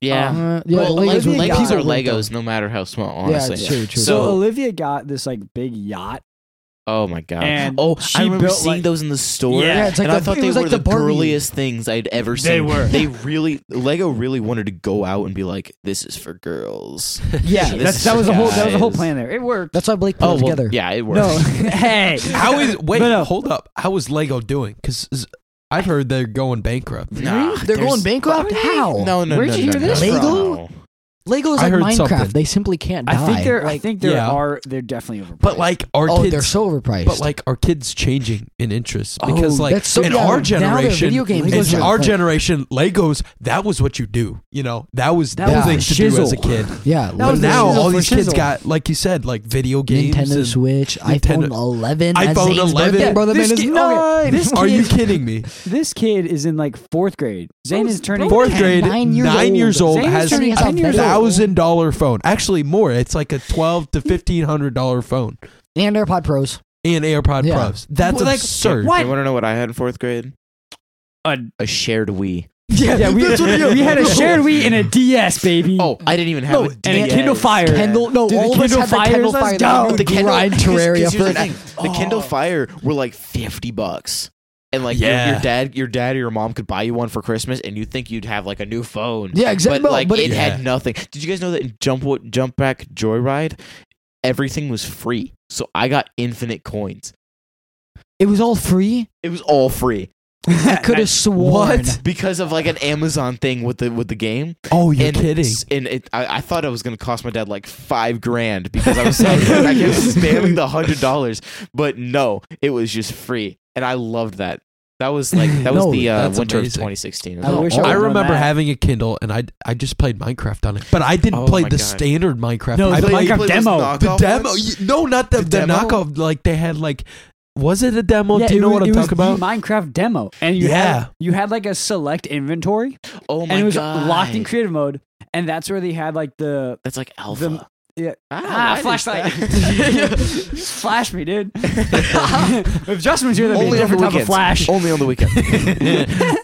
[SPEAKER 3] yeah.
[SPEAKER 4] Uh, yeah,
[SPEAKER 3] Well,
[SPEAKER 4] the
[SPEAKER 3] Legos,
[SPEAKER 4] Legos, were-
[SPEAKER 3] Legos
[SPEAKER 4] people
[SPEAKER 3] are
[SPEAKER 4] were-
[SPEAKER 3] Legos, no matter how small.
[SPEAKER 4] Yeah,
[SPEAKER 3] Honestly,
[SPEAKER 4] it's true, true.
[SPEAKER 2] So,
[SPEAKER 3] So-
[SPEAKER 2] Olivia got this like big yacht.
[SPEAKER 3] oh my god.
[SPEAKER 2] And
[SPEAKER 3] oh,
[SPEAKER 2] she
[SPEAKER 3] I remember
[SPEAKER 2] built,
[SPEAKER 3] seeing
[SPEAKER 2] like-
[SPEAKER 3] those in the store.
[SPEAKER 2] Yeah. Yeah,
[SPEAKER 4] it's like
[SPEAKER 3] and I
[SPEAKER 4] the-
[SPEAKER 3] thought
[SPEAKER 4] it
[SPEAKER 3] they
[SPEAKER 4] was
[SPEAKER 3] were
[SPEAKER 4] like
[SPEAKER 3] the,
[SPEAKER 4] the Barbie.
[SPEAKER 3] girliest things I'd ever seen.
[SPEAKER 2] were.
[SPEAKER 3] They really Lego really wanted to go out and be like, "This is for girls."
[SPEAKER 2] Yeah,
[SPEAKER 3] This
[SPEAKER 2] that's,
[SPEAKER 3] is
[SPEAKER 2] that
[SPEAKER 3] for
[SPEAKER 2] was a whole that was a whole
[SPEAKER 3] guys.
[SPEAKER 2] plan there. It worked.
[SPEAKER 4] That's why Blake put
[SPEAKER 3] oh,
[SPEAKER 4] it
[SPEAKER 3] well,
[SPEAKER 4] together.
[SPEAKER 3] yeah, it worked.
[SPEAKER 2] no, hey,
[SPEAKER 1] How is wait?
[SPEAKER 2] No, no.
[SPEAKER 1] Hold up. How is Lego doing? Because I've heard they're going bankrupt.
[SPEAKER 3] Nah,
[SPEAKER 4] They're
[SPEAKER 3] there's-
[SPEAKER 4] going bankrupt. How?
[SPEAKER 3] No, no,
[SPEAKER 2] Where'd
[SPEAKER 3] no,
[SPEAKER 2] you
[SPEAKER 3] no,
[SPEAKER 2] hear
[SPEAKER 3] no,
[SPEAKER 2] this
[SPEAKER 3] no,
[SPEAKER 4] from?
[SPEAKER 3] no.
[SPEAKER 4] Legos
[SPEAKER 1] I
[SPEAKER 4] like
[SPEAKER 1] heard
[SPEAKER 4] Minecraft.
[SPEAKER 1] something.
[SPEAKER 4] They simply can't die.
[SPEAKER 2] I think there I
[SPEAKER 4] Like,
[SPEAKER 2] think there
[SPEAKER 1] yeah.
[SPEAKER 2] are they're definitely overpriced.
[SPEAKER 1] But like our
[SPEAKER 4] oh,
[SPEAKER 1] kids,
[SPEAKER 4] they're so overpriced.
[SPEAKER 1] but like our kids changing in interest because
[SPEAKER 4] Oh,
[SPEAKER 1] like
[SPEAKER 4] that's so-
[SPEAKER 1] in
[SPEAKER 4] yeah,
[SPEAKER 1] our
[SPEAKER 4] now they're
[SPEAKER 1] generation,
[SPEAKER 4] video games.
[SPEAKER 1] in
[SPEAKER 4] Legos are
[SPEAKER 1] our
[SPEAKER 4] like-
[SPEAKER 1] generation, Legos that was what you do. You know, that was
[SPEAKER 2] That
[SPEAKER 1] the
[SPEAKER 4] was
[SPEAKER 1] thing
[SPEAKER 2] the
[SPEAKER 1] to do as a
[SPEAKER 2] shizzle.
[SPEAKER 1] kid.
[SPEAKER 4] yeah,
[SPEAKER 2] That
[SPEAKER 1] But
[SPEAKER 2] was the
[SPEAKER 1] now
[SPEAKER 2] shizzle
[SPEAKER 1] all
[SPEAKER 2] for
[SPEAKER 1] these kids
[SPEAKER 2] shizzle.
[SPEAKER 1] got like you said, like video games.
[SPEAKER 4] Nintendo
[SPEAKER 1] and-
[SPEAKER 4] Switch,
[SPEAKER 1] Nintendo-
[SPEAKER 4] iPhone 11, as
[SPEAKER 1] iPhone
[SPEAKER 4] Zane's
[SPEAKER 1] 11.
[SPEAKER 4] birthday,
[SPEAKER 1] Yeah,
[SPEAKER 4] brother,
[SPEAKER 2] this
[SPEAKER 4] man, is
[SPEAKER 2] kid- okay,
[SPEAKER 4] nine.
[SPEAKER 2] this
[SPEAKER 1] Are
[SPEAKER 2] kid-
[SPEAKER 1] you kidding me?
[SPEAKER 2] this kid is in like fourth grade. Zane is turning
[SPEAKER 1] Oh, Fourth
[SPEAKER 2] 10.
[SPEAKER 1] grade,
[SPEAKER 4] Nine years
[SPEAKER 1] nine
[SPEAKER 4] old.
[SPEAKER 1] years old,
[SPEAKER 2] Zane's
[SPEAKER 1] has
[SPEAKER 2] turning
[SPEAKER 1] a
[SPEAKER 2] 10 years old.
[SPEAKER 1] thousand dollar phone. Actually, more. It's like a twelve to fifteen hundred dollar phone
[SPEAKER 4] and AirPod Pros.
[SPEAKER 1] and AirPod
[SPEAKER 4] Yeah.
[SPEAKER 1] Pros. That's
[SPEAKER 2] Well, like,
[SPEAKER 1] absurd.
[SPEAKER 2] what?
[SPEAKER 3] You want to know what I had in fourth grade?
[SPEAKER 2] A-
[SPEAKER 3] A shared Wii.
[SPEAKER 2] Yeah, we,
[SPEAKER 4] that's what it is.
[SPEAKER 2] we had a
[SPEAKER 4] No.
[SPEAKER 2] shared Wii and a DS, baby.
[SPEAKER 3] Oh, I didn't even have
[SPEAKER 4] No,
[SPEAKER 3] a
[SPEAKER 4] and
[SPEAKER 2] and a
[SPEAKER 3] DS.
[SPEAKER 2] Kindle Fire.
[SPEAKER 4] Kendall, no,
[SPEAKER 2] Dude, the
[SPEAKER 4] all of us
[SPEAKER 2] Kindle
[SPEAKER 4] had the
[SPEAKER 2] Fires,
[SPEAKER 4] Kindle
[SPEAKER 2] let's
[SPEAKER 4] Fire.
[SPEAKER 2] go.
[SPEAKER 4] that we would
[SPEAKER 3] The Kindle,
[SPEAKER 4] grind
[SPEAKER 3] because- 'cause
[SPEAKER 4] Terraria
[SPEAKER 3] here's
[SPEAKER 4] for
[SPEAKER 3] the
[SPEAKER 4] an
[SPEAKER 3] thing, The Kindle
[SPEAKER 4] Oh.
[SPEAKER 3] Fire were like fifty bucks, and like your- your,
[SPEAKER 1] Yeah.
[SPEAKER 3] dad, your dad or your mom could buy you one for Christmas, and you think you'd have like a new phone.
[SPEAKER 4] Yeah, exactly.
[SPEAKER 3] But like it
[SPEAKER 1] Yeah.
[SPEAKER 3] had nothing. Did you guys know that in Jump Wa- Jump Back Joyride, everything was free? So I got infinite coins.
[SPEAKER 4] it was all free.
[SPEAKER 3] It was all free
[SPEAKER 4] I could have sworn.
[SPEAKER 1] What?
[SPEAKER 3] because of like an Amazon thing with the with the game.
[SPEAKER 1] Oh, you're
[SPEAKER 3] and
[SPEAKER 1] kidding.
[SPEAKER 3] s- And it, I, I thought it was going to cost my dad like five grand because I was so, I kept spamming the hundred dollars, but no, it was just free, and I loved that. That was like that was
[SPEAKER 4] No,
[SPEAKER 3] the uh,
[SPEAKER 1] that's
[SPEAKER 3] winter of
[SPEAKER 1] amazing.
[SPEAKER 3] 2016. It
[SPEAKER 2] I
[SPEAKER 3] was
[SPEAKER 4] Oh,
[SPEAKER 2] wish
[SPEAKER 1] I
[SPEAKER 2] I,
[SPEAKER 4] oh.
[SPEAKER 2] would've known
[SPEAKER 1] remember
[SPEAKER 2] that.
[SPEAKER 1] having a Kindle and I I just played Minecraft on it, but I didn't
[SPEAKER 3] Oh
[SPEAKER 1] play
[SPEAKER 3] my
[SPEAKER 1] the
[SPEAKER 3] God.
[SPEAKER 1] standard Minecraft.
[SPEAKER 2] No,
[SPEAKER 1] I
[SPEAKER 2] the
[SPEAKER 1] played
[SPEAKER 2] Minecraft
[SPEAKER 3] those
[SPEAKER 2] demo.
[SPEAKER 3] knockoff
[SPEAKER 1] the demo.
[SPEAKER 3] ones?
[SPEAKER 1] you- No, not the,
[SPEAKER 3] The
[SPEAKER 1] the,
[SPEAKER 3] demo?
[SPEAKER 1] knockoff. Like they had like, was it a demo?
[SPEAKER 2] Yeah,
[SPEAKER 1] Do you
[SPEAKER 2] it
[SPEAKER 1] know
[SPEAKER 2] was-
[SPEAKER 1] what
[SPEAKER 2] it
[SPEAKER 1] I'm
[SPEAKER 2] was
[SPEAKER 1] talking about?
[SPEAKER 2] the Minecraft demo, and you
[SPEAKER 1] Yeah.
[SPEAKER 2] had you had like a select inventory,
[SPEAKER 3] Oh my
[SPEAKER 2] and it was
[SPEAKER 3] god!
[SPEAKER 2] locked in creative mode, and that's where they had like the
[SPEAKER 3] That's like alpha.
[SPEAKER 2] yeah.
[SPEAKER 3] I
[SPEAKER 2] Ah,
[SPEAKER 3] did
[SPEAKER 2] flashlight.
[SPEAKER 3] that.
[SPEAKER 2] You just flashed me, dude. if Justin was here, that'd
[SPEAKER 3] Only
[SPEAKER 2] be a
[SPEAKER 3] on the
[SPEAKER 2] different type of
[SPEAKER 3] weekends.
[SPEAKER 2] flash.
[SPEAKER 3] Only on the weekend.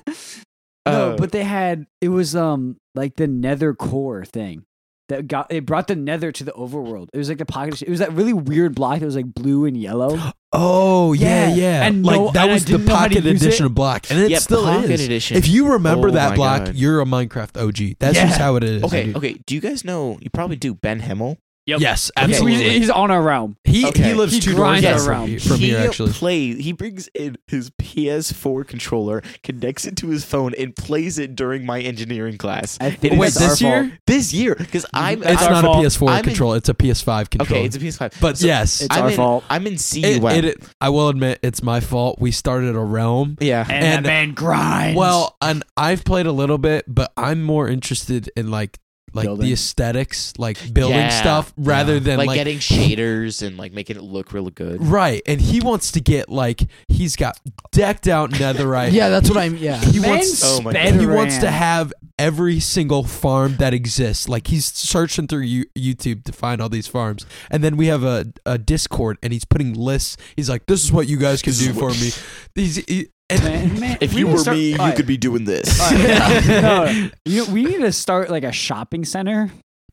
[SPEAKER 2] no,
[SPEAKER 3] Uh,
[SPEAKER 2] but they had it was um like the Nether core thing that got it brought the Nether to the overworld. It was like the pocket. It was that really weird block that was like blue and yellow.
[SPEAKER 1] Oh yeah,
[SPEAKER 2] Yeah,
[SPEAKER 1] yeah.
[SPEAKER 2] and
[SPEAKER 1] like
[SPEAKER 2] no-
[SPEAKER 1] that
[SPEAKER 2] and I
[SPEAKER 1] was the
[SPEAKER 2] didn't know how to
[SPEAKER 1] pocket
[SPEAKER 2] use
[SPEAKER 1] edition
[SPEAKER 2] it.
[SPEAKER 1] of block, and it
[SPEAKER 3] yeah,
[SPEAKER 1] still
[SPEAKER 3] pocket
[SPEAKER 1] is.
[SPEAKER 3] edition.
[SPEAKER 1] If you remember
[SPEAKER 3] Oh
[SPEAKER 1] that
[SPEAKER 3] my
[SPEAKER 1] block,
[SPEAKER 3] God.
[SPEAKER 1] you're a Minecraft OG. That's just
[SPEAKER 2] Yeah.
[SPEAKER 1] how it is.
[SPEAKER 3] okay, okay. Do you guys know? You probably do. Ben Hemmel.
[SPEAKER 2] Yep.
[SPEAKER 1] Yes,
[SPEAKER 3] Okay.
[SPEAKER 2] He's,
[SPEAKER 1] absolutely.
[SPEAKER 2] he's on our realm.
[SPEAKER 1] he
[SPEAKER 3] okay.
[SPEAKER 1] he lives
[SPEAKER 2] He
[SPEAKER 1] two doors
[SPEAKER 2] grinds
[SPEAKER 1] down
[SPEAKER 3] us
[SPEAKER 1] from,
[SPEAKER 2] around.
[SPEAKER 1] here, from
[SPEAKER 3] he
[SPEAKER 1] here, actually.
[SPEAKER 3] plays. He brings in his PS4 controller, connects it to his phone, and plays it during my engineering class
[SPEAKER 4] I think
[SPEAKER 1] Wait,
[SPEAKER 4] it's
[SPEAKER 1] this
[SPEAKER 4] our fault.
[SPEAKER 1] year?
[SPEAKER 3] this year. Because I'm.
[SPEAKER 2] It's
[SPEAKER 1] It's
[SPEAKER 3] I'm
[SPEAKER 2] our
[SPEAKER 1] not a
[SPEAKER 2] fault.
[SPEAKER 1] PS4
[SPEAKER 3] I'm in-
[SPEAKER 1] control. It's a PS5 control.
[SPEAKER 3] okay, it's a PS5.
[SPEAKER 1] but
[SPEAKER 3] so E
[SPEAKER 1] yes,
[SPEAKER 2] It's
[SPEAKER 3] I'm
[SPEAKER 2] our
[SPEAKER 3] in-
[SPEAKER 2] fault.
[SPEAKER 3] I'm in CUF.
[SPEAKER 1] it, it, I will admit it's my fault. We started a realm
[SPEAKER 3] yeah.
[SPEAKER 2] And,
[SPEAKER 1] And-
[SPEAKER 2] that man grinds.
[SPEAKER 1] Well, and I've played a little bit, but I'm more interested in like like
[SPEAKER 4] Building.
[SPEAKER 1] the aesthetics, like building
[SPEAKER 3] Yeah.
[SPEAKER 1] stuff rather
[SPEAKER 3] Yeah.
[SPEAKER 1] than like,
[SPEAKER 3] like, getting shaders and like making it look really good.
[SPEAKER 1] right. And he wants to get like he's got decked out netherite.
[SPEAKER 4] Yeah, that's what I'm. Yeah.
[SPEAKER 1] He
[SPEAKER 2] Man
[SPEAKER 1] wants
[SPEAKER 3] Oh my God.
[SPEAKER 1] and he wants to
[SPEAKER 2] Spederan.
[SPEAKER 1] have every single farm that exists. Like he's searching through you, YouTube to find all these farms, and then we have a, a Discord, and he's putting lists. He's like, "This is what you guys can
[SPEAKER 3] This is
[SPEAKER 1] do for
[SPEAKER 3] what-
[SPEAKER 1] me." These he- and
[SPEAKER 2] Man, man,
[SPEAKER 3] If
[SPEAKER 2] we
[SPEAKER 3] you
[SPEAKER 2] need to
[SPEAKER 3] were
[SPEAKER 2] start-
[SPEAKER 3] me, you
[SPEAKER 2] Alright.
[SPEAKER 3] could be doing this.
[SPEAKER 2] Alright. No, you know, we need to start like a shopping center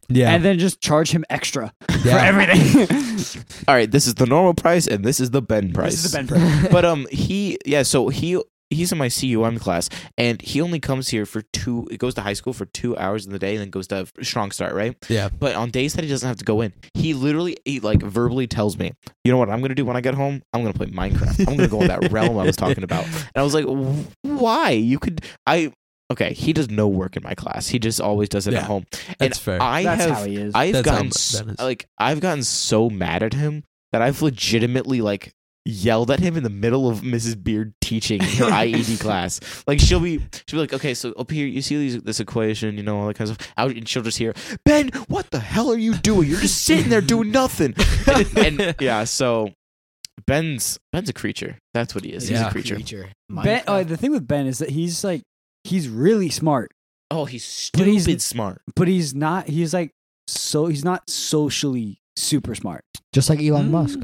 [SPEAKER 1] yeah,
[SPEAKER 2] and then just charge him extra for
[SPEAKER 1] yeah.
[SPEAKER 2] everything.
[SPEAKER 3] All right, this is the normal price, and this is the Ben price.
[SPEAKER 2] This is the Ben price.
[SPEAKER 3] but um, he yeah, so he he's in my CUM class, and he only comes here for two. It goes to high school for two hours in the day, and then goes to Strong Start, right?
[SPEAKER 1] yeah.
[SPEAKER 3] But on days that he doesn't have to go in, he literally he like verbally tells me, you know what I'm gonna do when I get home? I'm gonna play Minecraft. I'm gonna go in that realm I was talking about. And I was like, "Wh- why? You could I okay. He does no work in my class. He just always does it
[SPEAKER 1] Yeah,
[SPEAKER 3] at home. and
[SPEAKER 1] That's fair.
[SPEAKER 3] I
[SPEAKER 2] That's
[SPEAKER 3] have
[SPEAKER 2] how he is.
[SPEAKER 3] I've
[SPEAKER 1] That's how
[SPEAKER 3] gotten
[SPEAKER 1] mu-
[SPEAKER 3] s-
[SPEAKER 1] that is.
[SPEAKER 3] like I've gotten so mad at him that I've legitimately like yelled at him in the middle of Mrs. Beard teaching her IED class. Like she'll be she'll be like, okay, so up here you see these, this equation, you know, all that kind of stuff. Out and she'll just hear, Ben, what the hell are you doing? You're just sitting there doing nothing. And, and, yeah, so Ben's Ben's a creature. That's what he is. He's
[SPEAKER 1] Yeah.
[SPEAKER 3] a creature.
[SPEAKER 2] ben, uh, the thing with Ben is that he's like he's really smart,
[SPEAKER 3] Oh, he's stupid
[SPEAKER 2] But he's-
[SPEAKER 3] smart.
[SPEAKER 2] but he's not. He's like so he's not socially super smart.
[SPEAKER 4] Just like Elon
[SPEAKER 1] Mm.
[SPEAKER 4] Musk.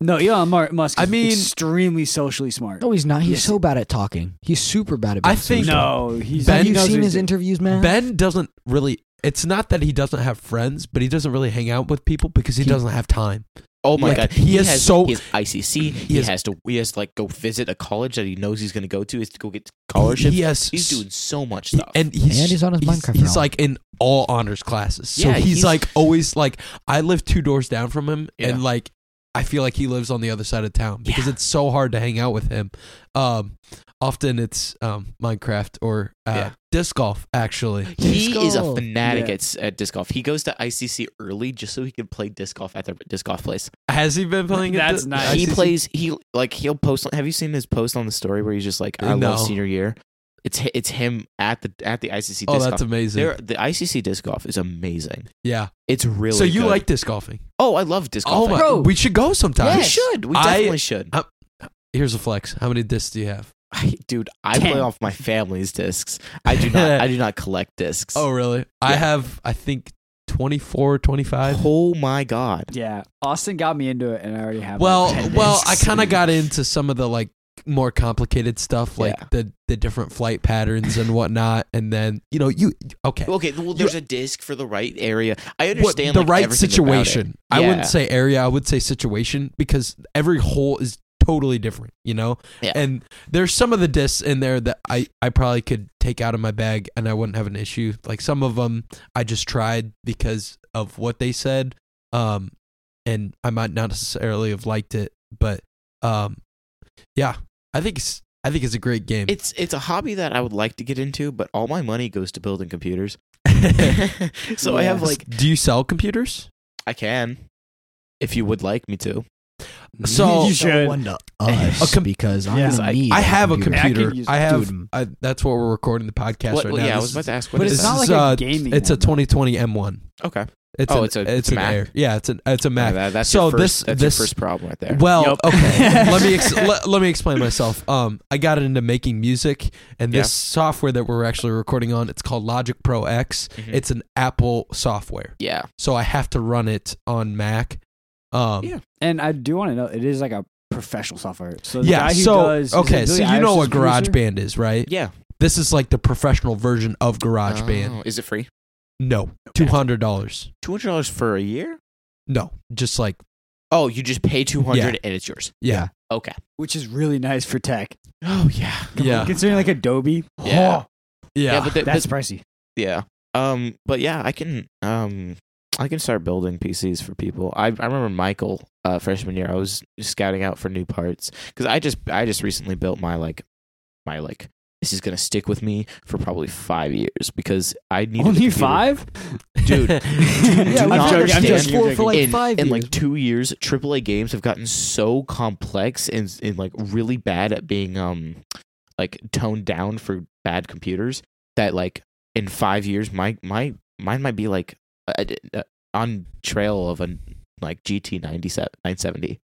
[SPEAKER 2] No, Elon Mar- Musk. Is
[SPEAKER 1] I mean-
[SPEAKER 2] extremely socially smart.
[SPEAKER 4] No, he's not. He's
[SPEAKER 2] Yes.
[SPEAKER 4] so bad at talking. He's super bad at.
[SPEAKER 1] I
[SPEAKER 4] being
[SPEAKER 1] think-
[SPEAKER 4] social.
[SPEAKER 2] no, he's.
[SPEAKER 1] Ben-
[SPEAKER 4] Have
[SPEAKER 2] he
[SPEAKER 4] you
[SPEAKER 2] knows
[SPEAKER 4] seen
[SPEAKER 2] what
[SPEAKER 4] his
[SPEAKER 2] he's
[SPEAKER 4] interviews, man?
[SPEAKER 1] Ben doesn't really. It's not that he doesn't have friends, but he doesn't really hang out with people because he,
[SPEAKER 4] He-
[SPEAKER 1] doesn't have time.
[SPEAKER 3] Oh my
[SPEAKER 1] Like,
[SPEAKER 3] god,
[SPEAKER 1] he is
[SPEAKER 3] has
[SPEAKER 1] so-
[SPEAKER 3] he has ICC. He,
[SPEAKER 1] is-
[SPEAKER 3] has to he has to like go visit a college that he knows he's going to go to. Is to go get scholarships.
[SPEAKER 1] He has
[SPEAKER 3] he's
[SPEAKER 1] s-
[SPEAKER 3] doing so much
[SPEAKER 1] he-
[SPEAKER 3] stuff.
[SPEAKER 1] and he's
[SPEAKER 4] And he's on his
[SPEAKER 1] he's,
[SPEAKER 4] Minecraft
[SPEAKER 1] He's
[SPEAKER 4] realm.
[SPEAKER 1] like in all honors classes, so
[SPEAKER 3] Yeah,
[SPEAKER 1] he's,
[SPEAKER 3] he's-
[SPEAKER 1] like always like I live two doors down from him, and
[SPEAKER 3] Yeah.
[SPEAKER 1] like I feel like he lives on the other side of town because it's so hard to hang out with him. Um, often it's um Minecraft or uh,
[SPEAKER 3] Yeah.
[SPEAKER 1] disc golf actually.
[SPEAKER 3] he
[SPEAKER 4] Disc
[SPEAKER 3] is a
[SPEAKER 4] golf.
[SPEAKER 3] fanatic
[SPEAKER 2] Yeah.
[SPEAKER 3] at at, at disc golf. He goes to ICC early just so he can play disc golf at their disc golf place.
[SPEAKER 1] Has he been playing? at
[SPEAKER 2] That's
[SPEAKER 1] the-
[SPEAKER 2] nice.
[SPEAKER 3] He
[SPEAKER 1] ICC?
[SPEAKER 3] plays. He like he'll post. Have you seen his post on the story where he's just like, "I
[SPEAKER 1] No.
[SPEAKER 3] love senior year." It's hi- it's him at the at the ICC.
[SPEAKER 1] Oh,
[SPEAKER 3] disc
[SPEAKER 1] that's
[SPEAKER 3] golf.
[SPEAKER 1] amazing.
[SPEAKER 3] There- the ICC disc golf is amazing.
[SPEAKER 1] yeah.
[SPEAKER 3] It's really
[SPEAKER 1] so you
[SPEAKER 3] good.
[SPEAKER 1] like disc golfing?
[SPEAKER 3] Oh, I love disc
[SPEAKER 1] Oh
[SPEAKER 3] golf.
[SPEAKER 1] my!
[SPEAKER 4] Bro.
[SPEAKER 1] We should go sometime.
[SPEAKER 3] We
[SPEAKER 4] Yes.
[SPEAKER 3] should. We
[SPEAKER 1] I-
[SPEAKER 3] definitely should.
[SPEAKER 1] Here's a flex. How many discs do you have?
[SPEAKER 3] I, dude, I
[SPEAKER 2] Ten.
[SPEAKER 3] play off my family's discs. I do not. I do not collect discs.
[SPEAKER 1] Oh, really? I
[SPEAKER 3] Yeah.
[SPEAKER 1] have, I think, 24, 25.
[SPEAKER 3] oh my god!
[SPEAKER 2] Yeah, Austin got me into it, and I already have.
[SPEAKER 1] Well,
[SPEAKER 2] like, 10
[SPEAKER 1] well,
[SPEAKER 2] discs.
[SPEAKER 1] I kind of got into some of the like more complicated stuff, like
[SPEAKER 3] Yeah.
[SPEAKER 1] the the different flight patterns and whatnot. And then you know, you okay?
[SPEAKER 3] Okay, well, there's a disc for the right area. I
[SPEAKER 1] What-
[SPEAKER 3] understand
[SPEAKER 1] the
[SPEAKER 3] like,
[SPEAKER 1] right
[SPEAKER 3] everything about it.
[SPEAKER 1] situation. I
[SPEAKER 3] Yeah.
[SPEAKER 1] wouldn't say area. I would say situation because every hole is totally different. You know,
[SPEAKER 3] Yeah.
[SPEAKER 1] and there's some of the discs in there that I I probably could take out of my bag and I wouldn't have an issue. Like some of them I just tried because of what they said, um, and I might not necessarily have liked it, but um, yeah, I think it's I think it's a great game.
[SPEAKER 3] It's it's a hobby that I would like to get into, but all my money goes to building computers. so I have
[SPEAKER 2] Yes.
[SPEAKER 3] like
[SPEAKER 1] do you sell computers?
[SPEAKER 3] I can, if you would like me to.
[SPEAKER 1] So
[SPEAKER 2] You should.
[SPEAKER 4] One to us
[SPEAKER 1] A com-
[SPEAKER 4] because I'm
[SPEAKER 2] Yeah.
[SPEAKER 4] gonna
[SPEAKER 3] I-
[SPEAKER 4] need
[SPEAKER 1] I have a
[SPEAKER 2] I could
[SPEAKER 1] computer.
[SPEAKER 2] use-
[SPEAKER 1] I have.
[SPEAKER 4] Dude.
[SPEAKER 1] I, that's what we're recording the podcast
[SPEAKER 3] What,
[SPEAKER 1] right
[SPEAKER 3] well,
[SPEAKER 1] now.
[SPEAKER 3] yeah, I
[SPEAKER 1] This
[SPEAKER 3] was
[SPEAKER 1] is-
[SPEAKER 3] about to ask. What
[SPEAKER 2] but
[SPEAKER 3] is
[SPEAKER 2] it's not like
[SPEAKER 3] this?
[SPEAKER 1] is,
[SPEAKER 2] a
[SPEAKER 1] uh,
[SPEAKER 2] gaming.
[SPEAKER 1] It's a
[SPEAKER 2] one, though.
[SPEAKER 1] 2020 M1.
[SPEAKER 3] okay.
[SPEAKER 1] It's
[SPEAKER 3] Oh,
[SPEAKER 1] an,
[SPEAKER 3] it's a-
[SPEAKER 1] it's
[SPEAKER 3] it's a
[SPEAKER 1] an
[SPEAKER 3] Mac?
[SPEAKER 1] Air. Yeah, it's an it's a Mac.
[SPEAKER 3] Yeah, that- that's
[SPEAKER 1] so
[SPEAKER 3] your first,
[SPEAKER 1] this-
[SPEAKER 3] that's
[SPEAKER 1] this-
[SPEAKER 3] your first problem right there.
[SPEAKER 1] Well,
[SPEAKER 2] Yup.
[SPEAKER 1] okay. let me ex- let, let me explain myself. Um, I got into making music, and this
[SPEAKER 3] Yeah.
[SPEAKER 1] software that we're actually recording on, it's called Logic Pro X.
[SPEAKER 3] Mhm.
[SPEAKER 1] It's an Apple software,
[SPEAKER 3] yeah,
[SPEAKER 1] so I have to run it on Mac. Um,
[SPEAKER 3] Yeah.
[SPEAKER 2] And I do want to know it is like a professional software. So the
[SPEAKER 1] yeah.
[SPEAKER 2] guy who
[SPEAKER 1] so
[SPEAKER 2] does, is it
[SPEAKER 1] okay,
[SPEAKER 2] Billy
[SPEAKER 1] so you know
[SPEAKER 2] Irish's
[SPEAKER 1] what
[SPEAKER 2] producer?
[SPEAKER 1] GarageBand is, right?
[SPEAKER 3] yeah.
[SPEAKER 1] This is like the professional version of GarageBand.
[SPEAKER 3] Oh, is it free?
[SPEAKER 1] No, two hundred dollars.
[SPEAKER 3] Two hundred dollars for a year?
[SPEAKER 1] No, just like
[SPEAKER 3] Oh, you just pay two hundred
[SPEAKER 1] Yeah.
[SPEAKER 3] and it's yours.
[SPEAKER 1] Yeah.
[SPEAKER 3] Okay.
[SPEAKER 2] which is really nice for tech.
[SPEAKER 3] Oh yeah.
[SPEAKER 1] Yeah.
[SPEAKER 2] Considering like Adobe,
[SPEAKER 3] Yeah.
[SPEAKER 1] Yeah.
[SPEAKER 3] but, the,
[SPEAKER 2] that's
[SPEAKER 3] but
[SPEAKER 2] pricey.
[SPEAKER 3] yeah. Um, but yeah, I can um, I can start building PCs for people. I I remember Michael uh, freshman year. I was scouting out for new parts because I just I just recently built my like my like this is gonna stick with me for probably five years because I need
[SPEAKER 2] Only five?
[SPEAKER 3] dude.
[SPEAKER 1] yeah,
[SPEAKER 3] do
[SPEAKER 1] we've
[SPEAKER 3] not
[SPEAKER 1] had a
[SPEAKER 3] understand.
[SPEAKER 1] PS4 for like
[SPEAKER 3] in,
[SPEAKER 1] five
[SPEAKER 3] in
[SPEAKER 1] years.
[SPEAKER 3] like two years, AAA games have gotten so complex and, and like really bad at being um like toned down for bad computers that like in five years my my mine might be like uh, uh, on trail of a like GT 97 970.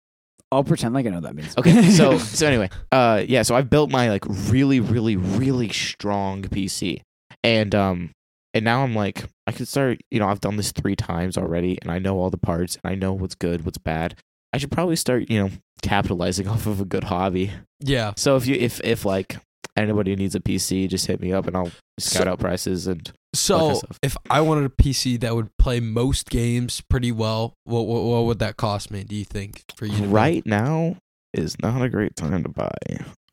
[SPEAKER 2] I'll pretend like I know what that means.
[SPEAKER 3] Okay, so so anyway, uh, yeah, so I've built my like really, really, really strong PC, and um, and now I'm like, I could start. You know, I've done this three times already, and I know all the parts, and I know what's good, what's bad. I should probably start, you know, capitalizing off of a good hobby.
[SPEAKER 1] yeah.
[SPEAKER 3] So if you, if if like anybody needs a PC, just hit me up, and I'll scout out prices and Like
[SPEAKER 1] So
[SPEAKER 3] yourself.
[SPEAKER 1] if I wanted a PC that would play most games pretty well, what what, what would that cost me? Do you think for you? to build?
[SPEAKER 3] right now is not a great time to buy.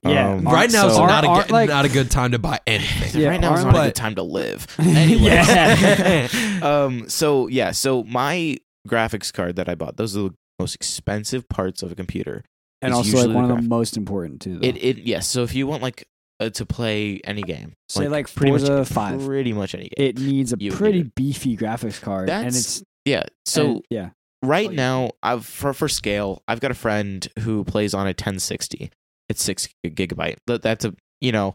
[SPEAKER 2] Yeah.
[SPEAKER 3] Um,
[SPEAKER 1] right now is
[SPEAKER 3] so-
[SPEAKER 2] Aren't-
[SPEAKER 1] not a
[SPEAKER 2] aren't,
[SPEAKER 1] good,
[SPEAKER 2] like-
[SPEAKER 1] not a good time to buy anything.
[SPEAKER 2] Yeah,
[SPEAKER 3] right now is
[SPEAKER 2] aren't
[SPEAKER 3] not a
[SPEAKER 1] like-
[SPEAKER 3] good time to live. Anyway.
[SPEAKER 2] Yeah.
[SPEAKER 3] um. So yeah. So my graphics card that I bought. Those are the most expensive parts of a computer.
[SPEAKER 2] and
[SPEAKER 3] It's
[SPEAKER 2] also
[SPEAKER 3] usually
[SPEAKER 2] like
[SPEAKER 3] the
[SPEAKER 2] one of the
[SPEAKER 3] graphic.
[SPEAKER 2] most important too. Though.
[SPEAKER 3] It. It. Yes. so if you want like uh, to play any game,
[SPEAKER 2] Say like
[SPEAKER 3] pretty much
[SPEAKER 2] Forza 5.
[SPEAKER 3] pretty much any game.
[SPEAKER 2] it needs a
[SPEAKER 3] You would
[SPEAKER 2] pretty
[SPEAKER 3] need
[SPEAKER 2] beefy graphics card, and
[SPEAKER 3] That's-
[SPEAKER 2] it's
[SPEAKER 3] yeah. So
[SPEAKER 2] and- yeah,
[SPEAKER 3] right
[SPEAKER 1] Like-
[SPEAKER 3] now, I've for for scale, I've got a friend who plays on a 1060. It's six gigabyte. That- That's a you know,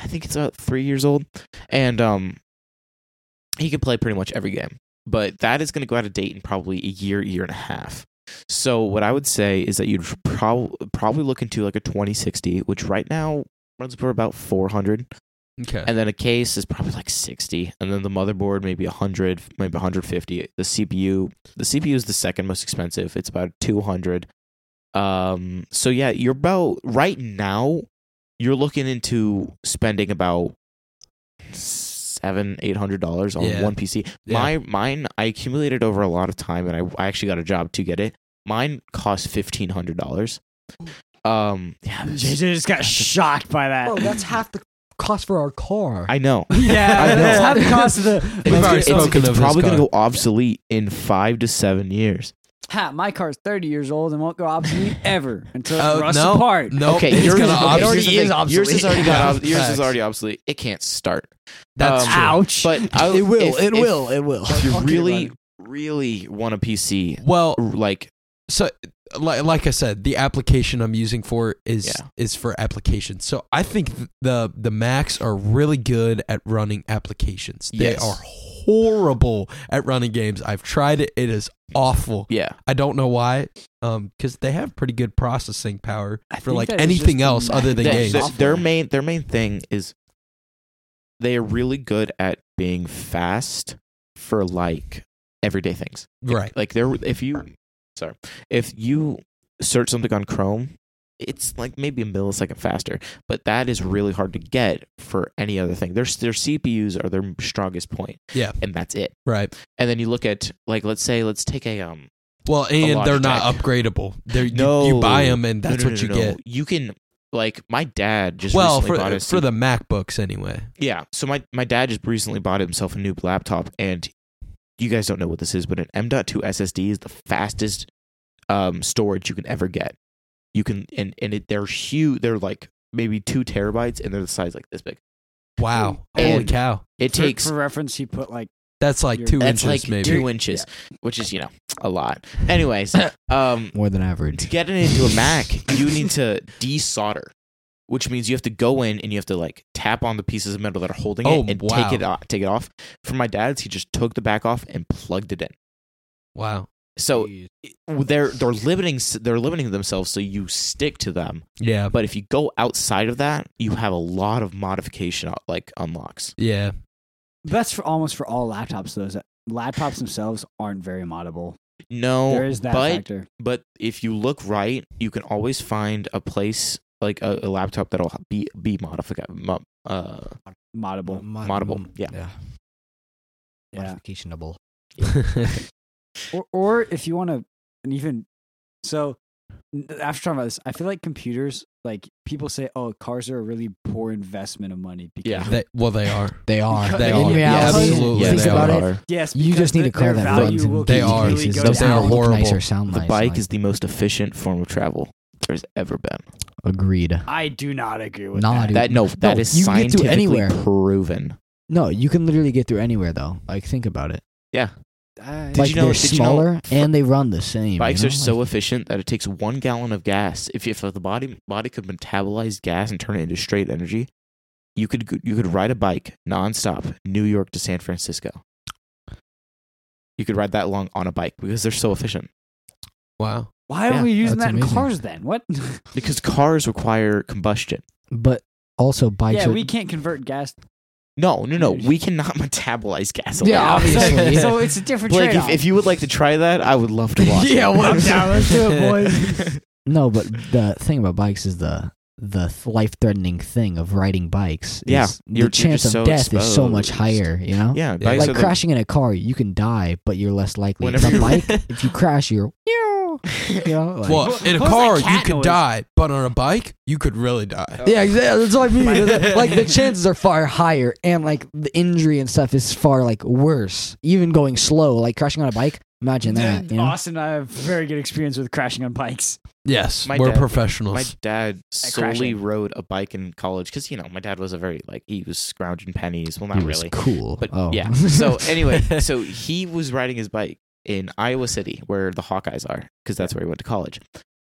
[SPEAKER 3] I think it's about three years old, and um, he can play pretty much every game. But that is going to go out of date in probably a year, year and a half. So what I would say is that you'd prob- probably look into like a 2060, which right now runs for about 400
[SPEAKER 1] okay.
[SPEAKER 3] and then a case is probably like 60 and then the motherboard maybe 100 maybe 150 the cpu the cpu is the second most expensive it's about 200 um so yeah you're about right now you're looking into spending about seven eight hundred dollars on
[SPEAKER 1] Yeah.
[SPEAKER 3] one pc
[SPEAKER 1] Yeah.
[SPEAKER 3] my mine i accumulated over a lot of time and I, I actually got a job to get it mine cost fifteen hundred dollars
[SPEAKER 1] Oh.
[SPEAKER 3] um yeah, it was-
[SPEAKER 2] JJ just got shocked by that.
[SPEAKER 4] Bro, that's half the cost for our car.
[SPEAKER 3] i know I
[SPEAKER 2] yeah,
[SPEAKER 3] know.
[SPEAKER 2] that's half the cost of the.
[SPEAKER 1] We've
[SPEAKER 3] it's,
[SPEAKER 1] already
[SPEAKER 3] it's-
[SPEAKER 1] spoken
[SPEAKER 3] it's
[SPEAKER 1] of this
[SPEAKER 3] probably going to
[SPEAKER 1] car.
[SPEAKER 3] go obsolete in five to seven years.
[SPEAKER 2] Ha, my car's 30 years old and won't go obsolete ever until it
[SPEAKER 1] Oh,
[SPEAKER 2] rusts
[SPEAKER 1] no.
[SPEAKER 2] apart.
[SPEAKER 1] No,
[SPEAKER 3] okay,
[SPEAKER 1] it's
[SPEAKER 3] yours,
[SPEAKER 1] gonna
[SPEAKER 3] okay,
[SPEAKER 1] obsolete.
[SPEAKER 3] here's the thing. Yours is already got ob- yours is
[SPEAKER 1] Facts.
[SPEAKER 3] already obsolete. It can't start.
[SPEAKER 1] That's
[SPEAKER 3] um,
[SPEAKER 1] true.
[SPEAKER 2] Ouch.
[SPEAKER 3] But I,
[SPEAKER 4] it will.
[SPEAKER 3] if-
[SPEAKER 4] it
[SPEAKER 3] if-
[SPEAKER 4] will. It will.
[SPEAKER 3] If you
[SPEAKER 4] Fuck it,
[SPEAKER 3] really,
[SPEAKER 4] right.
[SPEAKER 3] really want a PC,
[SPEAKER 1] Well,
[SPEAKER 3] like
[SPEAKER 1] so like, like I said, the application I'm using for it is
[SPEAKER 3] Yeah.
[SPEAKER 1] is for applications. So I think th- the the Macs are really good at running applications. They
[SPEAKER 3] Yes.
[SPEAKER 1] are horrible at running games. I've tried it. It is awful.
[SPEAKER 3] yeah,
[SPEAKER 1] I don't know why. Um, because they have pretty good processing power
[SPEAKER 2] I
[SPEAKER 1] for
[SPEAKER 2] think
[SPEAKER 1] like
[SPEAKER 2] that is
[SPEAKER 1] anything
[SPEAKER 2] just the
[SPEAKER 1] else other than
[SPEAKER 2] Mac.
[SPEAKER 3] They-
[SPEAKER 1] games.
[SPEAKER 3] they-
[SPEAKER 2] Awful.
[SPEAKER 3] their main their main thing is they are really good at being fast for like everyday things.
[SPEAKER 1] Right.
[SPEAKER 3] like there if you sorry if you search something on chrome it's like maybe a millisecond faster but that is really hard to get for any other thing their, their cpus are their strongest point
[SPEAKER 1] Yeah.
[SPEAKER 3] and that's it
[SPEAKER 1] Right.
[SPEAKER 3] and then you look at like let's say let's take a um
[SPEAKER 1] Well, and they're not
[SPEAKER 3] Logitech.
[SPEAKER 1] upgradable. They're,
[SPEAKER 3] No.
[SPEAKER 1] you, you buy them and that's
[SPEAKER 3] no, no,
[SPEAKER 1] what
[SPEAKER 3] no,
[SPEAKER 1] you
[SPEAKER 3] no, no.
[SPEAKER 1] get.
[SPEAKER 3] you can like my dad just
[SPEAKER 1] Well,
[SPEAKER 3] recently
[SPEAKER 1] for
[SPEAKER 3] bought a
[SPEAKER 1] for the MacBooks anyway.
[SPEAKER 3] Yeah. So my, my dad just recently bought himself a new laptop, and you guys don't know what this is, but an M.2 SSD is the fastest um, storage you can ever get. You can and and it, they're huge. They're like maybe two terabytes, and they're the size like this big.
[SPEAKER 1] Wow.
[SPEAKER 3] And-
[SPEAKER 1] Holy cow.
[SPEAKER 3] It
[SPEAKER 2] For-
[SPEAKER 3] takes
[SPEAKER 2] for reference, he put like
[SPEAKER 1] That's like
[SPEAKER 2] You're-
[SPEAKER 1] two
[SPEAKER 3] that's
[SPEAKER 1] inches,
[SPEAKER 3] like
[SPEAKER 1] maybe.
[SPEAKER 3] two inches, which is you know a lot. Anyways, um,
[SPEAKER 4] More than average.
[SPEAKER 3] to get it into a Mac, you need to desolder, which means you have to go in and you have to like tap on the pieces of metal that are holding
[SPEAKER 1] Oh,
[SPEAKER 3] it and
[SPEAKER 1] wow.
[SPEAKER 3] take it off. Take it off. For my dad's, he just took the back off and plugged it in.
[SPEAKER 1] wow.
[SPEAKER 3] So it- they're they're limiting s- they're limiting themselves so you stick to them.
[SPEAKER 1] Yeah.
[SPEAKER 3] But if you go outside of that, you have a lot of modification uh, like unlocks.
[SPEAKER 1] Yeah.
[SPEAKER 2] that's for almost for all laptops. Those laptops themselves aren't very moddable.
[SPEAKER 3] No,
[SPEAKER 2] there is that
[SPEAKER 3] Oh, but
[SPEAKER 2] factor.
[SPEAKER 3] but if you look right, you can always find a place like a, a laptop that'll be be modified. Uh, Mm,
[SPEAKER 2] Moddable.
[SPEAKER 3] Moddable, yeah.
[SPEAKER 2] Yeah.
[SPEAKER 4] Modificationable.
[SPEAKER 2] Or, or if you want to, an even So n- after talking about this, I feel like computers, like people say, oh, cars are a really poor investment of money. Because,
[SPEAKER 3] Yeah.
[SPEAKER 1] They, well, they are.
[SPEAKER 4] They are.
[SPEAKER 2] They
[SPEAKER 4] in
[SPEAKER 2] are. Yeah,
[SPEAKER 4] reality,
[SPEAKER 1] absolutely.
[SPEAKER 4] you
[SPEAKER 1] Yeah,
[SPEAKER 4] think
[SPEAKER 1] they
[SPEAKER 4] about
[SPEAKER 1] are.
[SPEAKER 4] it.
[SPEAKER 2] Yes,
[SPEAKER 4] You
[SPEAKER 2] because
[SPEAKER 4] just need
[SPEAKER 2] the-
[SPEAKER 4] a car
[SPEAKER 2] their
[SPEAKER 4] that
[SPEAKER 2] value
[SPEAKER 4] runs
[SPEAKER 2] will
[SPEAKER 4] in
[SPEAKER 1] They
[SPEAKER 2] continue
[SPEAKER 1] are.
[SPEAKER 2] to
[SPEAKER 4] pieces.
[SPEAKER 2] go
[SPEAKER 1] Those
[SPEAKER 4] Doesn't
[SPEAKER 1] are
[SPEAKER 2] down.
[SPEAKER 4] look
[SPEAKER 1] horrible.
[SPEAKER 4] nice or sound
[SPEAKER 3] The
[SPEAKER 4] nice,
[SPEAKER 3] bike
[SPEAKER 4] like-
[SPEAKER 3] is the most efficient form of travel there's ever been.
[SPEAKER 4] agreed.
[SPEAKER 2] I do not agree with
[SPEAKER 4] Nah,
[SPEAKER 2] that.
[SPEAKER 4] dude.
[SPEAKER 3] That no, that
[SPEAKER 4] No,
[SPEAKER 3] is
[SPEAKER 4] you can get to
[SPEAKER 3] scientifically
[SPEAKER 4] anywhere.
[SPEAKER 3] proven.
[SPEAKER 4] No, you can literally get through anywhere though. Like think about it.
[SPEAKER 3] Yeah,
[SPEAKER 2] I-
[SPEAKER 3] Did
[SPEAKER 4] like
[SPEAKER 3] you know-
[SPEAKER 4] they're
[SPEAKER 3] did you know
[SPEAKER 4] smaller
[SPEAKER 3] f-
[SPEAKER 4] and they run the same.
[SPEAKER 3] bikes
[SPEAKER 4] you
[SPEAKER 3] are
[SPEAKER 4] know?
[SPEAKER 3] so
[SPEAKER 4] Like,
[SPEAKER 3] efficient that it takes one gallon of gas. If if the body body could metabolize gas and turn it into straight energy, you could go- you could ride a bike nonstop, New York to San Francisco. You could ride that long on a bike because they're so efficient.
[SPEAKER 1] Wow.
[SPEAKER 2] Why aren't
[SPEAKER 3] Yeah,
[SPEAKER 2] we using
[SPEAKER 4] that's
[SPEAKER 2] that in
[SPEAKER 4] amazing.
[SPEAKER 2] cars then? What?
[SPEAKER 3] Because cars require combustion.
[SPEAKER 4] but also bikes
[SPEAKER 2] yeah,
[SPEAKER 4] are
[SPEAKER 2] we can't convert gas.
[SPEAKER 3] No, no, no. We cannot metabolize gasoline.
[SPEAKER 4] Yeah, obviously.
[SPEAKER 2] so it's a different
[SPEAKER 3] Blake,
[SPEAKER 2] trade-off.
[SPEAKER 3] if, if you would like to try that, I would love to watch.
[SPEAKER 1] Yeah,
[SPEAKER 3] it.
[SPEAKER 1] well, I'm down.
[SPEAKER 4] Let's do it,
[SPEAKER 1] boys.
[SPEAKER 4] No, but the thing about bikes is the the life-threatening thing of riding bikes. Is
[SPEAKER 3] Yeah,
[SPEAKER 4] the
[SPEAKER 3] you're- you're
[SPEAKER 4] chance
[SPEAKER 3] just
[SPEAKER 4] of
[SPEAKER 3] so
[SPEAKER 4] death is so much
[SPEAKER 3] exposed.
[SPEAKER 4] higher. You know,
[SPEAKER 3] yeah,
[SPEAKER 1] Yeah.
[SPEAKER 3] bikes
[SPEAKER 4] like
[SPEAKER 3] are the-
[SPEAKER 4] crashing in a car, you can die, but you're less likely. But
[SPEAKER 3] whenever
[SPEAKER 4] a bike,
[SPEAKER 3] you-
[SPEAKER 4] if you crash, you're you know, like,
[SPEAKER 1] Well, in a
[SPEAKER 2] What was
[SPEAKER 1] car,
[SPEAKER 2] that
[SPEAKER 1] you
[SPEAKER 2] cat
[SPEAKER 1] could
[SPEAKER 2] noise?
[SPEAKER 1] die, but on a bike, you could really
[SPEAKER 2] Oh.
[SPEAKER 1] die.
[SPEAKER 4] Yeah, exactly. That's what I mean. like the chances are far higher, and like the injury and stuff is far like worse. Even going slow, like crashing on a bike. Imagine that. You know?
[SPEAKER 2] Austin and I have very good experience with crashing on bikes.
[SPEAKER 1] Yes,
[SPEAKER 3] My
[SPEAKER 1] we're
[SPEAKER 3] dad-
[SPEAKER 1] professionals.
[SPEAKER 3] My dad solely
[SPEAKER 2] crashing.
[SPEAKER 3] rode a bike in college because you know my dad was a very like he was scrounging pennies. Well, not
[SPEAKER 4] He was
[SPEAKER 3] really,
[SPEAKER 4] cool.
[SPEAKER 3] but
[SPEAKER 4] oh.
[SPEAKER 3] yeah. So anyway, so he was riding his bike in Iowa City where the Hawkeyes are because that's where he went to college.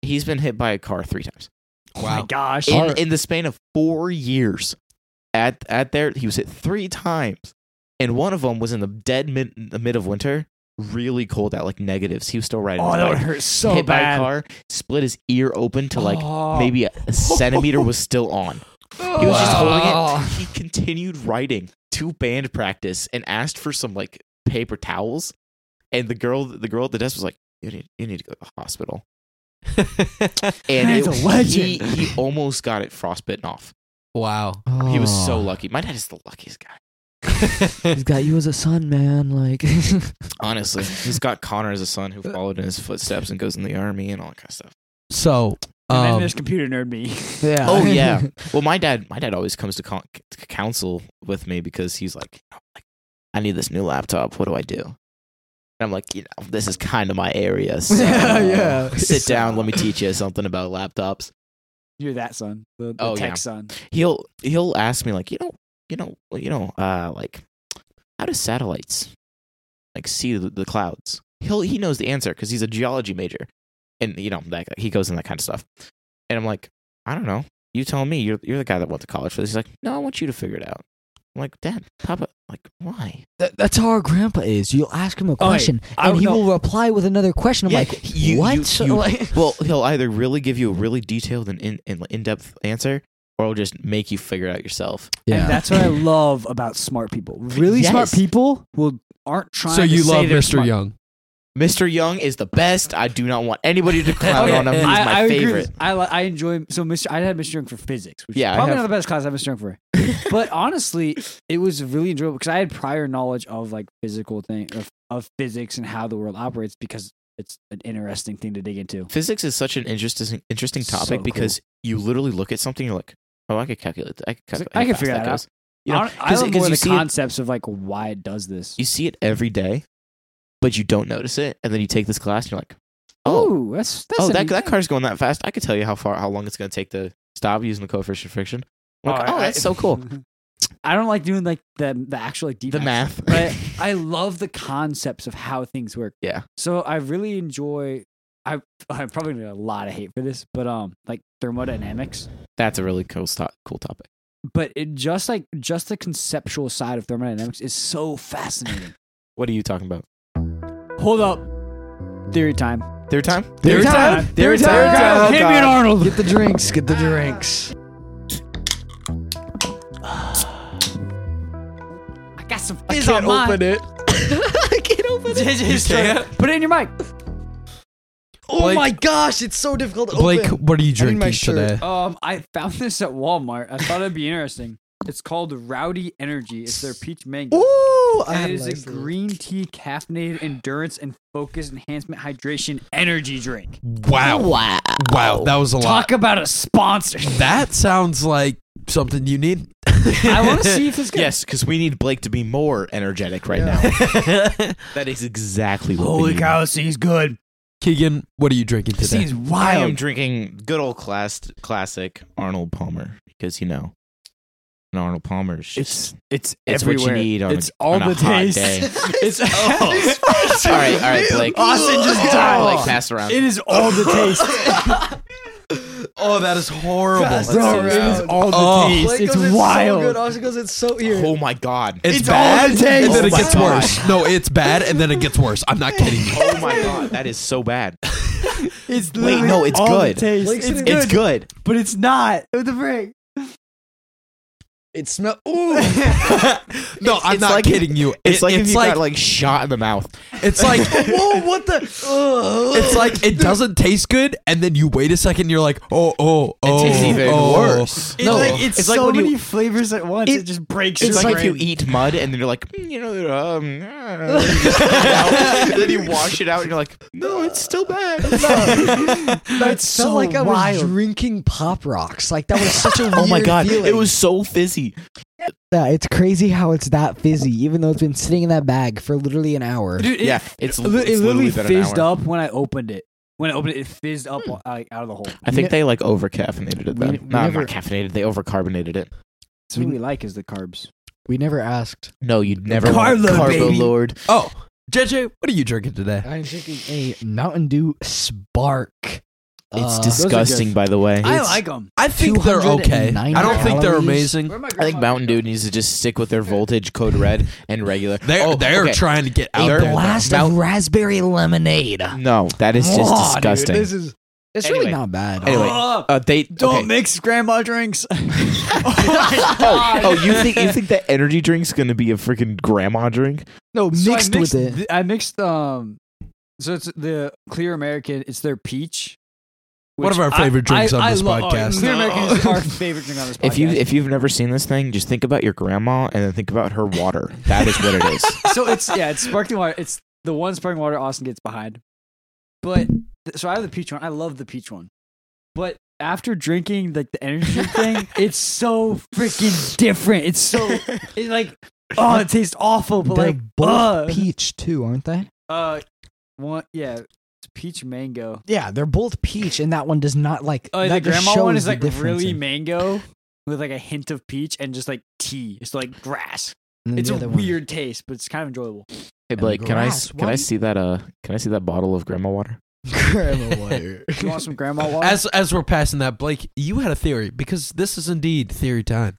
[SPEAKER 3] He's been hit by a car three times
[SPEAKER 2] Oh my
[SPEAKER 1] wow.
[SPEAKER 2] gosh.
[SPEAKER 3] in, in the span of four years. At at there, he was hit three times, and one of them was in the dead mid the mid of winter, really cold at like negatives. He was still riding.
[SPEAKER 2] oh,
[SPEAKER 3] his
[SPEAKER 2] that
[SPEAKER 3] bike
[SPEAKER 2] would hurt so
[SPEAKER 3] hit
[SPEAKER 2] bad.
[SPEAKER 3] by a car, split his ear open to like
[SPEAKER 2] Oh.
[SPEAKER 3] maybe a, a centimeter was still on. He was just
[SPEAKER 2] Oh.
[SPEAKER 3] holding it. He continued writing to band practice and asked for some like paper towels. And the girl, the girl at the desk was like, "You need, you need to go to the hospital." And
[SPEAKER 2] Man's
[SPEAKER 3] it-
[SPEAKER 2] a legend.
[SPEAKER 3] He, he almost got it frostbitten off.
[SPEAKER 1] wow.
[SPEAKER 3] He was
[SPEAKER 4] Oh.
[SPEAKER 3] so lucky. My dad is the luckiest guy.
[SPEAKER 4] He's got you as a son, man. Like,
[SPEAKER 3] Honestly, he's got Connor as a son who followed in his footsteps and goes in the army and all that kind of stuff.
[SPEAKER 1] so,
[SPEAKER 2] And then
[SPEAKER 1] um,
[SPEAKER 2] there's computer nerd me.
[SPEAKER 4] yeah.
[SPEAKER 3] Oh yeah. Well, my dad, my dad always comes to con- c- counsel with me because he's like, you know, like, I need this new laptop. What do I do? And I'm like, you know, this is kind of my area. So
[SPEAKER 4] Yeah, yeah.
[SPEAKER 3] Sit down. Let me teach you something about laptops.
[SPEAKER 2] You're that son, the, the
[SPEAKER 3] Oh,
[SPEAKER 2] tech
[SPEAKER 3] yeah.
[SPEAKER 2] son.
[SPEAKER 3] He'll he'll ask me like, you know, you know, you know, uh, like, how do satellites like see the, the clouds? He'll he knows the answer because he's a geology major, and you know that he goes in that kind of stuff. And I'm like, I don't know. You tell me. You're you're the guy that went to college for this. He's like, no, I want you to figure it out. I'm like, Dad, Papa, like, why?
[SPEAKER 4] That- that's how our grandpa is. You'll ask him a
[SPEAKER 2] Oh, wait.
[SPEAKER 4] question,
[SPEAKER 2] I
[SPEAKER 4] and he
[SPEAKER 2] don't know.
[SPEAKER 4] will reply with another question. I'm
[SPEAKER 3] Yeah,
[SPEAKER 4] like,
[SPEAKER 3] you-
[SPEAKER 4] what?
[SPEAKER 3] you- you-
[SPEAKER 4] Like-
[SPEAKER 3] Well, he'll either really give you a really detailed and in in, in depth answer, or he'll just make you figure it out yourself.
[SPEAKER 4] yeah.
[SPEAKER 2] And that's what I love about smart people. Really smart
[SPEAKER 3] Yes.
[SPEAKER 2] people will aren't trying
[SPEAKER 1] so
[SPEAKER 2] to
[SPEAKER 1] you
[SPEAKER 2] say
[SPEAKER 1] love
[SPEAKER 2] they're
[SPEAKER 1] Mr.
[SPEAKER 2] smart.
[SPEAKER 1] Young.
[SPEAKER 3] Mr. Young is the best. I do not want anybody to clown
[SPEAKER 1] Okay,
[SPEAKER 3] on him. He's
[SPEAKER 2] I,
[SPEAKER 3] my
[SPEAKER 2] I agree with-
[SPEAKER 3] favorite.
[SPEAKER 2] I, li- I enjoy so Mr. I had Mr. Young for physics, which
[SPEAKER 3] Yeah,
[SPEAKER 2] is
[SPEAKER 3] I
[SPEAKER 2] probably
[SPEAKER 3] have-
[SPEAKER 2] not the best class I've Mr. Young for. but honestly, it was really enjoyable because I had prior knowledge of like physical thing of, of physics and how the world operates because it's an interesting thing to dig into.
[SPEAKER 3] Physics is such an interesting interesting
[SPEAKER 2] So
[SPEAKER 3] topic
[SPEAKER 2] cool.
[SPEAKER 3] because you literally look at something, you're like, oh, I could calculate that. I could calculate.
[SPEAKER 2] I
[SPEAKER 3] how
[SPEAKER 2] can
[SPEAKER 3] fast
[SPEAKER 2] figure that out.
[SPEAKER 3] goes. You know,
[SPEAKER 2] I, I
[SPEAKER 3] 'cause-
[SPEAKER 2] love
[SPEAKER 3] 'cause
[SPEAKER 2] more
[SPEAKER 3] you
[SPEAKER 2] the
[SPEAKER 3] see it-
[SPEAKER 2] concepts of like why it does this.
[SPEAKER 3] You see it every day, but you don't notice it, and then you take this class, and you're like, oh,
[SPEAKER 2] oh, that's that's
[SPEAKER 3] oh,
[SPEAKER 2] an-
[SPEAKER 3] that that car's going that fast. I could tell you how far, how long it's going to take to stop using the coefficient of friction. I'm like,
[SPEAKER 2] I-
[SPEAKER 3] oh,
[SPEAKER 2] I-
[SPEAKER 3] that's so cool.
[SPEAKER 2] I don't like doing like the the actual like deep
[SPEAKER 3] The
[SPEAKER 2] action,
[SPEAKER 3] math.
[SPEAKER 2] but I love the concepts of how things work.
[SPEAKER 3] Yeah.
[SPEAKER 2] So I really enjoy. I I'm probably gonna get a lot of hate for this, but um, like thermodynamics.
[SPEAKER 3] That's a really cool sto- cool topic.
[SPEAKER 2] But it just like just the conceptual side of thermodynamics is so fascinating.
[SPEAKER 3] What are you talking about?
[SPEAKER 2] Hold up, theory time.
[SPEAKER 3] Third time?
[SPEAKER 4] Theory
[SPEAKER 2] time!
[SPEAKER 4] Theory time!
[SPEAKER 2] Hit me an Arnold.
[SPEAKER 4] Get the drinks. Get the drinks.
[SPEAKER 2] I got some fizz on mine.
[SPEAKER 1] it.
[SPEAKER 4] I can't open it.
[SPEAKER 2] Put it in your mic.
[SPEAKER 4] Oh
[SPEAKER 1] Blake-
[SPEAKER 4] my gosh, it's so difficult to
[SPEAKER 1] Blake,
[SPEAKER 4] open.
[SPEAKER 1] what are you
[SPEAKER 4] I need my
[SPEAKER 1] drinking
[SPEAKER 4] shirt.
[SPEAKER 1] today?
[SPEAKER 2] Um, I found this at Walmart. I thought it'd be interesting. It's called Rowdy Energy. It's their peach mango.
[SPEAKER 4] Ooh,
[SPEAKER 2] And it is
[SPEAKER 4] like
[SPEAKER 2] a green tea caffeinated endurance and focus enhancement hydration energy drink.
[SPEAKER 1] Wow. Wow. Wow. That was a lot.
[SPEAKER 2] Talk about a sponsor.
[SPEAKER 1] That sounds like something you need.
[SPEAKER 2] I want to see if it's good.
[SPEAKER 3] Yes, because we need Blake to be more energetic right now. That is exactly what we
[SPEAKER 2] Holy
[SPEAKER 3] need.
[SPEAKER 2] cow, this thing's good.
[SPEAKER 1] Keegan, what are you drinking
[SPEAKER 2] This
[SPEAKER 1] today?
[SPEAKER 2] thing's
[SPEAKER 3] I am
[SPEAKER 2] wild.
[SPEAKER 3] drinking good old class, classic Arnold Palmer because you know, an Arnold Palmer's just
[SPEAKER 2] it's
[SPEAKER 3] it's what you need on
[SPEAKER 2] it's
[SPEAKER 3] a,
[SPEAKER 2] all
[SPEAKER 3] on
[SPEAKER 2] the
[SPEAKER 3] a hot
[SPEAKER 2] taste.
[SPEAKER 3] day.
[SPEAKER 2] it's
[SPEAKER 3] all right, all right, Blake.
[SPEAKER 2] Austin just
[SPEAKER 3] All right,
[SPEAKER 2] died.
[SPEAKER 3] Blake, pass around.
[SPEAKER 2] It is all the taste.
[SPEAKER 1] oh, that is horrible.
[SPEAKER 3] Fast Bro, it is
[SPEAKER 2] all the
[SPEAKER 1] Oh.
[SPEAKER 2] taste.
[SPEAKER 4] Blake
[SPEAKER 2] it's
[SPEAKER 4] goes, so
[SPEAKER 2] wild.
[SPEAKER 4] good. Austin goes, it's so weird.
[SPEAKER 3] oh my god.
[SPEAKER 1] It's,
[SPEAKER 2] It's
[SPEAKER 1] bad,
[SPEAKER 2] all the
[SPEAKER 1] and then
[SPEAKER 2] taste.
[SPEAKER 1] it
[SPEAKER 2] Oh my
[SPEAKER 1] gets
[SPEAKER 2] God.
[SPEAKER 1] worse. No, it's bad, and then it gets worse. I'm not kidding you.
[SPEAKER 3] oh my god, that is so bad.
[SPEAKER 2] It's
[SPEAKER 3] Wait, no,
[SPEAKER 2] literally
[SPEAKER 3] it's
[SPEAKER 2] all the
[SPEAKER 3] good.
[SPEAKER 2] taste.
[SPEAKER 4] Blake's
[SPEAKER 2] It's
[SPEAKER 4] in
[SPEAKER 2] good,
[SPEAKER 3] It's good.
[SPEAKER 2] but it's not. What the frick?
[SPEAKER 4] It smells.
[SPEAKER 1] No, I'm
[SPEAKER 3] it's
[SPEAKER 1] not
[SPEAKER 3] like-
[SPEAKER 1] kidding you.
[SPEAKER 3] It's
[SPEAKER 1] It-
[SPEAKER 3] like if
[SPEAKER 1] it's
[SPEAKER 3] you
[SPEAKER 1] like
[SPEAKER 3] got like shot in the mouth.
[SPEAKER 1] it's like
[SPEAKER 4] Whoa, what the? Ugh.
[SPEAKER 1] it's like it doesn't taste good, and then you wait a second, and you're like, oh, oh, oh,
[SPEAKER 3] tastes even
[SPEAKER 1] oh.
[SPEAKER 3] worse.
[SPEAKER 1] No,
[SPEAKER 2] like, it's,
[SPEAKER 3] It's like
[SPEAKER 2] so
[SPEAKER 3] when you-
[SPEAKER 2] many flavors at once. It,
[SPEAKER 3] It-
[SPEAKER 2] just breaks
[SPEAKER 3] It's
[SPEAKER 2] your
[SPEAKER 3] like if
[SPEAKER 2] brain.
[SPEAKER 3] you eat mud and then you're like, "Mm, you know, um, uh," you just put it out, then you wash it out and you're like, no, it's still bad.
[SPEAKER 4] That's
[SPEAKER 2] so
[SPEAKER 4] so like I was
[SPEAKER 2] wild.
[SPEAKER 4] drinking pop rocks. Like that was such a weird
[SPEAKER 3] oh my god,
[SPEAKER 4] feeling.
[SPEAKER 3] it was so fizzy.
[SPEAKER 4] Yeah, it's crazy how it's that fizzy, even though it's been sitting in that bag for literally an hour.
[SPEAKER 2] Dude, it,
[SPEAKER 3] yeah,
[SPEAKER 2] it,
[SPEAKER 3] it's, it's
[SPEAKER 2] li- it literally
[SPEAKER 3] literally been an
[SPEAKER 2] fizzed
[SPEAKER 3] hour.
[SPEAKER 2] up when I opened it. When I opened it, it fizzed up like out of the hole.
[SPEAKER 3] I think they like over caffeinated it.
[SPEAKER 4] We-
[SPEAKER 3] Then.
[SPEAKER 4] we
[SPEAKER 3] no,
[SPEAKER 4] never-
[SPEAKER 3] not caffeinated. They over carbonated it.
[SPEAKER 2] That's what we like is the carbs.
[SPEAKER 4] We never asked.
[SPEAKER 3] No, you'd never.
[SPEAKER 2] Carbo,
[SPEAKER 3] want Carbo
[SPEAKER 2] baby.
[SPEAKER 3] Lord.
[SPEAKER 1] Oh, JJ, what are you drinking today?
[SPEAKER 4] I'm drinking a Mountain Dew Spark. It's Uh,
[SPEAKER 3] It's
[SPEAKER 2] are good.
[SPEAKER 3] disgusting, by the way.
[SPEAKER 2] I
[SPEAKER 3] It's-
[SPEAKER 2] like them.
[SPEAKER 1] I think they're okay.
[SPEAKER 4] 290
[SPEAKER 1] I don't think they're
[SPEAKER 4] calories.
[SPEAKER 1] amazing.
[SPEAKER 3] I think Mountain Dew needs to just stick with their voltage code red and regular.
[SPEAKER 1] They're
[SPEAKER 3] oh,
[SPEAKER 1] they're
[SPEAKER 3] okay.
[SPEAKER 1] trying to get out
[SPEAKER 3] They're
[SPEAKER 1] there. though.
[SPEAKER 4] blast
[SPEAKER 3] Mount-
[SPEAKER 4] of raspberry lemonade.
[SPEAKER 3] No, that is just
[SPEAKER 4] Mwah, dude,
[SPEAKER 3] disgusting.
[SPEAKER 4] this is it's really
[SPEAKER 3] Anyway.
[SPEAKER 4] not bad.
[SPEAKER 3] Anyway.
[SPEAKER 2] Ugh,
[SPEAKER 3] uh, they
[SPEAKER 2] don't
[SPEAKER 3] okay.
[SPEAKER 2] mix grandma drinks.
[SPEAKER 3] oh, oh, you think you think that energy drink's gonna be a freaking grandma drink?
[SPEAKER 4] no,
[SPEAKER 2] So I
[SPEAKER 4] mixed with it.
[SPEAKER 2] th- I mixed um. So it's the Clear American. It's their peach.
[SPEAKER 1] One of our
[SPEAKER 2] which
[SPEAKER 1] favorite drinks on this
[SPEAKER 2] love- oh,
[SPEAKER 1] podcast.
[SPEAKER 2] Clear
[SPEAKER 1] No.
[SPEAKER 2] American is our favorite drink on this podcast.
[SPEAKER 3] If you if you've never seen this thing, just think about your grandma and then think about her water. That is what it is.
[SPEAKER 2] so it's yeah, it's sparkling water. It's the one sparkling water Austin gets behind. But th- so I have the peach one. I love the peach one. But after drinking like the energy drink thing, it's so freaking different. It's so it's like oh, it tastes awful. But
[SPEAKER 4] They're
[SPEAKER 2] like
[SPEAKER 4] both
[SPEAKER 2] uh,
[SPEAKER 4] peach too, aren't they?
[SPEAKER 2] uh, one yeah, it's peach mango.
[SPEAKER 4] Yeah, they're both peach, and that one does not like.
[SPEAKER 2] Oh, the
[SPEAKER 4] that just
[SPEAKER 2] grandma one
[SPEAKER 4] shows
[SPEAKER 2] is
[SPEAKER 4] the
[SPEAKER 2] like
[SPEAKER 4] difference
[SPEAKER 2] really
[SPEAKER 4] in-
[SPEAKER 2] mango with like a hint of peach and just like tea. It's like grass.
[SPEAKER 4] and then
[SPEAKER 2] It's
[SPEAKER 4] the
[SPEAKER 2] a
[SPEAKER 4] other one-
[SPEAKER 2] weird taste, but it's kind of enjoyable.
[SPEAKER 3] Hey
[SPEAKER 4] the
[SPEAKER 3] Blake, can I
[SPEAKER 4] grass,
[SPEAKER 3] s- can I
[SPEAKER 4] what?
[SPEAKER 3] see that uh can I see that bottle of grandma water?
[SPEAKER 4] grandma water.
[SPEAKER 2] You want some grandma water?
[SPEAKER 1] As as we're passing that, Blake, you had a theory because this is indeed theory time.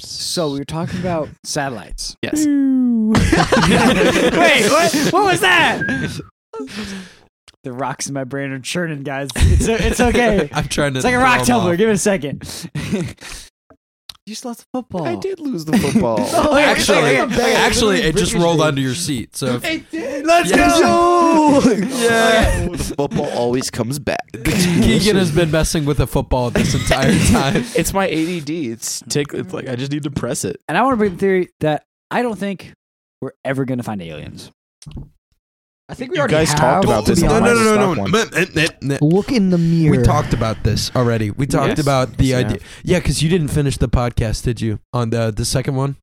[SPEAKER 2] So we were talking about satellites.
[SPEAKER 3] Yes.
[SPEAKER 2] Wait, what? What was that? The rocks in my brain are churning, guys. It's uh, it's okay.
[SPEAKER 1] I'm trying to.
[SPEAKER 2] It's like a rock
[SPEAKER 1] throw 'em
[SPEAKER 2] tumbler.
[SPEAKER 1] off.
[SPEAKER 2] Give it a second. you just lost the football.
[SPEAKER 3] I did lose the football.
[SPEAKER 2] Oh, wait,
[SPEAKER 1] Actually,
[SPEAKER 2] wait, wait, wait.
[SPEAKER 1] actually, it just rolled under your seat. So if-
[SPEAKER 2] Let's
[SPEAKER 1] Yes.
[SPEAKER 2] go.
[SPEAKER 1] yeah,
[SPEAKER 3] the football always comes back.
[SPEAKER 1] Keegan has been messing with a football this entire time.
[SPEAKER 3] It's my ADD. It's tick. It's like I just need to press it.
[SPEAKER 2] And I want to bring the theory that I don't think we're ever gonna find aliens.
[SPEAKER 4] I think we
[SPEAKER 3] You
[SPEAKER 4] already
[SPEAKER 3] guys
[SPEAKER 4] have,
[SPEAKER 3] talked about
[SPEAKER 4] to
[SPEAKER 3] this
[SPEAKER 4] be
[SPEAKER 1] No,
[SPEAKER 3] on my
[SPEAKER 4] honest.
[SPEAKER 1] no, no,
[SPEAKER 3] Stop
[SPEAKER 1] no,
[SPEAKER 3] one.
[SPEAKER 1] no.
[SPEAKER 4] Look in the mirror.
[SPEAKER 1] We talked about this already. We talked
[SPEAKER 3] Yes.
[SPEAKER 1] about the
[SPEAKER 3] Yes, we
[SPEAKER 1] idea. Yeah, because you didn't finish the podcast, did you? On the the second one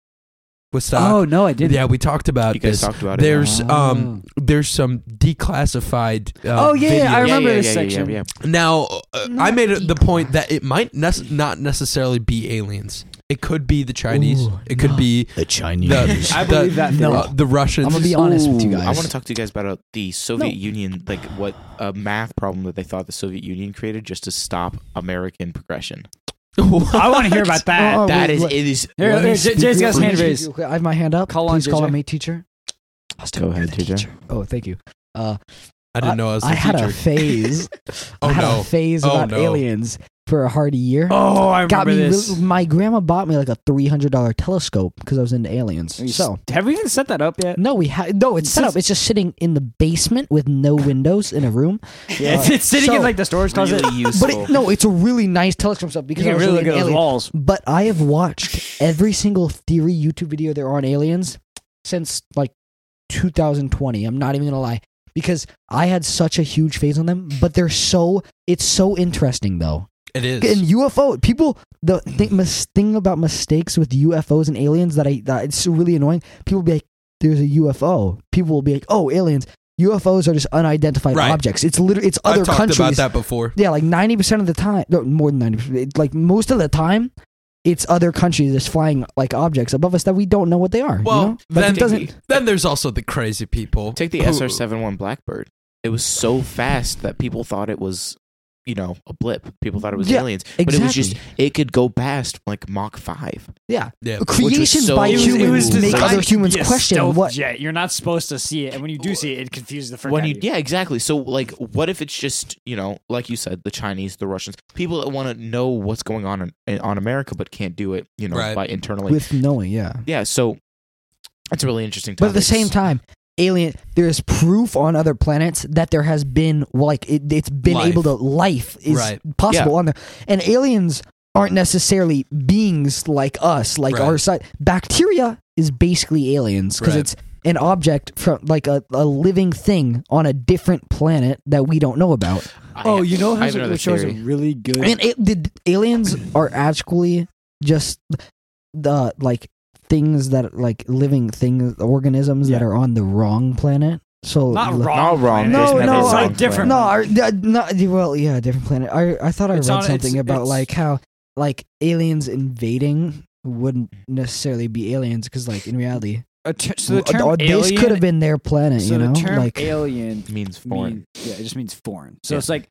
[SPEAKER 1] with stock.
[SPEAKER 2] Oh no, I didn't.
[SPEAKER 1] yeah, we talked about
[SPEAKER 3] You
[SPEAKER 1] this.
[SPEAKER 3] guys talked about it. Uh-huh.
[SPEAKER 1] There's um there's some declassified. Uh,
[SPEAKER 2] Oh yeah, I
[SPEAKER 1] videos.
[SPEAKER 2] remember
[SPEAKER 3] yeah, yeah,
[SPEAKER 2] this
[SPEAKER 3] yeah,
[SPEAKER 2] section.
[SPEAKER 3] Yeah, yeah.
[SPEAKER 1] Now, uh, I
[SPEAKER 4] Not
[SPEAKER 1] made it the
[SPEAKER 4] equal.
[SPEAKER 1] point that it might nece- not necessarily be aliens. It could be the Chinese.
[SPEAKER 4] Ooh,
[SPEAKER 1] it could
[SPEAKER 4] no.
[SPEAKER 1] be
[SPEAKER 4] the Chinese.
[SPEAKER 1] the,
[SPEAKER 2] I believe
[SPEAKER 1] the,
[SPEAKER 2] that
[SPEAKER 1] uh,
[SPEAKER 4] theory.
[SPEAKER 1] the Russians.
[SPEAKER 4] I'm gonna be honest with you
[SPEAKER 3] I
[SPEAKER 4] guys.
[SPEAKER 3] want to talk to you guys about uh, the Soviet
[SPEAKER 4] No.
[SPEAKER 3] Union, like what
[SPEAKER 2] uh,
[SPEAKER 3] a math problem that they thought the Soviet Union created just to stop American progression.
[SPEAKER 2] I want to hear about that.
[SPEAKER 4] Oh,
[SPEAKER 3] that
[SPEAKER 4] wait,
[SPEAKER 3] is,
[SPEAKER 4] look.
[SPEAKER 3] it is.
[SPEAKER 2] Here, here,
[SPEAKER 4] Speak
[SPEAKER 2] J- Jay's got his
[SPEAKER 4] real
[SPEAKER 2] hand
[SPEAKER 4] quick.
[SPEAKER 2] raised.
[SPEAKER 4] I have my hand up.
[SPEAKER 2] Call on
[SPEAKER 4] Please call
[SPEAKER 2] JJ.
[SPEAKER 4] on me, teacher. Austin,
[SPEAKER 3] Go
[SPEAKER 4] you're
[SPEAKER 3] ahead,
[SPEAKER 4] the
[SPEAKER 3] TJ.
[SPEAKER 4] teacher. Oh, thank you. Uh,
[SPEAKER 1] I didn't know I was the
[SPEAKER 4] I had
[SPEAKER 1] teacher.
[SPEAKER 4] a phase.
[SPEAKER 1] Oh,
[SPEAKER 4] I had
[SPEAKER 1] no.
[SPEAKER 4] a phase
[SPEAKER 1] Oh,
[SPEAKER 4] about
[SPEAKER 1] no.
[SPEAKER 4] aliens, for a hearty year.
[SPEAKER 2] Oh, I
[SPEAKER 4] got
[SPEAKER 2] remember
[SPEAKER 4] me.
[SPEAKER 2] this.
[SPEAKER 4] really- my grandma bought me like a three hundred dollar telescope because I was into aliens.
[SPEAKER 2] Are you
[SPEAKER 4] So
[SPEAKER 2] s- have we even set that up yet?
[SPEAKER 4] no, we have no. It's set up. It's just sitting in the basement with no windows in a room.
[SPEAKER 2] Yeah, it's, it's sitting in
[SPEAKER 4] so-
[SPEAKER 2] like the storage closet.
[SPEAKER 3] really useful.
[SPEAKER 4] But it, no, it's a really nice telescope stuff
[SPEAKER 2] you
[SPEAKER 4] because I
[SPEAKER 2] can
[SPEAKER 4] was
[SPEAKER 2] really look
[SPEAKER 4] into
[SPEAKER 2] at those
[SPEAKER 4] aliens.
[SPEAKER 2] walls.
[SPEAKER 4] But I have watched every single theory YouTube video there are on aliens since like 2020. I'm not even gonna lie because I had such a huge phase on them. But they're so it's so interesting though.
[SPEAKER 1] It
[SPEAKER 4] And
[SPEAKER 1] is.
[SPEAKER 4] UFO people the thing, mis- thing about mistakes with UFOs and aliens that I that it's really annoying. People be like, "There's a UFO." People will be like, "Oh, aliens." UFOs are just unidentified
[SPEAKER 1] Right.
[SPEAKER 4] objects. It's literally it's other
[SPEAKER 1] I've talked
[SPEAKER 4] countries.
[SPEAKER 1] about that before.
[SPEAKER 4] Yeah, like ninety percent of the time, no, more than ninety percent. Like most of the time, it's other countries that's flying like objects above us that we don't know what they are. you
[SPEAKER 1] Well,
[SPEAKER 4] know? like,
[SPEAKER 1] then-
[SPEAKER 4] it doesn't.
[SPEAKER 1] Then there's also the crazy people.
[SPEAKER 3] Take the
[SPEAKER 1] who-
[SPEAKER 3] SR71 Blackbird. It was so fast that people thought it was, you know, a blip. People thought it was
[SPEAKER 4] Yeah,
[SPEAKER 3] aliens, but it was just it could go past like Mach five.
[SPEAKER 4] Yeah,
[SPEAKER 1] Yeah.
[SPEAKER 4] creations
[SPEAKER 3] so
[SPEAKER 4] by
[SPEAKER 3] It was- it
[SPEAKER 4] humans
[SPEAKER 3] was
[SPEAKER 4] make
[SPEAKER 3] designed
[SPEAKER 4] other
[SPEAKER 3] to
[SPEAKER 4] humans question what.
[SPEAKER 2] Yeah, you're not supposed to see it, and when you do see it, it confuses the frick
[SPEAKER 3] When
[SPEAKER 2] out
[SPEAKER 3] you,
[SPEAKER 2] of
[SPEAKER 3] yeah, exactly. So like, what if it's just you know, like you said, the Chinese, the Russians, people that want to know what's going on in- in, on America but can't do it, you know,
[SPEAKER 1] Right.
[SPEAKER 3] by internally.
[SPEAKER 4] With knowing, yeah,
[SPEAKER 3] yeah, so that's a really interesting. Topic.
[SPEAKER 4] but at the same time, alien. There is proof on other planets that there has been like it, it's been
[SPEAKER 1] Life.
[SPEAKER 4] able to life is
[SPEAKER 1] Right.
[SPEAKER 4] possible on there, and aliens aren't necessarily beings like us, like
[SPEAKER 1] Right.
[SPEAKER 4] our side. Bacteria is basically aliens because
[SPEAKER 1] Right.
[SPEAKER 4] it's an object from like a, a living thing on a different planet that we don't know about.
[SPEAKER 3] I-
[SPEAKER 2] Oh, you know
[SPEAKER 3] I
[SPEAKER 2] how
[SPEAKER 3] have another
[SPEAKER 2] it shows a
[SPEAKER 3] theory.
[SPEAKER 2] really good.
[SPEAKER 4] I mean, it, the, aliens are actually just the like things that like living things, organisms that
[SPEAKER 2] Yeah.
[SPEAKER 4] are on the wrong planet. So
[SPEAKER 2] not
[SPEAKER 4] like-
[SPEAKER 2] wrong.
[SPEAKER 3] Not wrong.
[SPEAKER 2] planet.
[SPEAKER 4] No, There's no,
[SPEAKER 2] it's on a
[SPEAKER 4] I-
[SPEAKER 2] different.
[SPEAKER 4] No,
[SPEAKER 2] one.
[SPEAKER 4] I, uh, not well. Yeah, different planet. I I thought I
[SPEAKER 2] It's
[SPEAKER 4] read
[SPEAKER 2] on- it's-
[SPEAKER 4] something about
[SPEAKER 2] it's-
[SPEAKER 4] like how like aliens invading wouldn't necessarily be aliens because like in reality,
[SPEAKER 2] A ter- so the term
[SPEAKER 4] or this
[SPEAKER 2] alien-
[SPEAKER 4] could have been their planet.
[SPEAKER 2] So
[SPEAKER 4] you know,
[SPEAKER 2] the term
[SPEAKER 4] like
[SPEAKER 2] alien
[SPEAKER 3] means foreign.
[SPEAKER 2] mean, yeah, it just means foreign. So
[SPEAKER 3] Yeah.
[SPEAKER 2] it's like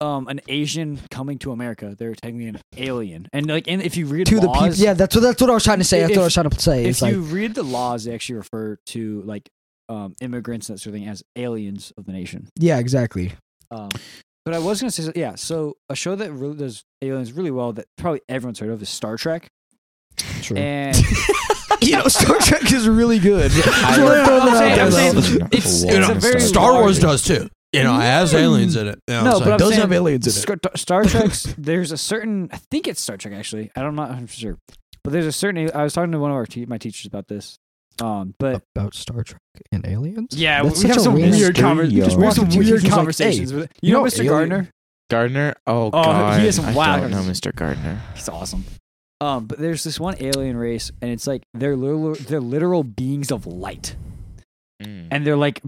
[SPEAKER 2] um, an Asian coming to America. They're technically an alien, and like, and if you read
[SPEAKER 4] to the
[SPEAKER 2] laws,
[SPEAKER 4] people. Yeah, that's what that's what I was trying to say. That's
[SPEAKER 2] If-
[SPEAKER 4] what I was trying to say.
[SPEAKER 2] if
[SPEAKER 4] It's like
[SPEAKER 2] you read the laws, they actually refer to like um, immigrants and that sort of thing as aliens of the nation.
[SPEAKER 4] yeah, exactly.
[SPEAKER 2] Um, but I was gonna say, so- yeah. So a show that really does aliens really well that probably everyone's heard of is Star Trek,
[SPEAKER 4] True.
[SPEAKER 2] and
[SPEAKER 4] you know, Star Trek is really good.
[SPEAKER 3] I-
[SPEAKER 4] Just wanna throw that
[SPEAKER 2] I'm
[SPEAKER 4] out
[SPEAKER 2] saying-
[SPEAKER 4] there,
[SPEAKER 2] I'm
[SPEAKER 4] though.
[SPEAKER 2] saying-
[SPEAKER 1] You
[SPEAKER 2] It's
[SPEAKER 1] know,
[SPEAKER 2] a very
[SPEAKER 1] Star Wars
[SPEAKER 2] large-
[SPEAKER 1] does too. You know, it has
[SPEAKER 4] Mm-hmm.
[SPEAKER 1] aliens in it. You know,
[SPEAKER 2] No,
[SPEAKER 1] it's
[SPEAKER 2] but
[SPEAKER 1] like,
[SPEAKER 2] I'm
[SPEAKER 1] doesn't
[SPEAKER 2] saying-
[SPEAKER 1] have aliens in it.
[SPEAKER 2] Star, Star Trek's there's a certain I think it's Star Trek actually. I don't, I'm not 100 sure, but there's a certain. I was talking to one of our te- my teachers about this. Um, but
[SPEAKER 4] about Star Trek and aliens.
[SPEAKER 2] yeah,
[SPEAKER 4] That's
[SPEAKER 2] we have
[SPEAKER 4] such a
[SPEAKER 2] some
[SPEAKER 4] weird
[SPEAKER 2] weird
[SPEAKER 3] theory, yo.
[SPEAKER 2] conversations. We have some
[SPEAKER 4] Walking
[SPEAKER 2] weird
[SPEAKER 4] teachers like,
[SPEAKER 2] conversations. with, you, know,
[SPEAKER 4] know
[SPEAKER 2] Mr.
[SPEAKER 4] alien-
[SPEAKER 2] Gardner,
[SPEAKER 3] Gardner. Oh,
[SPEAKER 2] Oh,
[SPEAKER 3] God,
[SPEAKER 2] he is
[SPEAKER 3] I
[SPEAKER 2] wild.
[SPEAKER 3] don't know, Mr. Gardner.
[SPEAKER 2] he's awesome. Um, but there's this one alien race, and it's like they're literal, they're literal beings of light,
[SPEAKER 3] Mm.
[SPEAKER 2] and they're like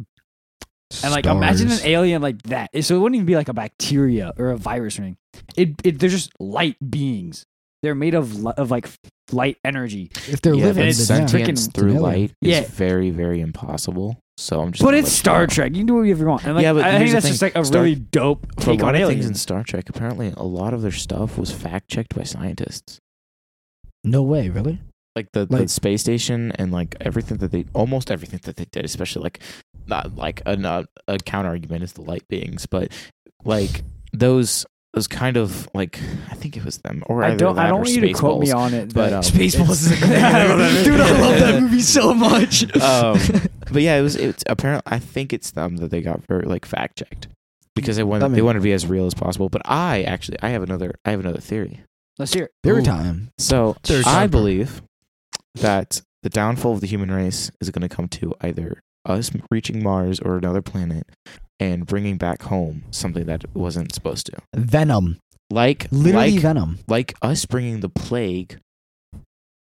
[SPEAKER 2] and like imagine an
[SPEAKER 4] Stars.
[SPEAKER 2] alien like that. It- So it wouldn't even be like a bacteria or a virus or anything. It, it they're just light beings. They're made of li- of like light energy.
[SPEAKER 4] if they're
[SPEAKER 3] yeah,
[SPEAKER 4] living,
[SPEAKER 2] and
[SPEAKER 3] but
[SPEAKER 4] then
[SPEAKER 2] it's
[SPEAKER 4] yeah.
[SPEAKER 2] freaking-
[SPEAKER 3] sentience through
[SPEAKER 4] It's an alien.
[SPEAKER 3] light
[SPEAKER 2] Yeah.
[SPEAKER 3] is very, very impossible. So I'm just.
[SPEAKER 2] But
[SPEAKER 3] gonna
[SPEAKER 2] it's
[SPEAKER 3] let you
[SPEAKER 2] Star
[SPEAKER 3] know.
[SPEAKER 2] Trek. You can do whatever you want. And like,
[SPEAKER 3] Yeah, but
[SPEAKER 2] I
[SPEAKER 3] here's
[SPEAKER 2] think
[SPEAKER 3] the
[SPEAKER 2] that's
[SPEAKER 3] thing.
[SPEAKER 2] just like a
[SPEAKER 3] Star-
[SPEAKER 2] really dope
[SPEAKER 3] For a
[SPEAKER 2] take
[SPEAKER 3] lot
[SPEAKER 2] on
[SPEAKER 3] of things
[SPEAKER 2] aliens.
[SPEAKER 3] in Star Trek, apparently a lot of their stuff was fact checked by scientists.
[SPEAKER 4] No way, really.
[SPEAKER 3] Like the, the
[SPEAKER 4] Like-
[SPEAKER 3] space station and like everything that they, almost everything that they did, especially like, not like an, uh, a counter argument is the light beings, but like those those kind of like I think it was them or
[SPEAKER 2] I
[SPEAKER 3] either
[SPEAKER 2] don't.
[SPEAKER 3] that
[SPEAKER 2] I don't
[SPEAKER 3] or
[SPEAKER 2] want you to quote me
[SPEAKER 3] Spaceballs.
[SPEAKER 2] on it,
[SPEAKER 3] but,
[SPEAKER 2] but,
[SPEAKER 4] uh,
[SPEAKER 3] um,
[SPEAKER 4] Spaceballs is a great
[SPEAKER 2] Dude, I
[SPEAKER 4] love that
[SPEAKER 2] movie so much.
[SPEAKER 3] Um, but yeah, it was. It's apparently. I think it's them that they got very like fact checked because they wanted
[SPEAKER 4] I mean-
[SPEAKER 3] they wanted to be as real as possible. But I actually I have another I have another theory.
[SPEAKER 2] Let's hear. it.
[SPEAKER 4] Their
[SPEAKER 1] Ooh.
[SPEAKER 4] time.
[SPEAKER 3] So
[SPEAKER 1] There's
[SPEAKER 3] I
[SPEAKER 1] something.
[SPEAKER 3] believe that the downfall of the human race is going to come to either us reaching Mars or another planet and bringing back home something that wasn't supposed to.
[SPEAKER 4] Venom.
[SPEAKER 3] Like
[SPEAKER 4] Literally
[SPEAKER 3] like
[SPEAKER 4] Venom.
[SPEAKER 3] like us bringing the plague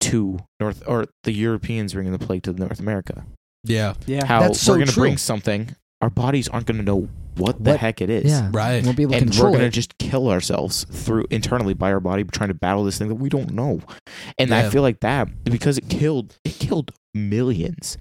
[SPEAKER 3] to North or the Europeans bringing the plague to North America.
[SPEAKER 1] Yeah,
[SPEAKER 2] Yeah.
[SPEAKER 3] How
[SPEAKER 4] That's so
[SPEAKER 3] we're going to
[SPEAKER 4] true.
[SPEAKER 3] bring something, our bodies aren't going to know what the
[SPEAKER 4] What-
[SPEAKER 3] heck it is.
[SPEAKER 4] Yeah.
[SPEAKER 1] right.
[SPEAKER 4] Won't be able to
[SPEAKER 3] And we're
[SPEAKER 4] control
[SPEAKER 3] gonna
[SPEAKER 4] it.
[SPEAKER 3] just kill ourselves through internally by our body trying to battle this thing that we don't know. And I
[SPEAKER 1] Yeah.
[SPEAKER 3] feel like that because it killed it killed millions.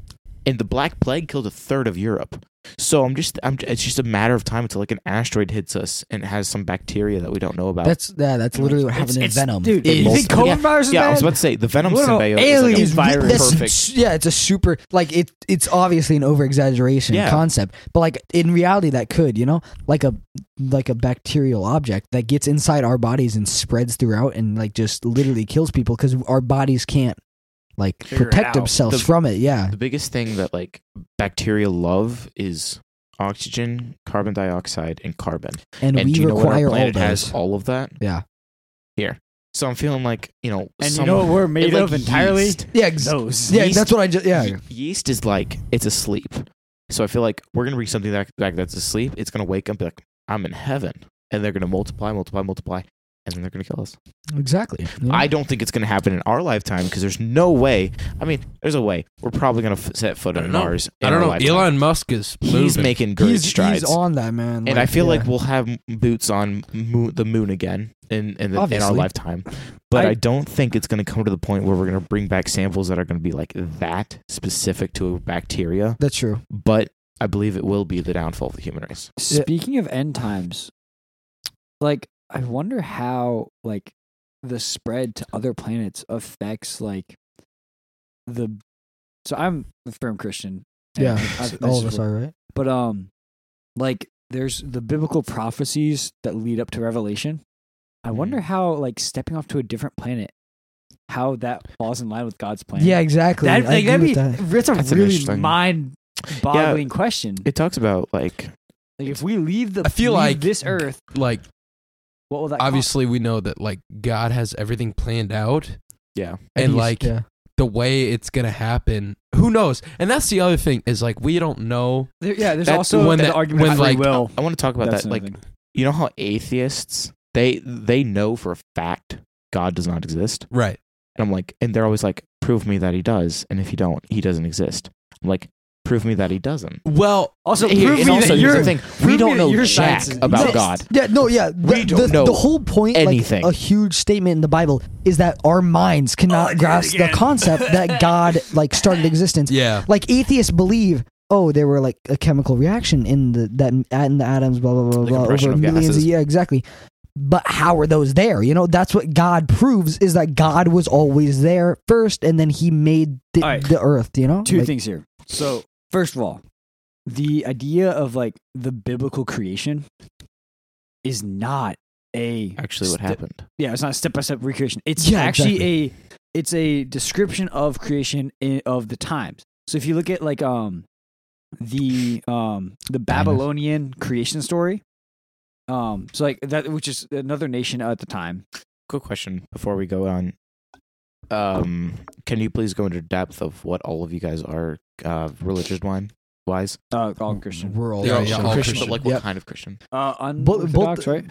[SPEAKER 3] And the Black Plague killed a third of Europe. So I'm just, I'm. It's just a matter of time until like an asteroid hits us and has some bacteria that we don't know about.
[SPEAKER 4] That's yeah, that's literally what happened in
[SPEAKER 2] It's-
[SPEAKER 4] Venom.
[SPEAKER 2] Dude,
[SPEAKER 3] It
[SPEAKER 2] you
[SPEAKER 3] molts
[SPEAKER 2] think
[SPEAKER 3] them.
[SPEAKER 2] COVID virus is
[SPEAKER 3] yeah, I was
[SPEAKER 2] bad?
[SPEAKER 3] about to say the Venom
[SPEAKER 2] What about
[SPEAKER 3] symbiote
[SPEAKER 2] aliens
[SPEAKER 3] is like a
[SPEAKER 2] virus?
[SPEAKER 3] perfect-
[SPEAKER 4] That's, yeah, it's a super like it. It's obviously an over exaggeration
[SPEAKER 3] Yeah.
[SPEAKER 4] concept, but like in reality, that could you know like a like a bacterial object that gets inside our bodies and spreads throughout and like just literally kills people because our bodies can't like
[SPEAKER 2] Figure it out.
[SPEAKER 4] protect themselves
[SPEAKER 3] The-
[SPEAKER 4] from it. Yeah,
[SPEAKER 3] The biggest thing that like bacteria love is oxygen, carbon dioxide, and carbon.
[SPEAKER 4] and,
[SPEAKER 3] And
[SPEAKER 4] we
[SPEAKER 3] do you know what
[SPEAKER 4] require
[SPEAKER 3] our
[SPEAKER 4] all
[SPEAKER 3] planet
[SPEAKER 4] those.
[SPEAKER 3] has all of that?
[SPEAKER 4] Yeah.
[SPEAKER 3] So I'm feeling like you know,
[SPEAKER 2] And you
[SPEAKER 3] some-
[SPEAKER 2] know what we're
[SPEAKER 3] it,
[SPEAKER 2] made
[SPEAKER 3] like,
[SPEAKER 2] of entirely?
[SPEAKER 3] yeast.
[SPEAKER 4] Yeah, ex-
[SPEAKER 2] Those.
[SPEAKER 4] yeah,
[SPEAKER 3] Yeast-
[SPEAKER 4] that's what I just yeah.
[SPEAKER 3] Ye- yeast is like it's asleep. So I feel like we're gonna reach something that, that that's asleep. It's gonna wake up and be like I'm in heaven, and they're gonna multiply, multiply, multiply, and then they're gonna kill us.
[SPEAKER 4] Exactly. Yeah.
[SPEAKER 3] I don't think it's gonna happen in our lifetime because there's no way. I mean, there's a way. We're probably gonna f- set foot
[SPEAKER 1] I
[SPEAKER 3] on
[SPEAKER 1] don't know.
[SPEAKER 3] Mars. in
[SPEAKER 1] I don't
[SPEAKER 3] our
[SPEAKER 1] know.
[SPEAKER 3] lifetime.
[SPEAKER 1] Elon Musk is moving.
[SPEAKER 3] He's making great
[SPEAKER 4] he's,
[SPEAKER 3] strides.
[SPEAKER 4] he's on that man,
[SPEAKER 3] and I feel
[SPEAKER 4] yeah.
[SPEAKER 3] like we'll have m- boots on moon, the moon again in in, the, in our
[SPEAKER 4] Obviously.
[SPEAKER 3] lifetime, but I,
[SPEAKER 2] I-
[SPEAKER 3] don't think it's going to come to the point where we're going to bring back samples that are going to be like that specific to a bacteria.
[SPEAKER 4] that's true.
[SPEAKER 3] But I believe it will be the downfall of the human race.
[SPEAKER 2] Speaking of end times, like I wonder how like the spread to other planets affects like the. So I'm a firm Christian. and
[SPEAKER 4] Yeah,
[SPEAKER 2] I- this
[SPEAKER 4] all
[SPEAKER 2] is
[SPEAKER 4] of us
[SPEAKER 2] where-
[SPEAKER 4] are right.
[SPEAKER 2] But um, like there's the biblical prophecies that lead up to Revelation. I wonder how like stepping off to a different planet, how that falls in line with God's plan.
[SPEAKER 4] Yeah, exactly.
[SPEAKER 2] that,
[SPEAKER 4] I
[SPEAKER 2] like, that'd
[SPEAKER 4] agree
[SPEAKER 2] be
[SPEAKER 4] with that.
[SPEAKER 2] that's a
[SPEAKER 3] That's an
[SPEAKER 2] really
[SPEAKER 3] interesting-
[SPEAKER 2] mind-boggling question.
[SPEAKER 3] It talks about like
[SPEAKER 2] Like if we leave the
[SPEAKER 1] I feel
[SPEAKER 2] leave
[SPEAKER 1] like-
[SPEAKER 2] this Earth,
[SPEAKER 1] like
[SPEAKER 2] what will that cost?
[SPEAKER 1] obviously we know that like God has everything planned out
[SPEAKER 3] yeah,
[SPEAKER 1] and
[SPEAKER 4] He's-
[SPEAKER 1] like
[SPEAKER 4] yeah.
[SPEAKER 1] the way it's gonna happen. Who knows? And that's the other thing is like we don't know.
[SPEAKER 2] There- yeah, there's
[SPEAKER 3] That's
[SPEAKER 2] also
[SPEAKER 1] when
[SPEAKER 2] an
[SPEAKER 1] that-
[SPEAKER 2] argument
[SPEAKER 1] when,
[SPEAKER 2] of free
[SPEAKER 1] like,
[SPEAKER 2] will.
[SPEAKER 3] I want to talk about
[SPEAKER 2] That's
[SPEAKER 3] that.
[SPEAKER 2] another
[SPEAKER 3] Like
[SPEAKER 2] thing.
[SPEAKER 3] you know how atheists they they know for a fact God does not exist.
[SPEAKER 1] Right.
[SPEAKER 3] And I'm like, and they're always like, prove me that he does. And if you don't, he doesn't exist. I'm like, prove me that he doesn't.
[SPEAKER 1] Well,
[SPEAKER 2] also
[SPEAKER 3] Here-
[SPEAKER 2] prove
[SPEAKER 3] and
[SPEAKER 2] me
[SPEAKER 3] also,
[SPEAKER 2] that
[SPEAKER 3] here's
[SPEAKER 2] you're
[SPEAKER 3] the thing.
[SPEAKER 2] prove
[SPEAKER 3] We
[SPEAKER 2] me
[SPEAKER 3] don't
[SPEAKER 2] that
[SPEAKER 3] know
[SPEAKER 2] your
[SPEAKER 3] jack
[SPEAKER 2] sciences
[SPEAKER 3] about
[SPEAKER 2] exist.
[SPEAKER 3] God.
[SPEAKER 4] Yeah, no, yeah.
[SPEAKER 3] We
[SPEAKER 4] the,
[SPEAKER 3] don't
[SPEAKER 4] the,
[SPEAKER 3] know
[SPEAKER 4] the whole point,
[SPEAKER 3] anything.
[SPEAKER 4] like a huge statement in the Bible, is that our minds cannot grasp the concept that God like started existence.
[SPEAKER 1] yeah.
[SPEAKER 4] Like atheists believe, oh, there were like a chemical reaction in the that in the atoms, blah blah blah
[SPEAKER 3] The
[SPEAKER 4] blah,
[SPEAKER 3] compression
[SPEAKER 4] over
[SPEAKER 3] of
[SPEAKER 4] millions
[SPEAKER 3] gases.
[SPEAKER 4] of yeah, exactly. But how are those there? You know, that's what God proves is that God was always there first, and then He made the,
[SPEAKER 2] All right.
[SPEAKER 4] the earth. You know,
[SPEAKER 2] two
[SPEAKER 4] Like,
[SPEAKER 2] things here. So first of all, the idea of like the biblical creation is not a
[SPEAKER 3] Actually, what
[SPEAKER 2] sti-
[SPEAKER 3] happened?
[SPEAKER 2] Yeah, it's not step by step recreation. It's
[SPEAKER 4] Yeah,
[SPEAKER 2] actually a it's a description of creation in, of the times. So if you look at like um the um the Babylonian creation story, um so like that which is another nation at the time.
[SPEAKER 3] Quick question before we go on. Um, can you please go into depth of what all of you guys are uh, religious wine wise?
[SPEAKER 2] Uh, all Christian.
[SPEAKER 4] We're all
[SPEAKER 1] Yeah, yeah,
[SPEAKER 4] Christian.
[SPEAKER 1] all
[SPEAKER 3] Christian,
[SPEAKER 1] Christian.
[SPEAKER 3] but like what
[SPEAKER 4] Yep.
[SPEAKER 3] kind of Christian?
[SPEAKER 2] Uh,
[SPEAKER 4] Bo-
[SPEAKER 2] unorthodox,
[SPEAKER 4] both-
[SPEAKER 2] right?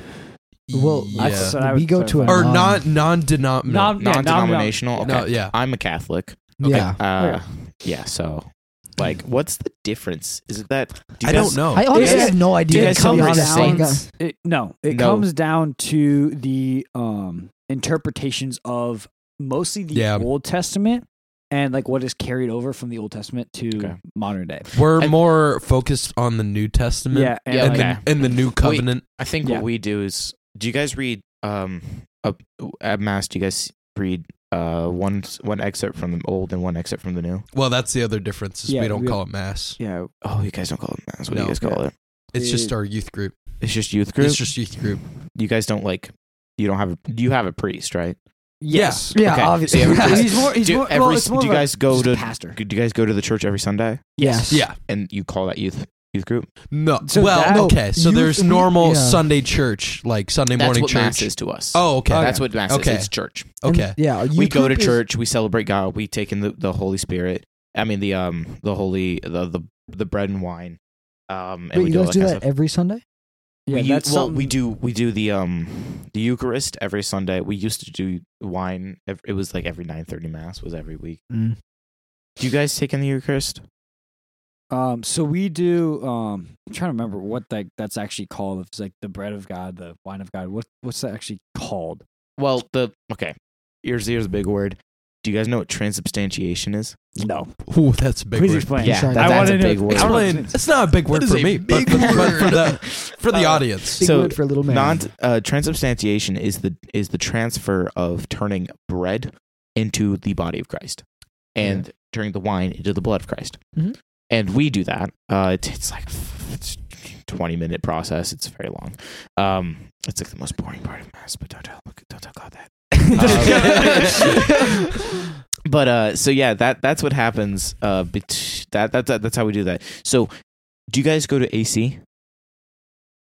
[SPEAKER 4] Well,
[SPEAKER 1] yeah.
[SPEAKER 2] That's what I
[SPEAKER 4] we
[SPEAKER 2] would
[SPEAKER 4] go to a
[SPEAKER 2] clarify.
[SPEAKER 1] or non
[SPEAKER 4] non-
[SPEAKER 1] non-denominational.
[SPEAKER 2] Non- yeah,
[SPEAKER 3] Non-denominational.
[SPEAKER 1] No,
[SPEAKER 3] okay.
[SPEAKER 1] yeah. Oh,
[SPEAKER 3] I'm a Catholic.
[SPEAKER 4] yeah.
[SPEAKER 3] Uh, yeah. So, like, what's the difference? Is it that? Do
[SPEAKER 1] I don't know.
[SPEAKER 4] I honestly
[SPEAKER 2] Dude,
[SPEAKER 4] have no
[SPEAKER 3] Do you
[SPEAKER 4] idea.
[SPEAKER 3] guys
[SPEAKER 4] To be
[SPEAKER 3] celebrate
[SPEAKER 4] honest, like, uh,
[SPEAKER 3] saints?
[SPEAKER 2] It, no, it
[SPEAKER 3] No.
[SPEAKER 2] comes down to the um, interpretations of mostly the
[SPEAKER 1] Yeah.
[SPEAKER 2] Old Testament and like what is carried over from the Old Testament to
[SPEAKER 3] Okay.
[SPEAKER 2] modern day.
[SPEAKER 1] We're
[SPEAKER 3] I-
[SPEAKER 1] more focused on the New Testament.
[SPEAKER 2] Yeah, and
[SPEAKER 3] Yeah,
[SPEAKER 1] And,
[SPEAKER 2] like,
[SPEAKER 3] okay.
[SPEAKER 1] the, and the new covenant.
[SPEAKER 3] I think
[SPEAKER 2] Yeah.
[SPEAKER 3] what we do is do you guys read um a, at mass do you guys read uh one one excerpt from the old and one excerpt from the new?
[SPEAKER 1] well, that's the other difference is
[SPEAKER 2] Yeah,
[SPEAKER 1] we don't
[SPEAKER 2] we-
[SPEAKER 1] call it mass.
[SPEAKER 2] yeah,
[SPEAKER 3] Oh, you guys don't call it mass. What do
[SPEAKER 1] No.
[SPEAKER 3] you guys call it?
[SPEAKER 1] It's just
[SPEAKER 2] it-
[SPEAKER 1] our youth group.
[SPEAKER 3] It's just youth group.
[SPEAKER 1] It's just youth group.
[SPEAKER 3] you guys don't like you don't have a you have a priest, right?
[SPEAKER 2] yes.
[SPEAKER 4] Yeah,
[SPEAKER 3] Okay.
[SPEAKER 4] obviously.
[SPEAKER 3] So you have a priest.
[SPEAKER 2] He's more- he's
[SPEAKER 3] do
[SPEAKER 2] more- well,
[SPEAKER 3] every,
[SPEAKER 2] it's more
[SPEAKER 3] do you
[SPEAKER 2] of a-
[SPEAKER 3] guys go
[SPEAKER 2] just a
[SPEAKER 3] to
[SPEAKER 2] pastor.
[SPEAKER 3] do you guys go to the church every Sunday
[SPEAKER 4] Yes.
[SPEAKER 1] Yeah.
[SPEAKER 3] and you call that youth youth group?
[SPEAKER 1] No.
[SPEAKER 2] So
[SPEAKER 1] well,
[SPEAKER 2] that-
[SPEAKER 1] okay. So
[SPEAKER 4] Youth-
[SPEAKER 1] there's normal
[SPEAKER 4] yeah.
[SPEAKER 1] Sunday church, like Sunday
[SPEAKER 3] That's
[SPEAKER 1] morning
[SPEAKER 3] what mass
[SPEAKER 1] church.
[SPEAKER 3] is to us.
[SPEAKER 1] Oh, okay.
[SPEAKER 3] That's what mass
[SPEAKER 1] Okay.
[SPEAKER 3] is. It's church.
[SPEAKER 4] And-
[SPEAKER 1] okay.
[SPEAKER 4] Yeah.
[SPEAKER 3] we
[SPEAKER 4] youth
[SPEAKER 3] go to
[SPEAKER 4] group is-
[SPEAKER 3] church, we celebrate God, we take in the, the Holy Spirit. I mean the um the holy the the, the bread and wine. Um and
[SPEAKER 4] Wait,
[SPEAKER 3] we
[SPEAKER 4] you
[SPEAKER 3] do all that
[SPEAKER 4] guys do
[SPEAKER 3] kind of
[SPEAKER 4] that
[SPEAKER 3] stuff.
[SPEAKER 4] every Sunday?
[SPEAKER 2] Yeah,
[SPEAKER 3] we u-
[SPEAKER 2] that's
[SPEAKER 3] well,
[SPEAKER 2] something-
[SPEAKER 3] we do we do the um the Eucharist every Sunday. We used to do wine. ev it was like every nine thirty mass was every week.
[SPEAKER 4] Mm.
[SPEAKER 3] Do you guys take in the Eucharist?
[SPEAKER 2] Um, so we do. Um, I'm trying to remember what that that's actually called. It's like the bread of God, the wine of God. What what's that actually called?
[SPEAKER 3] Well, the okay. Here's here's a big word. Do you guys know what transubstantiation is?
[SPEAKER 2] No.
[SPEAKER 1] Ooh, that's a big
[SPEAKER 2] Please
[SPEAKER 1] word.
[SPEAKER 2] explain.
[SPEAKER 4] Yeah,
[SPEAKER 3] that-
[SPEAKER 4] I
[SPEAKER 3] that's a
[SPEAKER 2] wanted to-
[SPEAKER 3] big word.
[SPEAKER 2] I wanted-
[SPEAKER 1] Explain. That's not a big word
[SPEAKER 4] That is
[SPEAKER 1] for
[SPEAKER 4] a
[SPEAKER 1] me, but,
[SPEAKER 4] big
[SPEAKER 1] but- but
[SPEAKER 4] word.
[SPEAKER 1] for the for the
[SPEAKER 4] Uh,
[SPEAKER 1] audience.
[SPEAKER 4] Big
[SPEAKER 3] So,
[SPEAKER 4] word for a little man.
[SPEAKER 3] Non uh, transubstantiation is the is the transfer of turning bread into the body of Christ, and turning the wine into the blood of Christ.
[SPEAKER 4] Mhm.
[SPEAKER 3] And we do that. Uh, it- it's like it's a twenty minute process. It's very long. Um, it's like the most boring part of mass, but don't tell don't tell God that. Um, but uh, so yeah, that that's what happens. Uh, bet- that, that that that's how we do that. So, do you guys go to AC?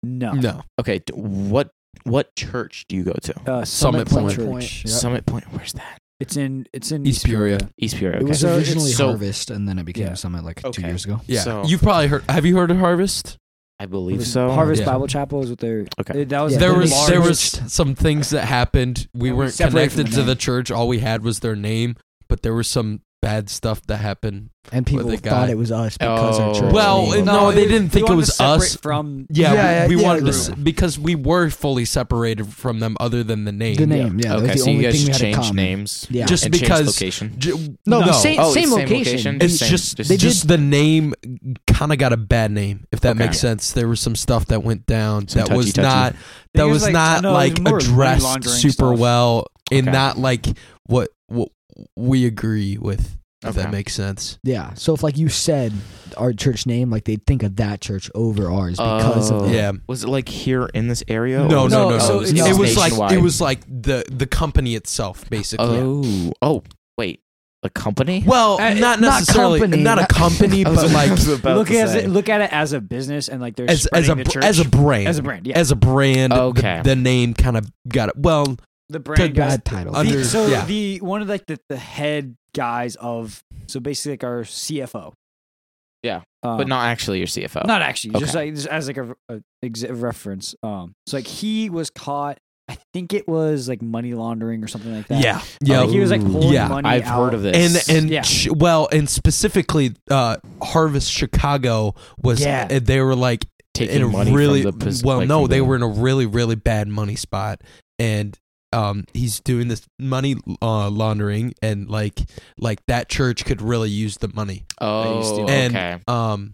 [SPEAKER 2] No.
[SPEAKER 1] No,
[SPEAKER 3] Okay, d- what what church do you go to?
[SPEAKER 2] Uh,
[SPEAKER 1] Summit Point.
[SPEAKER 2] Church.
[SPEAKER 4] Yep.
[SPEAKER 3] Summit Point. Where's that?
[SPEAKER 2] It's in it's in
[SPEAKER 1] East Peoria.
[SPEAKER 3] East Peoria.
[SPEAKER 4] It
[SPEAKER 3] Okay.
[SPEAKER 4] was
[SPEAKER 2] So it's-
[SPEAKER 4] originally
[SPEAKER 3] so-
[SPEAKER 4] Harvest, and then it became
[SPEAKER 2] Yeah.
[SPEAKER 4] Summit like two
[SPEAKER 3] Okay.
[SPEAKER 4] years ago.
[SPEAKER 1] yeah,
[SPEAKER 3] So-
[SPEAKER 1] you've probably heard. Have you heard of Harvest?
[SPEAKER 3] I believe so.
[SPEAKER 2] Harvest
[SPEAKER 1] Yeah.
[SPEAKER 2] Bible Chapel is what they're.
[SPEAKER 3] Oh. Okay.
[SPEAKER 2] uh, That was
[SPEAKER 4] Yeah,
[SPEAKER 1] there
[SPEAKER 4] they
[SPEAKER 1] was there was
[SPEAKER 4] merged.
[SPEAKER 1] some things that happened. We
[SPEAKER 2] Yeah, we
[SPEAKER 1] weren't
[SPEAKER 2] separated from
[SPEAKER 1] connected
[SPEAKER 2] the
[SPEAKER 1] to the
[SPEAKER 2] name.
[SPEAKER 1] church. All we had was their name, but there was some bad stuff that happened.
[SPEAKER 4] And people
[SPEAKER 1] they
[SPEAKER 4] thought
[SPEAKER 1] got-
[SPEAKER 4] it was us because our
[SPEAKER 3] Oh.
[SPEAKER 4] church.
[SPEAKER 1] Well,
[SPEAKER 4] name-
[SPEAKER 1] no, they didn't think it
[SPEAKER 2] wanted
[SPEAKER 1] was
[SPEAKER 2] to separate
[SPEAKER 1] us.
[SPEAKER 2] From
[SPEAKER 1] Yeah,
[SPEAKER 4] Yeah,
[SPEAKER 1] we, we
[SPEAKER 4] yeah,
[SPEAKER 1] wanted to
[SPEAKER 4] group.
[SPEAKER 1] s- because we were fully separated from them, other than the name.
[SPEAKER 4] the name. Yeah, that was
[SPEAKER 3] okay,
[SPEAKER 4] the
[SPEAKER 3] so
[SPEAKER 4] only
[SPEAKER 3] you guys
[SPEAKER 4] thing we
[SPEAKER 3] just
[SPEAKER 4] had in
[SPEAKER 3] changed
[SPEAKER 4] common.
[SPEAKER 3] names.
[SPEAKER 4] Yeah.
[SPEAKER 1] Just
[SPEAKER 3] and changed
[SPEAKER 1] because-
[SPEAKER 3] location.
[SPEAKER 1] J- no,
[SPEAKER 4] No,
[SPEAKER 1] no,
[SPEAKER 4] same-
[SPEAKER 3] Oh, it's same
[SPEAKER 4] location.
[SPEAKER 3] location.
[SPEAKER 1] It's
[SPEAKER 3] Same-
[SPEAKER 1] just
[SPEAKER 3] just-
[SPEAKER 1] they just the name kind of got a bad name, if that
[SPEAKER 3] Okay.
[SPEAKER 1] makes sense. There was some stuff that went down
[SPEAKER 3] Some
[SPEAKER 1] that was
[SPEAKER 3] touchy-touchy.
[SPEAKER 1] not that
[SPEAKER 2] It
[SPEAKER 1] was,
[SPEAKER 2] was like-
[SPEAKER 1] not
[SPEAKER 2] no, it was
[SPEAKER 1] like
[SPEAKER 2] more
[SPEAKER 1] addressed
[SPEAKER 2] laundering
[SPEAKER 1] super
[SPEAKER 2] stuff.
[SPEAKER 1] well and
[SPEAKER 3] Okay.
[SPEAKER 1] not like what what we agree with. If that
[SPEAKER 3] Okay.
[SPEAKER 1] makes sense.
[SPEAKER 4] Yeah. So if like you said our church name, like they'd think of that church over ours because of
[SPEAKER 3] Oh.
[SPEAKER 4] the
[SPEAKER 1] Yeah.
[SPEAKER 3] Was it like here in this area?
[SPEAKER 1] No,
[SPEAKER 3] or-
[SPEAKER 1] no, no,
[SPEAKER 2] No,
[SPEAKER 1] no.
[SPEAKER 2] so
[SPEAKER 1] it,
[SPEAKER 2] it's
[SPEAKER 1] was
[SPEAKER 2] not
[SPEAKER 1] like
[SPEAKER 3] nationwide?
[SPEAKER 1] it was like the the company itself, basically.
[SPEAKER 3] Oh, oh, wait, a company.
[SPEAKER 1] Well,
[SPEAKER 2] Uh,
[SPEAKER 1] not
[SPEAKER 4] not
[SPEAKER 1] necessarily, not,
[SPEAKER 4] company.
[SPEAKER 1] a company,
[SPEAKER 3] I was
[SPEAKER 1] but like
[SPEAKER 3] about
[SPEAKER 2] look
[SPEAKER 3] to
[SPEAKER 2] as
[SPEAKER 3] say.
[SPEAKER 2] it, look at it as a business and like they're
[SPEAKER 1] as as
[SPEAKER 2] spreading
[SPEAKER 1] a
[SPEAKER 2] the
[SPEAKER 1] br-
[SPEAKER 2] church
[SPEAKER 1] as a brand,
[SPEAKER 2] as a brand. Yeah,
[SPEAKER 1] as a brand. the-
[SPEAKER 3] Okay.
[SPEAKER 1] the, name kind of got it. Well,
[SPEAKER 2] the
[SPEAKER 1] to
[SPEAKER 2] brand guys.
[SPEAKER 4] bad title.
[SPEAKER 2] The-
[SPEAKER 1] under-
[SPEAKER 2] so
[SPEAKER 1] yeah.
[SPEAKER 2] the one of like the, the head guys of so basically like our CFO.
[SPEAKER 3] Yeah,
[SPEAKER 2] Um,
[SPEAKER 3] but not actually your CFO.
[SPEAKER 2] Not actually, just
[SPEAKER 3] Okay.
[SPEAKER 2] like just as like a, a ex- reference. Um, so like he was caught. I think it was like money laundering or something like that.
[SPEAKER 1] yeah,
[SPEAKER 2] Yeah,
[SPEAKER 1] yeah.
[SPEAKER 2] like he was like
[SPEAKER 4] Ooh.
[SPEAKER 2] pulling
[SPEAKER 1] Yeah,
[SPEAKER 2] money.
[SPEAKER 3] I've
[SPEAKER 2] out.
[SPEAKER 3] heard of
[SPEAKER 1] and
[SPEAKER 3] this.
[SPEAKER 1] and
[SPEAKER 2] Yeah.
[SPEAKER 1] ch- well, and specifically, uh, Harvest Chicago was.
[SPEAKER 2] Yeah.
[SPEAKER 1] uh, they were like
[SPEAKER 3] taking
[SPEAKER 1] in a
[SPEAKER 3] money
[SPEAKER 1] really
[SPEAKER 3] from the pos-
[SPEAKER 1] well.
[SPEAKER 3] like,
[SPEAKER 1] no,
[SPEAKER 3] from
[SPEAKER 1] they
[SPEAKER 3] the-
[SPEAKER 1] were in a really really bad money spot, and um, he's doing this money uh, laundering, and like like that church could really use the money.
[SPEAKER 3] Oh,
[SPEAKER 1] And-
[SPEAKER 3] okay.
[SPEAKER 1] Um,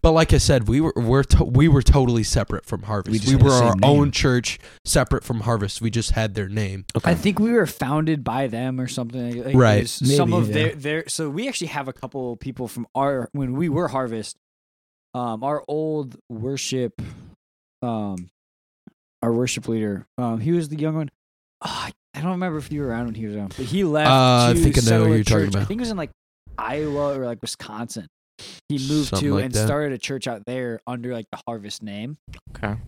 [SPEAKER 1] but like I said, we were we're to, we were totally separate from Harvest.
[SPEAKER 4] We
[SPEAKER 1] We,
[SPEAKER 4] just had
[SPEAKER 1] were
[SPEAKER 4] the same
[SPEAKER 1] our
[SPEAKER 4] name.
[SPEAKER 1] own church, separate from Harvest. We just had their name.
[SPEAKER 3] Okay.
[SPEAKER 2] I think we were founded by them or something. Like, like,
[SPEAKER 1] Right.
[SPEAKER 2] there's some
[SPEAKER 4] Maybe,
[SPEAKER 2] of
[SPEAKER 4] yeah.
[SPEAKER 2] their their. So we actually have a couple people from our when we were Harvest. Um, our old worship, um, our worship leader. Um, he was the young one. Ah, I don't remember if you were around when he was around, but he left.
[SPEAKER 1] Uh, I
[SPEAKER 2] to
[SPEAKER 1] think I know who
[SPEAKER 2] settle a
[SPEAKER 1] you're talking
[SPEAKER 2] church. I
[SPEAKER 1] about.
[SPEAKER 2] think it was in like Iowa or like Wisconsin. He moved
[SPEAKER 1] Something
[SPEAKER 2] to
[SPEAKER 1] like
[SPEAKER 2] and
[SPEAKER 1] that.
[SPEAKER 2] started a church out there under like the Harvest name.
[SPEAKER 3] Okay.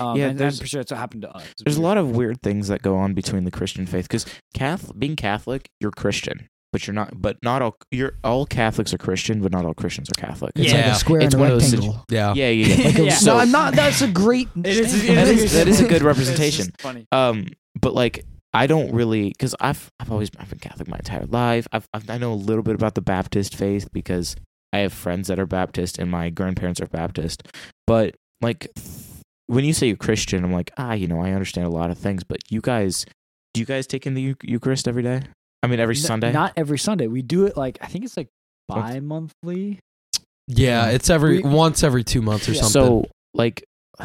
[SPEAKER 2] Um,
[SPEAKER 3] Yeah,
[SPEAKER 2] and I'm
[SPEAKER 3] there's-
[SPEAKER 2] pretty sure that's what happened to us.
[SPEAKER 3] There's a lot of weird things that go on between the Christian faith because Catholic, being Catholic, you're Christian, but you're not. But not all. You're all Catholics are Christian, but not all Christians are Catholic.
[SPEAKER 4] It's like
[SPEAKER 1] Yeah.
[SPEAKER 4] a square
[SPEAKER 3] It's
[SPEAKER 4] and a
[SPEAKER 3] one of those
[SPEAKER 4] rectangle.
[SPEAKER 1] Yeah.
[SPEAKER 3] Yeah, yeah. yeah.
[SPEAKER 4] Like a-
[SPEAKER 2] Yeah.
[SPEAKER 4] No,
[SPEAKER 3] So
[SPEAKER 4] I'm not. That's a great.
[SPEAKER 2] It is- it
[SPEAKER 3] That
[SPEAKER 2] is-
[SPEAKER 3] is- that is a good representation.
[SPEAKER 2] It's just funny.
[SPEAKER 3] um, but like I don't really because I've I've always I've been Catholic my entire life. I've, I've I know a little bit about the Baptist faith because I have friends that are Baptist and my grandparents are Baptist. But like when you say you're Christian, I'm like ah, you know, I understand a lot of things. But you guys, do you guys take in the Eu- Eucharist every day? I mean, every
[SPEAKER 2] N-
[SPEAKER 3] Sunday.
[SPEAKER 2] Not every Sunday. We do it like I think it's like bi-monthly.
[SPEAKER 1] Yeah, it's every
[SPEAKER 2] We-
[SPEAKER 1] once every two months or
[SPEAKER 2] Yeah.
[SPEAKER 1] something.
[SPEAKER 3] So like,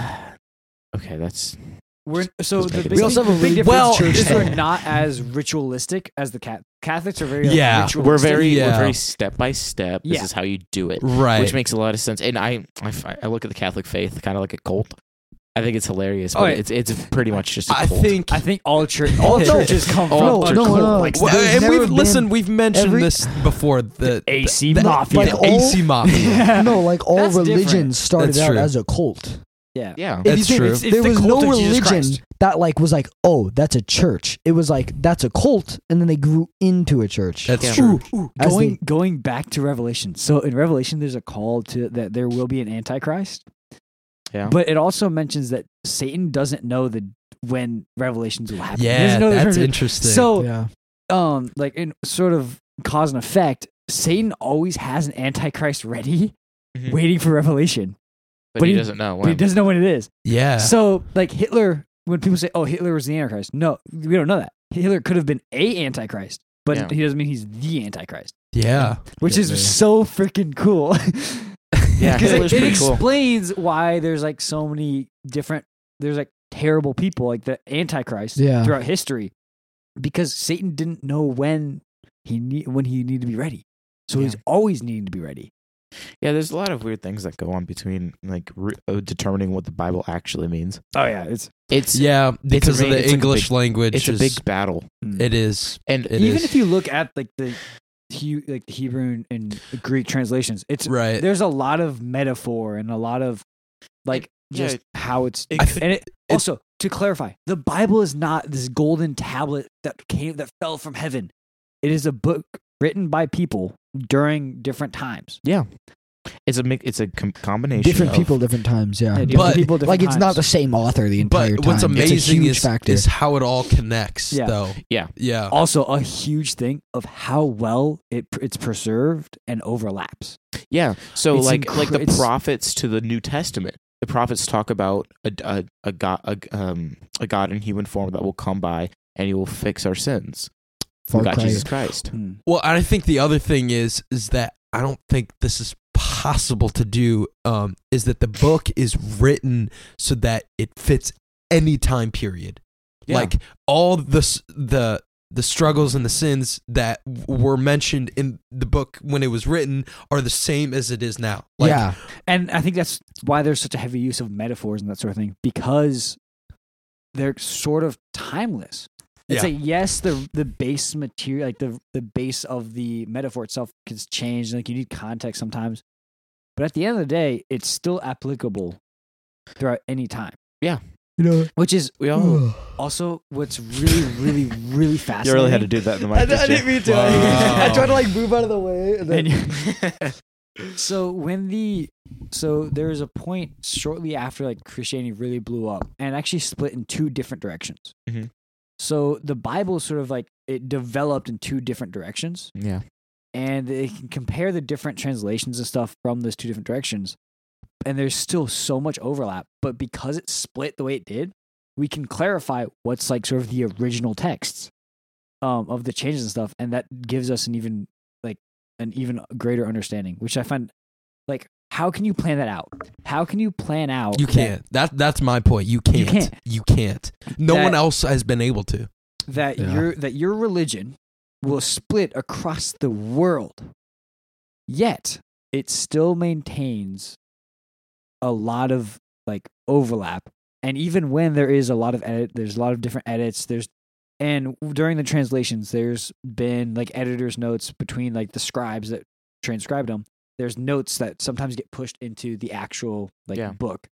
[SPEAKER 3] okay, that's
[SPEAKER 2] We're so
[SPEAKER 3] Just
[SPEAKER 2] the
[SPEAKER 3] make it
[SPEAKER 2] big,
[SPEAKER 3] We
[SPEAKER 4] also
[SPEAKER 2] the
[SPEAKER 4] have a
[SPEAKER 2] big
[SPEAKER 4] really
[SPEAKER 2] difference
[SPEAKER 1] well-
[SPEAKER 2] is we're
[SPEAKER 4] church.
[SPEAKER 2] not as ritualistic as the cat Catholics are very like,
[SPEAKER 1] Yeah, we're
[SPEAKER 3] we're
[SPEAKER 2] ritualistic.
[SPEAKER 3] very
[SPEAKER 1] Yeah.
[SPEAKER 3] we're very step by step. This
[SPEAKER 2] Yeah.
[SPEAKER 3] is how you do it,
[SPEAKER 1] right.
[SPEAKER 3] which makes a lot of sense. And I I, fi- I look at the Catholic faith kind of like a cult. I think it's hilarious,
[SPEAKER 2] Oh,
[SPEAKER 3] but
[SPEAKER 2] yeah.
[SPEAKER 3] it's it's pretty much just a
[SPEAKER 1] I
[SPEAKER 3] cult.
[SPEAKER 1] think.
[SPEAKER 2] I think all church all
[SPEAKER 1] No,
[SPEAKER 2] churches come from
[SPEAKER 3] no,
[SPEAKER 2] a
[SPEAKER 3] no,
[SPEAKER 2] cult,
[SPEAKER 4] no.
[SPEAKER 2] like
[SPEAKER 1] well,
[SPEAKER 4] there's
[SPEAKER 1] and
[SPEAKER 4] never
[SPEAKER 1] we've
[SPEAKER 4] been
[SPEAKER 1] listened. We've mentioned
[SPEAKER 4] every-
[SPEAKER 1] this before. The,
[SPEAKER 2] AC
[SPEAKER 1] the-
[SPEAKER 2] Mafia.
[SPEAKER 1] the AC mafia.
[SPEAKER 2] Yeah.
[SPEAKER 4] No, like all
[SPEAKER 2] That's different.
[SPEAKER 4] religions started
[SPEAKER 1] That's
[SPEAKER 4] out
[SPEAKER 1] true.
[SPEAKER 4] as a cult.
[SPEAKER 2] yeah.
[SPEAKER 3] yeah.
[SPEAKER 4] If you
[SPEAKER 1] That's
[SPEAKER 4] think-
[SPEAKER 1] true.
[SPEAKER 2] It's- it's
[SPEAKER 4] there
[SPEAKER 2] the
[SPEAKER 4] was
[SPEAKER 2] cult
[SPEAKER 4] no
[SPEAKER 2] of Jesus
[SPEAKER 4] religion
[SPEAKER 2] Christ.
[SPEAKER 4] that like was like, oh, that's a church. It was like that's a cult, and then they grew into a church.
[SPEAKER 1] That's
[SPEAKER 3] Yeah.
[SPEAKER 1] true.
[SPEAKER 2] Ooh,
[SPEAKER 4] As
[SPEAKER 2] going
[SPEAKER 4] they-
[SPEAKER 2] going back to Revelation. So in Revelation, there's a call to that there will be an antichrist.
[SPEAKER 3] Yeah.
[SPEAKER 2] But it also mentions that Satan doesn't know the when revelations will happen. He
[SPEAKER 1] Yeah,
[SPEAKER 2] doesn't know the
[SPEAKER 1] that's
[SPEAKER 2] terms-
[SPEAKER 1] interesting.
[SPEAKER 2] So
[SPEAKER 4] yeah.
[SPEAKER 2] um like in sort of cause and effect, Satan always has an antichrist ready,
[SPEAKER 3] Mhm.
[SPEAKER 2] waiting for revelation.
[SPEAKER 3] but,
[SPEAKER 2] but
[SPEAKER 3] he
[SPEAKER 2] he-
[SPEAKER 3] doesn't know.
[SPEAKER 2] But he
[SPEAKER 3] when.
[SPEAKER 2] doesn't know when it is.
[SPEAKER 1] yeah,
[SPEAKER 2] So like Hitler, when people say, Oh, Hitler was the antichrist, no, we don't know that. Hitler could have been a antichrist. but
[SPEAKER 3] Yeah.
[SPEAKER 2] he doesn't mean he's the Antichrist,
[SPEAKER 1] Yeah.
[SPEAKER 2] which
[SPEAKER 4] Yeah,
[SPEAKER 2] is
[SPEAKER 4] yeah.
[SPEAKER 2] so freaking cool.
[SPEAKER 3] Yeah,
[SPEAKER 2] because
[SPEAKER 3] Hitler's
[SPEAKER 2] it, it
[SPEAKER 3] pretty cool.
[SPEAKER 2] explains why there's like so many different there's like terrible people like the Antichrist
[SPEAKER 4] Yeah.
[SPEAKER 2] throughout history because Satan didn't know when he need, when he needed to be ready, so he's
[SPEAKER 3] Yeah.
[SPEAKER 2] always needing to be ready.
[SPEAKER 3] Yeah, there's a lot of weird things that go on between like re- uh, determining what the Bible actually means.
[SPEAKER 2] Oh yeah, it's
[SPEAKER 3] It's
[SPEAKER 1] Yeah, because
[SPEAKER 3] ra-
[SPEAKER 1] of the
[SPEAKER 3] it's like a
[SPEAKER 1] English
[SPEAKER 3] big-
[SPEAKER 1] language.
[SPEAKER 3] it's a
[SPEAKER 1] is-
[SPEAKER 3] big battle,
[SPEAKER 1] It is.
[SPEAKER 3] and
[SPEAKER 1] It
[SPEAKER 2] even
[SPEAKER 1] is.
[SPEAKER 2] if you look at like the he, like the Hebrew and Greek translations, it's
[SPEAKER 1] right.
[SPEAKER 2] there's a lot of metaphor and a lot of like
[SPEAKER 3] Yeah,
[SPEAKER 2] just how it's
[SPEAKER 3] it
[SPEAKER 1] I
[SPEAKER 3] could-
[SPEAKER 1] think-
[SPEAKER 2] and it, also to clarify the bible is not this golden tablet that came that fell from heaven it is a book written by people during different times
[SPEAKER 3] it's a mi- it's a com- combination.
[SPEAKER 4] different
[SPEAKER 3] of-
[SPEAKER 4] people, different times. Yeah,
[SPEAKER 2] Yeah,
[SPEAKER 1] But-
[SPEAKER 2] people different
[SPEAKER 4] like it's not
[SPEAKER 2] times.
[SPEAKER 4] the same author the entire
[SPEAKER 1] but
[SPEAKER 4] time.
[SPEAKER 1] what's
[SPEAKER 4] it's a
[SPEAKER 1] amazing
[SPEAKER 4] huge
[SPEAKER 1] is,
[SPEAKER 4] factor.
[SPEAKER 1] is how it all connects,
[SPEAKER 2] Yeah.
[SPEAKER 1] though.
[SPEAKER 3] Yeah.
[SPEAKER 1] Yeah.
[SPEAKER 2] also a huge thing of how well it it's preserved and overlaps
[SPEAKER 3] Yeah, so
[SPEAKER 2] It's
[SPEAKER 3] like like
[SPEAKER 2] incre-
[SPEAKER 3] the
[SPEAKER 2] it's-
[SPEAKER 3] prophets to the New Testament, the prophets talk about a a, a god a, um, a God in human form that will come by and he will fix our sins.
[SPEAKER 4] Far
[SPEAKER 3] We got
[SPEAKER 4] Cry.
[SPEAKER 3] Jesus Christ.
[SPEAKER 4] Hmm.
[SPEAKER 1] Well, and I think the other thing is is that I don't think this is possible to do. Um, is that the book is written so that it fits any time period,
[SPEAKER 3] Yeah.
[SPEAKER 1] like all the s- the the struggles and the sins that w- were mentioned in the book when it was written are the same as it is now. Like,
[SPEAKER 4] yeah,
[SPEAKER 2] and i think that's why there's such a heavy use of metaphors and that sort of thing because they're sort of timeless it's
[SPEAKER 1] Yeah.
[SPEAKER 2] like yes the the base material like the the base of the metaphor itself gets changed and like you need context sometimes but at the end of the day it's still applicable throughout any time
[SPEAKER 4] you know.
[SPEAKER 2] which is
[SPEAKER 3] We all.
[SPEAKER 2] also what's really really really fascinating
[SPEAKER 3] You really had to do that in the mic. did you?
[SPEAKER 4] mean
[SPEAKER 1] to. Wow. I tried to,
[SPEAKER 4] like move out of the way.
[SPEAKER 2] And you- so when the so there was a point shortly after like Christianity really blew up and actually split in two different directions.
[SPEAKER 3] Mhm.
[SPEAKER 2] So the Bible sort of like it developed in two different directions,
[SPEAKER 3] Yeah,
[SPEAKER 2] and they can compare the different translations and stuff from those two different directions. And there's still so much overlap, but because it split the way it did, we can clarify what's like sort of the original texts um, of the changes and stuff, and that gives us an even like an even greater understanding, which I find like how can you plan that out? How can you plan out?
[SPEAKER 1] You
[SPEAKER 2] that-
[SPEAKER 1] can't. That that's my point. You can't. You
[SPEAKER 2] can't.
[SPEAKER 1] can't. No
[SPEAKER 2] That-
[SPEAKER 1] one else has been able to.
[SPEAKER 2] that
[SPEAKER 4] Yeah.
[SPEAKER 2] your that your religion will split across the world yet it still maintains a lot of like overlap and even when there is a lot of edit there's a lot of different edits there's and during the translations there's been like editors notes between like the scribes that transcribed them there's notes that sometimes get pushed into the actual like
[SPEAKER 3] Yeah.
[SPEAKER 2] book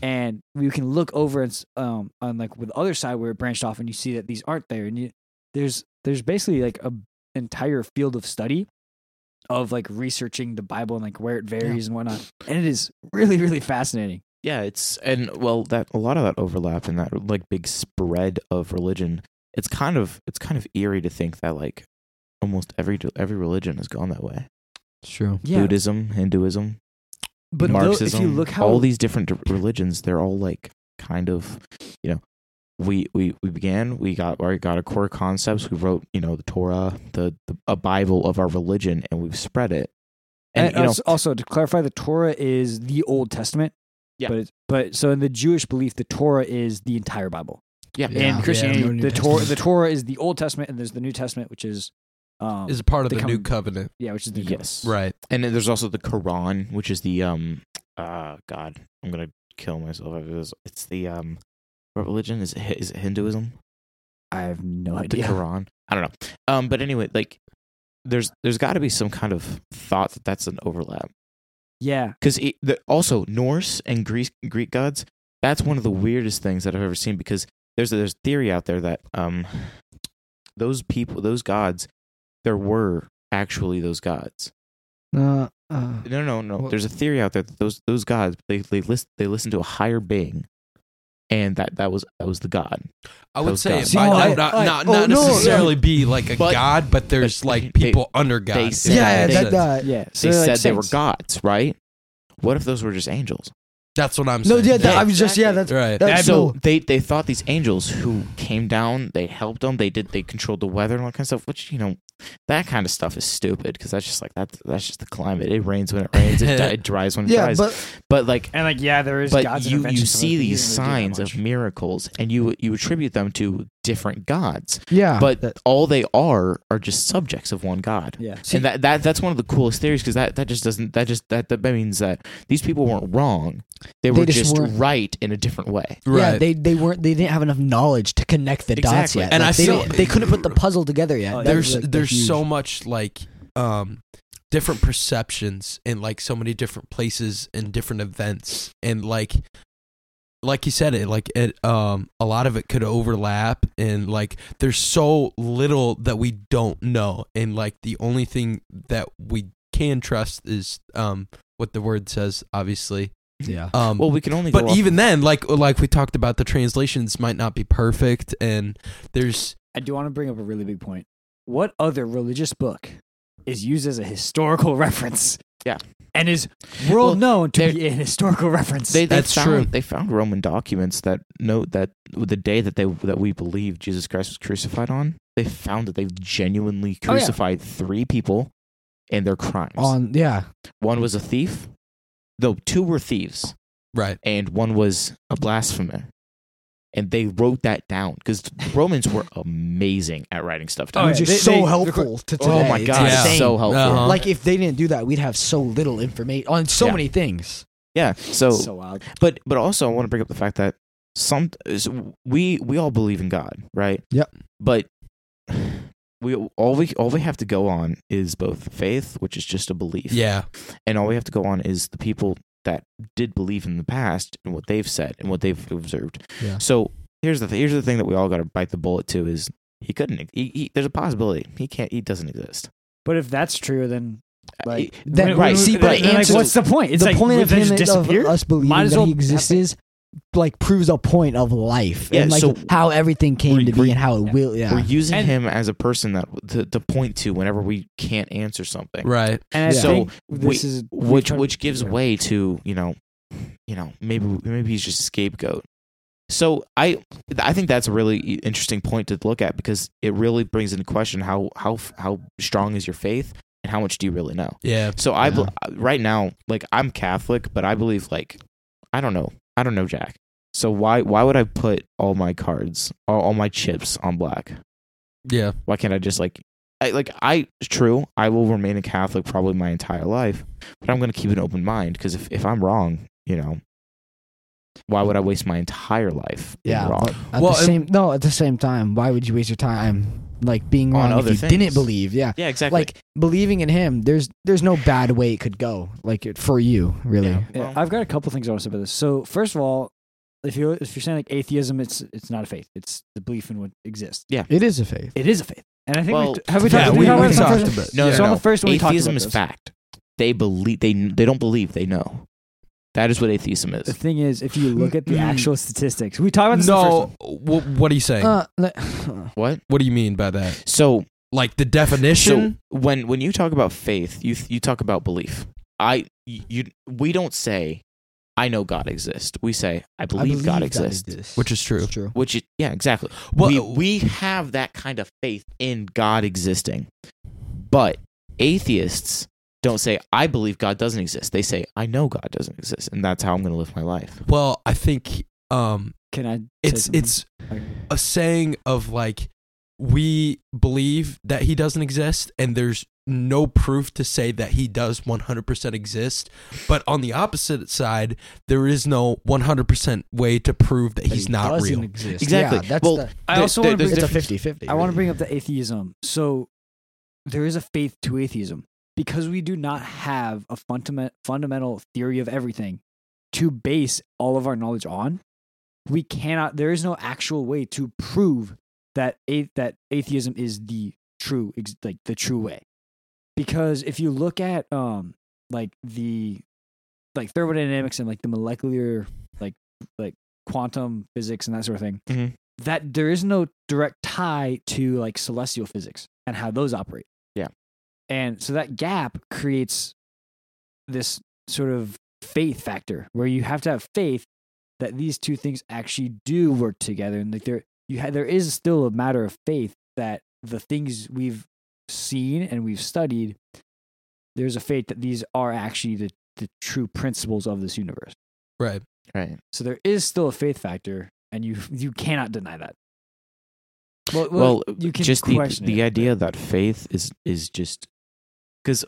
[SPEAKER 2] and you can look over and s- um on like with the other side where it branched off and you see that these aren't there and you there's there's basically like a entire field of study of like researching the bible and like where it varies and whatnot and it is really really fascinating
[SPEAKER 3] yeah. It's and well, that a lot of that overlap and that like big spread of religion. It's kind of it's kind of eerie to think that like almost every every religion has gone that way.
[SPEAKER 4] True.
[SPEAKER 3] Buddhism, Hinduism,
[SPEAKER 2] but though-
[SPEAKER 3] Marxism,
[SPEAKER 2] if you look how
[SPEAKER 3] all these different d- religions, they're all like kind of, you know, we we we began, we got our got our core concepts, we wrote, you know, the Torah, the, the a Bible of our religion, and we've spread it. And,
[SPEAKER 2] And
[SPEAKER 3] you know,
[SPEAKER 2] also, also to clarify, the Torah is the Old Testament.
[SPEAKER 3] Yeah.
[SPEAKER 2] But it's, but so in the Jewish belief, the Torah is the entire Bible.
[SPEAKER 3] yeah,
[SPEAKER 4] Yeah.
[SPEAKER 2] in Christianity,
[SPEAKER 4] no New
[SPEAKER 2] the Torah
[SPEAKER 4] Testament.
[SPEAKER 2] the Torah is the Old Testament, and there's the New Testament, which is um
[SPEAKER 1] Is part of
[SPEAKER 2] they
[SPEAKER 1] the
[SPEAKER 2] come-
[SPEAKER 1] new covenant,
[SPEAKER 2] yeah, which is the
[SPEAKER 3] yes,
[SPEAKER 1] right?
[SPEAKER 3] And then there's also the Quran, which is the um, uh, God, I'm gonna kill myself after this. It's the um, what religion is it? Hi- Is it Hinduism?
[SPEAKER 2] I have no
[SPEAKER 3] the
[SPEAKER 2] idea.
[SPEAKER 3] Quran. I don't know. Um, but anyway, like there's there's got to be some kind of thought that that's an overlap
[SPEAKER 2] Yeah,
[SPEAKER 3] because also Norse and Greek Greek gods. That's one of the weirdest things that I've ever seen because there's there's theory out there that um those people those gods there were actually those gods.
[SPEAKER 4] Uh, uh,
[SPEAKER 3] No, no, no.
[SPEAKER 4] Well-
[SPEAKER 3] There's a theory out there that those those gods they they list they listen to a higher being, and that that was that was the god.
[SPEAKER 1] I would
[SPEAKER 3] Those
[SPEAKER 1] say
[SPEAKER 3] gods.
[SPEAKER 1] it might
[SPEAKER 2] No,
[SPEAKER 1] not,
[SPEAKER 2] I-
[SPEAKER 1] not,
[SPEAKER 2] I-
[SPEAKER 1] not,
[SPEAKER 2] oh,
[SPEAKER 1] not
[SPEAKER 2] no, no.
[SPEAKER 1] necessarily be like a
[SPEAKER 3] But-
[SPEAKER 1] god, but there's
[SPEAKER 3] but
[SPEAKER 1] like
[SPEAKER 3] they-
[SPEAKER 1] people under God.
[SPEAKER 3] they
[SPEAKER 1] If
[SPEAKER 3] said
[SPEAKER 1] that
[SPEAKER 4] yeah,
[SPEAKER 1] makes
[SPEAKER 4] that,
[SPEAKER 1] sense.
[SPEAKER 4] that.
[SPEAKER 2] yeah.
[SPEAKER 3] They
[SPEAKER 2] So like
[SPEAKER 3] said they were
[SPEAKER 2] saints.
[SPEAKER 3] gods, right? What if those were just angels?
[SPEAKER 1] that's what I'm
[SPEAKER 4] No,
[SPEAKER 1] saying.
[SPEAKER 4] yeah, that,
[SPEAKER 3] Yeah,
[SPEAKER 4] I was just yeah.
[SPEAKER 3] exactly.
[SPEAKER 4] That's
[SPEAKER 1] right.
[SPEAKER 4] that-
[SPEAKER 3] And
[SPEAKER 4] That's
[SPEAKER 3] so
[SPEAKER 4] Uh, so-
[SPEAKER 3] they they thought these angels who came down, they helped them, they did, they controlled the weather and all that kind of stuff. Which you know, That kind of stuff is stupid because that's just like that's that's just the climate. It rains when it rains. It, di- it dries when it
[SPEAKER 4] Yeah,
[SPEAKER 3] dries. But,
[SPEAKER 4] but
[SPEAKER 3] like,
[SPEAKER 2] And like, yeah, there is.
[SPEAKER 3] but
[SPEAKER 2] God's
[SPEAKER 3] you
[SPEAKER 2] intervention
[SPEAKER 3] you
[SPEAKER 2] so
[SPEAKER 3] see
[SPEAKER 2] we
[SPEAKER 3] these
[SPEAKER 2] can't really do
[SPEAKER 3] signs
[SPEAKER 2] that
[SPEAKER 3] of
[SPEAKER 2] much.
[SPEAKER 3] miracles and you you attribute them to different gods,
[SPEAKER 4] yeah,
[SPEAKER 3] but
[SPEAKER 4] Ah, that-
[SPEAKER 3] all they are are just subjects of one god.
[SPEAKER 2] Yeah.
[SPEAKER 3] and that, that that's one of the coolest theories because that, that just doesn't that just that, that means that these people weren't wrong they were
[SPEAKER 4] just
[SPEAKER 3] just,
[SPEAKER 4] weren't.
[SPEAKER 3] right in a different way
[SPEAKER 4] yeah, they they weren't they didn't have enough knowledge to connect the dots
[SPEAKER 3] Exactly.
[SPEAKER 4] yet.
[SPEAKER 1] And
[SPEAKER 4] Like,
[SPEAKER 1] I
[SPEAKER 4] they,
[SPEAKER 1] feel-
[SPEAKER 4] didn't- they couldn't put the puzzle together yet.
[SPEAKER 2] Oh,
[SPEAKER 4] That was,
[SPEAKER 1] there's
[SPEAKER 4] like, the
[SPEAKER 1] there's
[SPEAKER 4] huge-
[SPEAKER 1] so much like um different perceptions in like so many different places and different events and like like you said it like it um a lot of it could overlap and like there's so little that we don't know and like the only thing that we can trust is um what the word says obviously
[SPEAKER 4] yeah.
[SPEAKER 1] um
[SPEAKER 3] well we can only go
[SPEAKER 1] but
[SPEAKER 3] off-
[SPEAKER 1] even then like like we talked about the translations might not be perfect and there's
[SPEAKER 2] I do want to bring up a really big point. What other religious book is used as a historical reference?
[SPEAKER 3] Yeah.
[SPEAKER 2] And is world
[SPEAKER 3] Well,
[SPEAKER 2] known to
[SPEAKER 3] they're-
[SPEAKER 2] be an historical reference?
[SPEAKER 3] they, they
[SPEAKER 1] That's
[SPEAKER 3] found,
[SPEAKER 1] true.
[SPEAKER 3] they found roman documents that note that the day that they that we believe jesus christ was crucified on they found that they genuinely
[SPEAKER 2] Oh, yeah.
[SPEAKER 3] crucified three people and their crimes
[SPEAKER 4] On yeah,
[SPEAKER 3] one was a thief though two were thieves
[SPEAKER 1] right
[SPEAKER 3] and one was a blasphemer and they wrote that down because romans were amazing at writing stuff down
[SPEAKER 2] Oh,
[SPEAKER 4] which
[SPEAKER 2] yeah,
[SPEAKER 4] is
[SPEAKER 2] they-
[SPEAKER 4] so
[SPEAKER 2] they-
[SPEAKER 4] helpful to today.
[SPEAKER 3] Oh my
[SPEAKER 4] It's
[SPEAKER 3] god,
[SPEAKER 1] Yeah.
[SPEAKER 3] it's
[SPEAKER 4] insane.
[SPEAKER 3] so helpful.
[SPEAKER 1] Uh-huh.
[SPEAKER 4] Like if they didn't do that, we'd have so little information on so
[SPEAKER 3] Yeah.
[SPEAKER 4] many things.
[SPEAKER 3] Yeah. So,
[SPEAKER 2] so wild.
[SPEAKER 3] but but also I want to bring up the fact that some so we we all believe in God, right?
[SPEAKER 4] Yep.
[SPEAKER 3] But we all we all we have to go on is both faith, which is just a belief,
[SPEAKER 1] yeah
[SPEAKER 3] and all we have to go on is the people that did believe in the past and what they've said and what they've observed.
[SPEAKER 4] Yeah.
[SPEAKER 3] So here's the th- here's the thing that we all got to bite the bullet to is he couldn't. He, he, there's a possibility he can't. He doesn't exist.
[SPEAKER 2] But if that's true, then like
[SPEAKER 4] that-
[SPEAKER 2] when-
[SPEAKER 3] right,
[SPEAKER 2] when-
[SPEAKER 3] see,
[SPEAKER 2] then-
[SPEAKER 3] but it
[SPEAKER 2] then, like,
[SPEAKER 3] answers-
[SPEAKER 2] what's the point? It's
[SPEAKER 4] the
[SPEAKER 2] like,
[SPEAKER 4] point
[SPEAKER 2] would
[SPEAKER 4] of
[SPEAKER 2] they
[SPEAKER 4] him
[SPEAKER 2] just
[SPEAKER 4] of
[SPEAKER 2] disappear?
[SPEAKER 4] us believing
[SPEAKER 2] Might as
[SPEAKER 4] that
[SPEAKER 2] well
[SPEAKER 4] he exists is like proves a point of life
[SPEAKER 3] Yeah,
[SPEAKER 4] and like
[SPEAKER 3] so-
[SPEAKER 4] how everything came
[SPEAKER 3] We're-
[SPEAKER 4] to be
[SPEAKER 3] we're-
[SPEAKER 4] and how it will.
[SPEAKER 3] We're
[SPEAKER 4] Yeah,
[SPEAKER 3] using
[SPEAKER 2] And-
[SPEAKER 3] him as a person that to, to point to whenever we can't answer something.
[SPEAKER 1] right
[SPEAKER 2] And I
[SPEAKER 4] Yeah.
[SPEAKER 3] So
[SPEAKER 2] think this
[SPEAKER 3] we-
[SPEAKER 2] is we're
[SPEAKER 3] which
[SPEAKER 2] trying to-
[SPEAKER 3] which gives way to you know you know maybe maybe he's just a scapegoat so i i think that's a really interesting point to look at because it really brings into question how how how strong is your faith and how much do you really know
[SPEAKER 1] yeah
[SPEAKER 3] so i bel- uh, right now like i'm catholic but i believe like i don't know i don't know jack so why why would i put all my cards all, all my chips on black
[SPEAKER 1] yeah
[SPEAKER 3] why can't I just like I like I true, I will remain a Catholic probably my entire life, but I'm gonna keep an open mind because if, if I'm wrong, you know, why would I waste my entire life being
[SPEAKER 4] yeah.
[SPEAKER 3] wrong?
[SPEAKER 4] but At
[SPEAKER 1] Well,
[SPEAKER 4] the
[SPEAKER 1] and-
[SPEAKER 4] same no, at the same time, why would you waste your time like being
[SPEAKER 3] On
[SPEAKER 4] wrong if
[SPEAKER 3] other
[SPEAKER 4] you
[SPEAKER 3] things.
[SPEAKER 4] didn't believe? Yeah,
[SPEAKER 3] Yeah, exactly.
[SPEAKER 4] like believing in him. There's there's no bad way it could go. Like it- for you, really.
[SPEAKER 3] yeah,
[SPEAKER 2] Yeah,
[SPEAKER 3] well,
[SPEAKER 2] I've got a couple things I want to say about this. So first of all, if you if you're saying like atheism, it's it's not a faith. It's the belief in what exists.
[SPEAKER 4] It is a faith.
[SPEAKER 2] It is a faith, and I think
[SPEAKER 3] Well,
[SPEAKER 2] we, have we
[SPEAKER 1] yeah,
[SPEAKER 2] talked. did
[SPEAKER 1] we-
[SPEAKER 2] talk
[SPEAKER 1] we
[SPEAKER 2] about this on
[SPEAKER 1] talked
[SPEAKER 2] first-
[SPEAKER 1] about it.
[SPEAKER 3] no,
[SPEAKER 1] Yeah.
[SPEAKER 2] So
[SPEAKER 3] no,
[SPEAKER 2] on
[SPEAKER 3] no.
[SPEAKER 2] the first one, we talked
[SPEAKER 3] atheism
[SPEAKER 2] about
[SPEAKER 3] is
[SPEAKER 2] this.
[SPEAKER 3] fact. They believe they they don't believe they know. That is what atheism
[SPEAKER 2] The
[SPEAKER 3] is.
[SPEAKER 2] thing is, if you look at the
[SPEAKER 1] Mm.
[SPEAKER 2] actual statistics, we talked about this. in the first
[SPEAKER 1] no
[SPEAKER 2] one.
[SPEAKER 1] wh- what are you saying
[SPEAKER 4] Uh, le-
[SPEAKER 3] What?
[SPEAKER 1] what do you mean by that
[SPEAKER 3] So
[SPEAKER 1] like the
[SPEAKER 3] so
[SPEAKER 1] definition
[SPEAKER 3] when when you talk about faith, you you talk about belief. I you, you we don't say I know God exists. We say I
[SPEAKER 4] I
[SPEAKER 3] believe, God
[SPEAKER 4] that
[SPEAKER 3] exists.
[SPEAKER 1] which is true
[SPEAKER 4] It's true.
[SPEAKER 3] Which is, yeah, exactly.
[SPEAKER 1] well,
[SPEAKER 2] uh,
[SPEAKER 3] we, we have that kind of faith in God existing. But atheists don't say, I believe God doesn't exist. They say, I know God doesn't exist. And that's how I'm going to live my life.
[SPEAKER 1] well i think um
[SPEAKER 2] Can I? say
[SPEAKER 1] it's
[SPEAKER 2] something?
[SPEAKER 1] it's
[SPEAKER 2] Okay.
[SPEAKER 1] a saying of like we believe that he doesn't exist and there's no proof to say that he does 100% exist but on the opposite side there is no 100% way to prove that he's
[SPEAKER 4] It
[SPEAKER 1] not
[SPEAKER 4] doesn't
[SPEAKER 1] real
[SPEAKER 4] Exist.
[SPEAKER 3] Exactly.
[SPEAKER 4] Yeah, that's
[SPEAKER 3] Well,
[SPEAKER 4] the,
[SPEAKER 2] I
[SPEAKER 3] There-
[SPEAKER 2] also
[SPEAKER 3] there-
[SPEAKER 2] want to
[SPEAKER 3] there's
[SPEAKER 2] bring.
[SPEAKER 4] it's a
[SPEAKER 3] different-
[SPEAKER 4] 50-50.
[SPEAKER 2] I want to
[SPEAKER 4] really.
[SPEAKER 2] bring up the atheism. So there is a faith to atheism because we do not have a fundament, fundamental theory of everything to base all of our knowledge on. We cannot. There is no actual way to prove that a, that atheism is the true ex- like the true way. Because if you look at um like the like thermodynamics and like the molecular like like quantum physics and that sort of thing
[SPEAKER 4] Mm-hmm.
[SPEAKER 2] that there is no direct tie to like celestial physics and how those operate.
[SPEAKER 3] Yeah.
[SPEAKER 2] And so that gap creates this sort of faith factor where you have to have faith that these two things actually do work together and like there you ha- there is still a matter of faith that the things we've seen and we've studied, there's a faith that these are actually the, the true principles of this universe.
[SPEAKER 1] Right.
[SPEAKER 3] Right.
[SPEAKER 2] So there is still a faith factor, and you you cannot deny that. Well,
[SPEAKER 3] Well,
[SPEAKER 2] you can
[SPEAKER 3] just the,
[SPEAKER 2] question
[SPEAKER 3] the
[SPEAKER 2] it,
[SPEAKER 3] idea that faith is is just because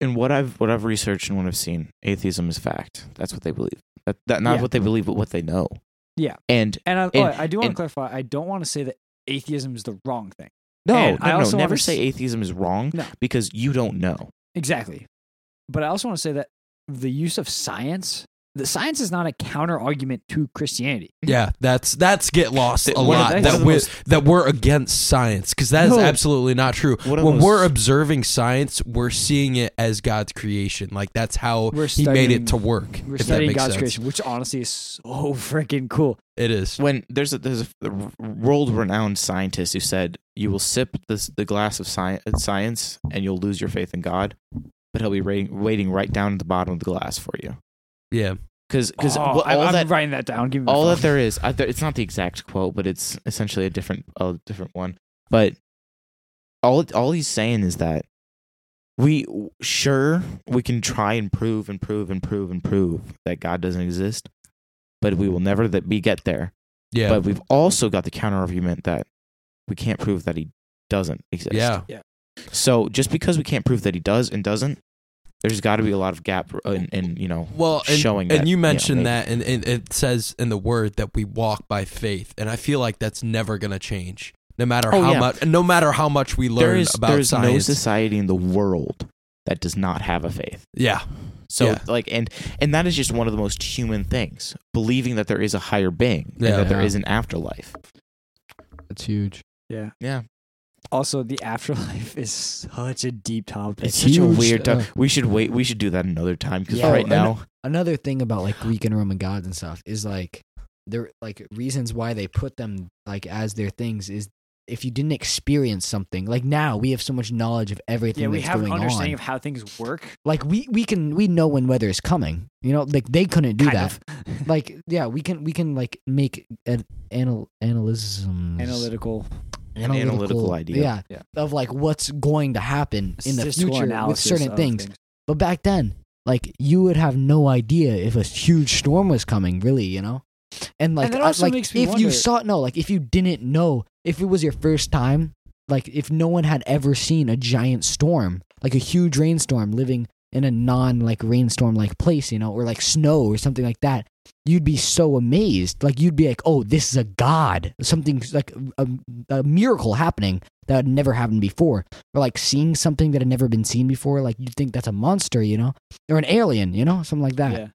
[SPEAKER 3] in what I've what I've researched and what I've seen, atheism is fact. That's what they believe. That, that not
[SPEAKER 2] Yeah.
[SPEAKER 3] what they believe, but what they know.
[SPEAKER 2] Yeah.
[SPEAKER 3] And
[SPEAKER 2] And I, oh,
[SPEAKER 3] and-
[SPEAKER 2] I do want to
[SPEAKER 3] and-
[SPEAKER 2] clarify. I don't want to say that atheism is the wrong thing.
[SPEAKER 3] no,
[SPEAKER 2] And
[SPEAKER 3] no,
[SPEAKER 2] I
[SPEAKER 3] no,
[SPEAKER 2] also
[SPEAKER 3] never
[SPEAKER 2] wanna
[SPEAKER 3] say
[SPEAKER 2] s-
[SPEAKER 3] atheism is wrong
[SPEAKER 2] No.
[SPEAKER 3] because you don't know.
[SPEAKER 2] Exactly. But I also want to say that the use of science, the science is not a counter argument to Christianity.
[SPEAKER 1] Yeah, that's that's get lost a
[SPEAKER 3] One
[SPEAKER 2] of-
[SPEAKER 1] lot.
[SPEAKER 2] that's one
[SPEAKER 1] that
[SPEAKER 2] of
[SPEAKER 1] we're
[SPEAKER 2] the most-
[SPEAKER 1] that we're against science because that is
[SPEAKER 2] No.
[SPEAKER 1] absolutely not true.
[SPEAKER 3] One of
[SPEAKER 1] When
[SPEAKER 3] those-
[SPEAKER 1] we're observing science, we're seeing it as God's creation. Like that's how
[SPEAKER 2] We're
[SPEAKER 1] He made
[SPEAKER 2] studying-
[SPEAKER 1] it to work.
[SPEAKER 2] We're
[SPEAKER 1] if that
[SPEAKER 2] studying
[SPEAKER 1] makes
[SPEAKER 2] God's
[SPEAKER 1] sense.
[SPEAKER 2] creation, which honestly is so freaking cool.
[SPEAKER 1] It is.
[SPEAKER 3] when there's a there's a world renowned scientist who said you will sip this the glass of science, science and you'll lose your faith in God, but he'll be ra- waiting right down at the bottom of the glass for you.
[SPEAKER 1] Yeah.
[SPEAKER 3] Because
[SPEAKER 2] Oh,
[SPEAKER 3] all
[SPEAKER 2] I'm, I'm
[SPEAKER 3] that
[SPEAKER 2] writing that down. Give me my
[SPEAKER 3] all that
[SPEAKER 2] phone.
[SPEAKER 3] there is, I, there, it's not the exact quote, but it's essentially a different a different one. But all all he's saying is that we sure we can try and prove and prove and prove and prove that God doesn't exist, but we will never that we get there.
[SPEAKER 1] Yeah.
[SPEAKER 3] But we've also got the counter argument that we can't prove that he doesn't exist.
[SPEAKER 1] yeah.
[SPEAKER 3] So just because we can't prove that he does and doesn't, there's got to be a lot of gap in, in you know
[SPEAKER 1] Well, and,
[SPEAKER 3] showing.
[SPEAKER 1] and
[SPEAKER 3] that,
[SPEAKER 1] you
[SPEAKER 3] know,
[SPEAKER 1] mentioned
[SPEAKER 3] they-
[SPEAKER 1] that, and, and it says in the word that we walk by faith, and I feel like that's never going to change, no matter
[SPEAKER 3] Oh,
[SPEAKER 1] how
[SPEAKER 3] yeah.
[SPEAKER 1] much, no matter how much we
[SPEAKER 3] there
[SPEAKER 1] learn
[SPEAKER 3] is
[SPEAKER 1] about
[SPEAKER 3] there is no
[SPEAKER 1] science.
[SPEAKER 3] society in the world that does not have a faith.
[SPEAKER 1] yeah,
[SPEAKER 3] So
[SPEAKER 1] Yeah.
[SPEAKER 3] like and and that is just one of the most human things, believing that there is a higher being, and
[SPEAKER 1] Yeah.
[SPEAKER 3] that there
[SPEAKER 4] Yeah.
[SPEAKER 3] is an afterlife.
[SPEAKER 4] That's huge.
[SPEAKER 2] Yeah.
[SPEAKER 3] Yeah,
[SPEAKER 2] Also, the afterlife is such a deep topic.
[SPEAKER 3] it's, such a
[SPEAKER 4] huge,
[SPEAKER 3] weird.
[SPEAKER 4] uh,
[SPEAKER 3] time. we should wait. We should do that another time because
[SPEAKER 4] Yeah.
[SPEAKER 3] right
[SPEAKER 4] Oh,
[SPEAKER 3] now,
[SPEAKER 4] Another thing about like Greek and Roman gods and stuff is like there like reasons why they put them like as their things is if you didn't experience something like now we have so much knowledge of everything
[SPEAKER 2] yeah, we
[SPEAKER 4] that's
[SPEAKER 2] have an
[SPEAKER 4] going
[SPEAKER 2] understanding
[SPEAKER 4] on.
[SPEAKER 2] of how things work.
[SPEAKER 4] like we we can we know when weather is coming. You know, like they couldn't do
[SPEAKER 2] kind
[SPEAKER 4] that.
[SPEAKER 2] of.
[SPEAKER 4] Like yeah, we can we can like make an anal analysms
[SPEAKER 2] analytical.
[SPEAKER 3] An analytical idea.
[SPEAKER 4] Yeah,
[SPEAKER 2] Yeah.
[SPEAKER 4] of like what's going to happen in the
[SPEAKER 2] statistical
[SPEAKER 4] future with
[SPEAKER 2] analysis
[SPEAKER 4] certain
[SPEAKER 2] of
[SPEAKER 4] things. But back then, like you would have no idea if a huge storm was coming, really, you know? And like,
[SPEAKER 2] that
[SPEAKER 4] I-
[SPEAKER 2] also
[SPEAKER 4] like
[SPEAKER 2] makes me
[SPEAKER 4] if
[SPEAKER 2] wonder-
[SPEAKER 4] you saw no, like if you didn't know, if it was your first time, like if no one had ever seen a giant storm, like a huge rainstorm living in a non like rainstorm like place, you know, or like snow or something like that, you'd be so amazed. Like you'd be like, "Oh, this is a god. Something like a, a miracle happening that had never happened before." or like seeing something that had never been seen before. Like you'd think that's a monster, you know, or an alien, you know, something like that.
[SPEAKER 2] Yeah.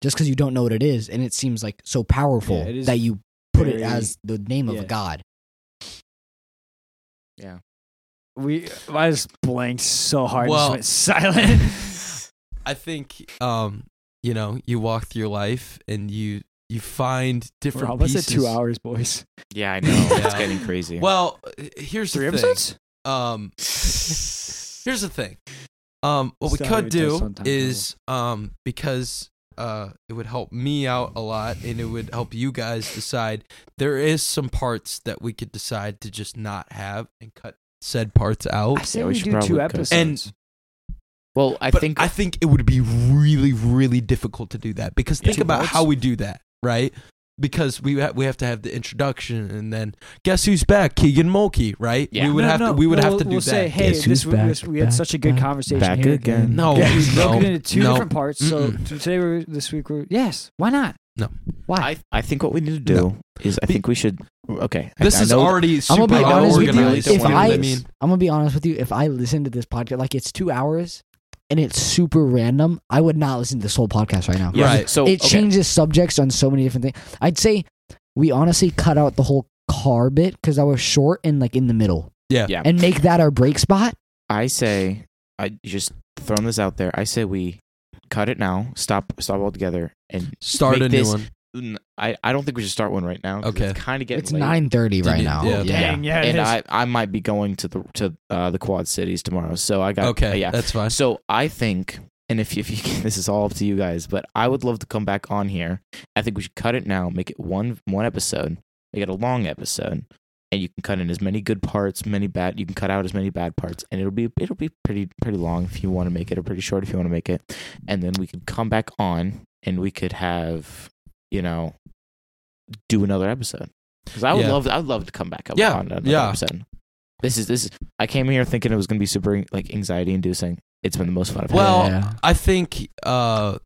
[SPEAKER 4] Just because you don't know what it is, and it seems like so powerful
[SPEAKER 2] Yeah, it is
[SPEAKER 4] that you put
[SPEAKER 2] very-
[SPEAKER 4] it as the name of
[SPEAKER 2] yeah.
[SPEAKER 4] a god.
[SPEAKER 2] We, I just blanked so hard.
[SPEAKER 1] Well-
[SPEAKER 2] and just went silent.
[SPEAKER 1] I think, um, you know, you walk through life and you you find
[SPEAKER 2] We're
[SPEAKER 1] different
[SPEAKER 2] almost
[SPEAKER 1] pieces.
[SPEAKER 2] at two hours, boys.
[SPEAKER 3] yeah, I know it's
[SPEAKER 1] Yeah.
[SPEAKER 3] getting crazy.
[SPEAKER 1] Well, uh, here's the thing. Um, here's the thing. Um, what we
[SPEAKER 2] Sorry,
[SPEAKER 1] could
[SPEAKER 2] it does
[SPEAKER 1] do
[SPEAKER 2] sometimes
[SPEAKER 1] is um, because uh, it would help me out a lot, and it would help you guys decide. There is some parts that we could decide to just not have and cut said parts
[SPEAKER 2] I
[SPEAKER 1] out.
[SPEAKER 2] say
[SPEAKER 3] Yeah, we
[SPEAKER 2] we,
[SPEAKER 3] should
[SPEAKER 2] do
[SPEAKER 3] probably
[SPEAKER 2] two
[SPEAKER 3] cut.
[SPEAKER 2] episodes.
[SPEAKER 1] And-
[SPEAKER 3] well, I
[SPEAKER 1] but
[SPEAKER 3] think
[SPEAKER 1] I think it would be really, really difficult to do that because
[SPEAKER 3] Yeah.
[SPEAKER 1] think
[SPEAKER 3] Two
[SPEAKER 1] about
[SPEAKER 3] parts?
[SPEAKER 1] how we do that, right? Because we ha- we have to have the introduction, and then guess who's back? Keegan Mulkey, right?
[SPEAKER 3] Yeah.
[SPEAKER 1] We would
[SPEAKER 2] No,
[SPEAKER 1] have
[SPEAKER 2] no,
[SPEAKER 1] to. We would
[SPEAKER 2] no,
[SPEAKER 1] have
[SPEAKER 2] we'll-
[SPEAKER 1] to do
[SPEAKER 2] we'll
[SPEAKER 1] that.
[SPEAKER 2] Say, hey,
[SPEAKER 4] Guess
[SPEAKER 2] this,
[SPEAKER 4] who's back,
[SPEAKER 2] this, we had
[SPEAKER 4] back,
[SPEAKER 2] such a good
[SPEAKER 4] back,
[SPEAKER 2] conversation
[SPEAKER 3] back
[SPEAKER 2] here.
[SPEAKER 3] again.
[SPEAKER 1] No,
[SPEAKER 2] Yeah, we broke
[SPEAKER 1] Oh, no,
[SPEAKER 2] it into two
[SPEAKER 1] no.
[SPEAKER 2] different parts. So today we're this week we're yes. Why not?
[SPEAKER 3] I, I think what we need to do
[SPEAKER 1] No.
[SPEAKER 3] is I
[SPEAKER 1] Be-
[SPEAKER 3] think we should. Okay, I-
[SPEAKER 1] This
[SPEAKER 3] I
[SPEAKER 1] is
[SPEAKER 3] know-
[SPEAKER 1] already
[SPEAKER 4] I'm
[SPEAKER 1] super
[SPEAKER 4] gonna be
[SPEAKER 3] I
[SPEAKER 4] honest with
[SPEAKER 3] organized
[SPEAKER 1] unorganized.
[SPEAKER 4] you. If
[SPEAKER 3] one.
[SPEAKER 1] you know
[SPEAKER 4] I,
[SPEAKER 1] what
[SPEAKER 3] I
[SPEAKER 1] mean?
[SPEAKER 4] I'm gonna be honest with you. If I listen to this podcast, like it's two hours, and it's super random, I would not listen to this whole podcast right now.
[SPEAKER 3] yeah,
[SPEAKER 1] Right.
[SPEAKER 3] So
[SPEAKER 4] it
[SPEAKER 3] Oh, okay.
[SPEAKER 4] changes subjects on so many different things. I'd say we honestly cut out the whole car bit because I was short and like in the middle.
[SPEAKER 1] Yeah.
[SPEAKER 3] Yeah.
[SPEAKER 4] And make that our break spot.
[SPEAKER 3] I say I just throwing this out there. I say we cut it now. Stop. Stop altogether and
[SPEAKER 1] Start a
[SPEAKER 3] Make
[SPEAKER 1] new
[SPEAKER 3] this-
[SPEAKER 1] one.
[SPEAKER 3] N- I, I don't think we should start one right now. 'cause
[SPEAKER 1] Okay.
[SPEAKER 3] it's kind of getting
[SPEAKER 4] It's
[SPEAKER 3] late.
[SPEAKER 4] nine thirty right
[SPEAKER 1] Did you-
[SPEAKER 4] now.
[SPEAKER 1] yeah.
[SPEAKER 4] Yeah.
[SPEAKER 2] Dang, yeah. it
[SPEAKER 3] and
[SPEAKER 2] is.
[SPEAKER 3] I, I might be going to the to uh, the Quad Cities tomorrow. So I got uh,
[SPEAKER 1] Okay,
[SPEAKER 3] yeah.
[SPEAKER 1] that's fine.
[SPEAKER 3] So I think, and if if you can, this is all up to you guys, but I would love to come back on here. I think we should cut it now, make it one one episode, make it a long episode, and you can cut in as many good parts, many bad. You can cut out as many bad parts, and it'll be it'll be pretty pretty long if you want to make it, or pretty short if you want to make it. And then we could come back on, and we could have you know do another episode because I would
[SPEAKER 1] Yeah.
[SPEAKER 3] love I would love to come back up
[SPEAKER 1] Yeah,
[SPEAKER 3] on another
[SPEAKER 1] yeah.
[SPEAKER 3] episode. This is this is I came here thinking it was gonna be super like anxiety inducing. It's been the most fun I've had.
[SPEAKER 1] Well,
[SPEAKER 4] Yeah.
[SPEAKER 1] I think uh,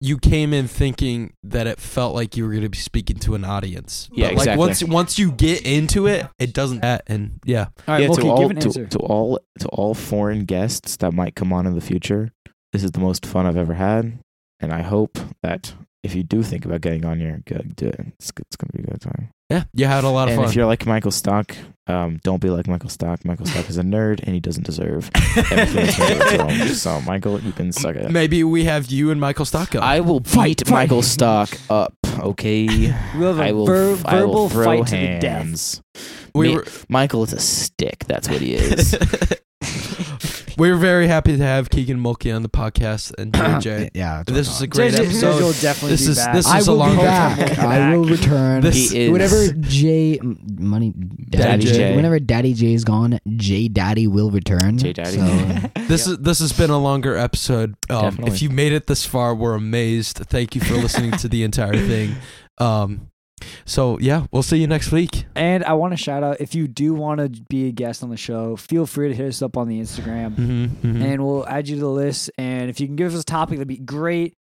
[SPEAKER 1] you came in thinking that it felt like you were going to be speaking to an audience.
[SPEAKER 3] Yeah,
[SPEAKER 1] like
[SPEAKER 3] exactly.
[SPEAKER 1] once once you get into it, it doesn't. That and yeah,
[SPEAKER 2] All right,
[SPEAKER 3] yeah,
[SPEAKER 2] Volky,
[SPEAKER 3] to all
[SPEAKER 2] give an
[SPEAKER 3] to,
[SPEAKER 2] answer.
[SPEAKER 3] to all to all foreign guests that might come on in the future. This is the most fun I've ever had, and I hope that if you do think about getting on here, go do it. It's, g- it's gonna be a good time.
[SPEAKER 1] yeah, you had a lot of
[SPEAKER 3] and if
[SPEAKER 1] fun.
[SPEAKER 3] you're like Michael Stock, um, don't be like Michael Stock. Michael Stock is a nerd, and he doesn't deserve everything that's handed to him. So, Michael, you can suck it.
[SPEAKER 1] Maybe we have you and Michael Stocko.
[SPEAKER 3] I will
[SPEAKER 2] Fight,
[SPEAKER 3] beat
[SPEAKER 2] fight.
[SPEAKER 3] Michael Stock up. Okay,
[SPEAKER 2] We'll have a
[SPEAKER 3] I will.
[SPEAKER 2] ver-
[SPEAKER 3] f- I will
[SPEAKER 2] verbal
[SPEAKER 3] throw
[SPEAKER 2] fight to the death.
[SPEAKER 3] hands.
[SPEAKER 1] we
[SPEAKER 3] Ma-
[SPEAKER 1] were
[SPEAKER 3] Michael is a stick. That's what he is.
[SPEAKER 1] we were very happy to have Keegan Mulkey on the podcast and JJ.
[SPEAKER 4] yeah. that's what
[SPEAKER 1] this
[SPEAKER 4] I'm
[SPEAKER 1] was a
[SPEAKER 4] talking
[SPEAKER 1] great
[SPEAKER 2] JJ
[SPEAKER 1] episode.
[SPEAKER 2] will definitely
[SPEAKER 1] This
[SPEAKER 2] be
[SPEAKER 1] is-
[SPEAKER 2] back.
[SPEAKER 1] this
[SPEAKER 4] about.
[SPEAKER 1] is
[SPEAKER 4] I
[SPEAKER 1] a
[SPEAKER 4] will
[SPEAKER 1] long
[SPEAKER 4] be
[SPEAKER 1] time.
[SPEAKER 4] back. I will return.
[SPEAKER 1] This-
[SPEAKER 3] He is-
[SPEAKER 4] whenever J money Daddy,
[SPEAKER 1] Daddy
[SPEAKER 4] J,
[SPEAKER 1] J.
[SPEAKER 4] whenever Daddy J is gone, J Daddy will return.
[SPEAKER 3] J Daddy.
[SPEAKER 4] So,
[SPEAKER 1] This is this has been a longer episode. Um,
[SPEAKER 3] Definitely.
[SPEAKER 1] if you made it this far, we're amazed. Thank you for listening to the entire thing. Um, so yeah, we'll see you next week.
[SPEAKER 2] And I want to shout out if you do want to be a guest on the show, feel free to hit us up on the Instagram
[SPEAKER 1] Mm-hmm,
[SPEAKER 2] and we'll add you to the list. And if you can give us a topic, that'd be great.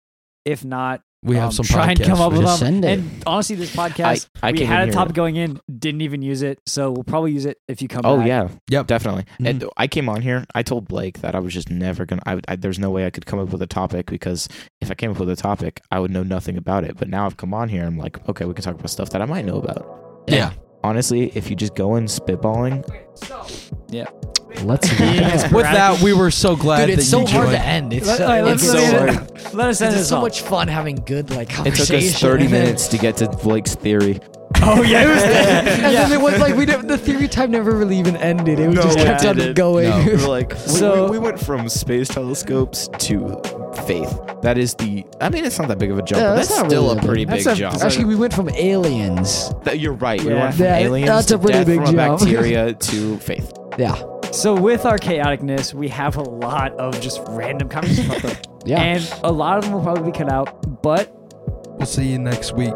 [SPEAKER 2] If not,
[SPEAKER 1] we have
[SPEAKER 2] um,
[SPEAKER 1] some
[SPEAKER 2] try and
[SPEAKER 1] podcasts
[SPEAKER 2] come up
[SPEAKER 1] for
[SPEAKER 2] with
[SPEAKER 1] you.
[SPEAKER 4] Just
[SPEAKER 2] them.
[SPEAKER 4] send it.
[SPEAKER 2] And honestly, this
[SPEAKER 3] I,
[SPEAKER 2] podcast
[SPEAKER 3] I
[SPEAKER 2] we
[SPEAKER 3] came in
[SPEAKER 2] had a
[SPEAKER 3] here-
[SPEAKER 2] topic going in, didn't even use it, so we'll probably use it if you come.
[SPEAKER 3] Oh
[SPEAKER 2] back.
[SPEAKER 3] yeah,
[SPEAKER 1] Yep. Mm-hmm.
[SPEAKER 3] definitely. And I came on here. I told Blake that I was just never gonna. I, I, there's no way I could come up with a topic because if I came up with a topic, I would know nothing about it. But now I've come on here. I'm like, okay, we can talk about stuff that I might know about. And
[SPEAKER 1] Yeah.
[SPEAKER 3] honestly, if you just go in spitballing,
[SPEAKER 4] let's
[SPEAKER 2] Yeah.
[SPEAKER 1] With that, we were so glad
[SPEAKER 4] Dude, it's
[SPEAKER 1] that
[SPEAKER 4] so
[SPEAKER 1] you
[SPEAKER 4] hard
[SPEAKER 1] joined.
[SPEAKER 4] to end. It's
[SPEAKER 2] Let,
[SPEAKER 4] so,
[SPEAKER 2] alright,
[SPEAKER 4] it's
[SPEAKER 2] let's-
[SPEAKER 3] so
[SPEAKER 2] let,
[SPEAKER 3] hard.
[SPEAKER 2] us- let us end
[SPEAKER 4] It's
[SPEAKER 2] this
[SPEAKER 4] so
[SPEAKER 2] off.
[SPEAKER 4] much fun having good like
[SPEAKER 3] it took
[SPEAKER 4] conversation.
[SPEAKER 3] us 30 minutes to get to Blake's theory.
[SPEAKER 2] Oh yeah, it was-
[SPEAKER 4] and then
[SPEAKER 2] yeah.
[SPEAKER 4] it was like we didn't, the theory time never really even ended. It was
[SPEAKER 3] No,
[SPEAKER 4] just
[SPEAKER 2] it
[SPEAKER 4] kept on
[SPEAKER 3] didn't.
[SPEAKER 4] going.
[SPEAKER 1] No.
[SPEAKER 3] We were like, so
[SPEAKER 2] So-
[SPEAKER 3] we, we went from space telescopes to faith. That is the. I mean, it's not that big of a jump.
[SPEAKER 4] Yeah,
[SPEAKER 3] but
[SPEAKER 4] that's
[SPEAKER 3] that's,
[SPEAKER 4] not
[SPEAKER 3] still
[SPEAKER 4] really
[SPEAKER 3] a pretty
[SPEAKER 4] big.
[SPEAKER 3] big
[SPEAKER 2] That's a-
[SPEAKER 3] jump.
[SPEAKER 4] Actually, we went from aliens.
[SPEAKER 3] That- you're right. We
[SPEAKER 2] Yeah.
[SPEAKER 3] went from
[SPEAKER 4] That-
[SPEAKER 3] aliens
[SPEAKER 4] that's
[SPEAKER 3] to
[SPEAKER 4] a pretty
[SPEAKER 3] death
[SPEAKER 4] big
[SPEAKER 3] from a
[SPEAKER 4] jump.
[SPEAKER 3] bacteria to faith.
[SPEAKER 4] Yeah,
[SPEAKER 2] So with our chaoticness, we have a lot of just random conversations,
[SPEAKER 4] yeah.
[SPEAKER 2] and a lot of them will probably be cut out. But
[SPEAKER 1] We'll see you next week.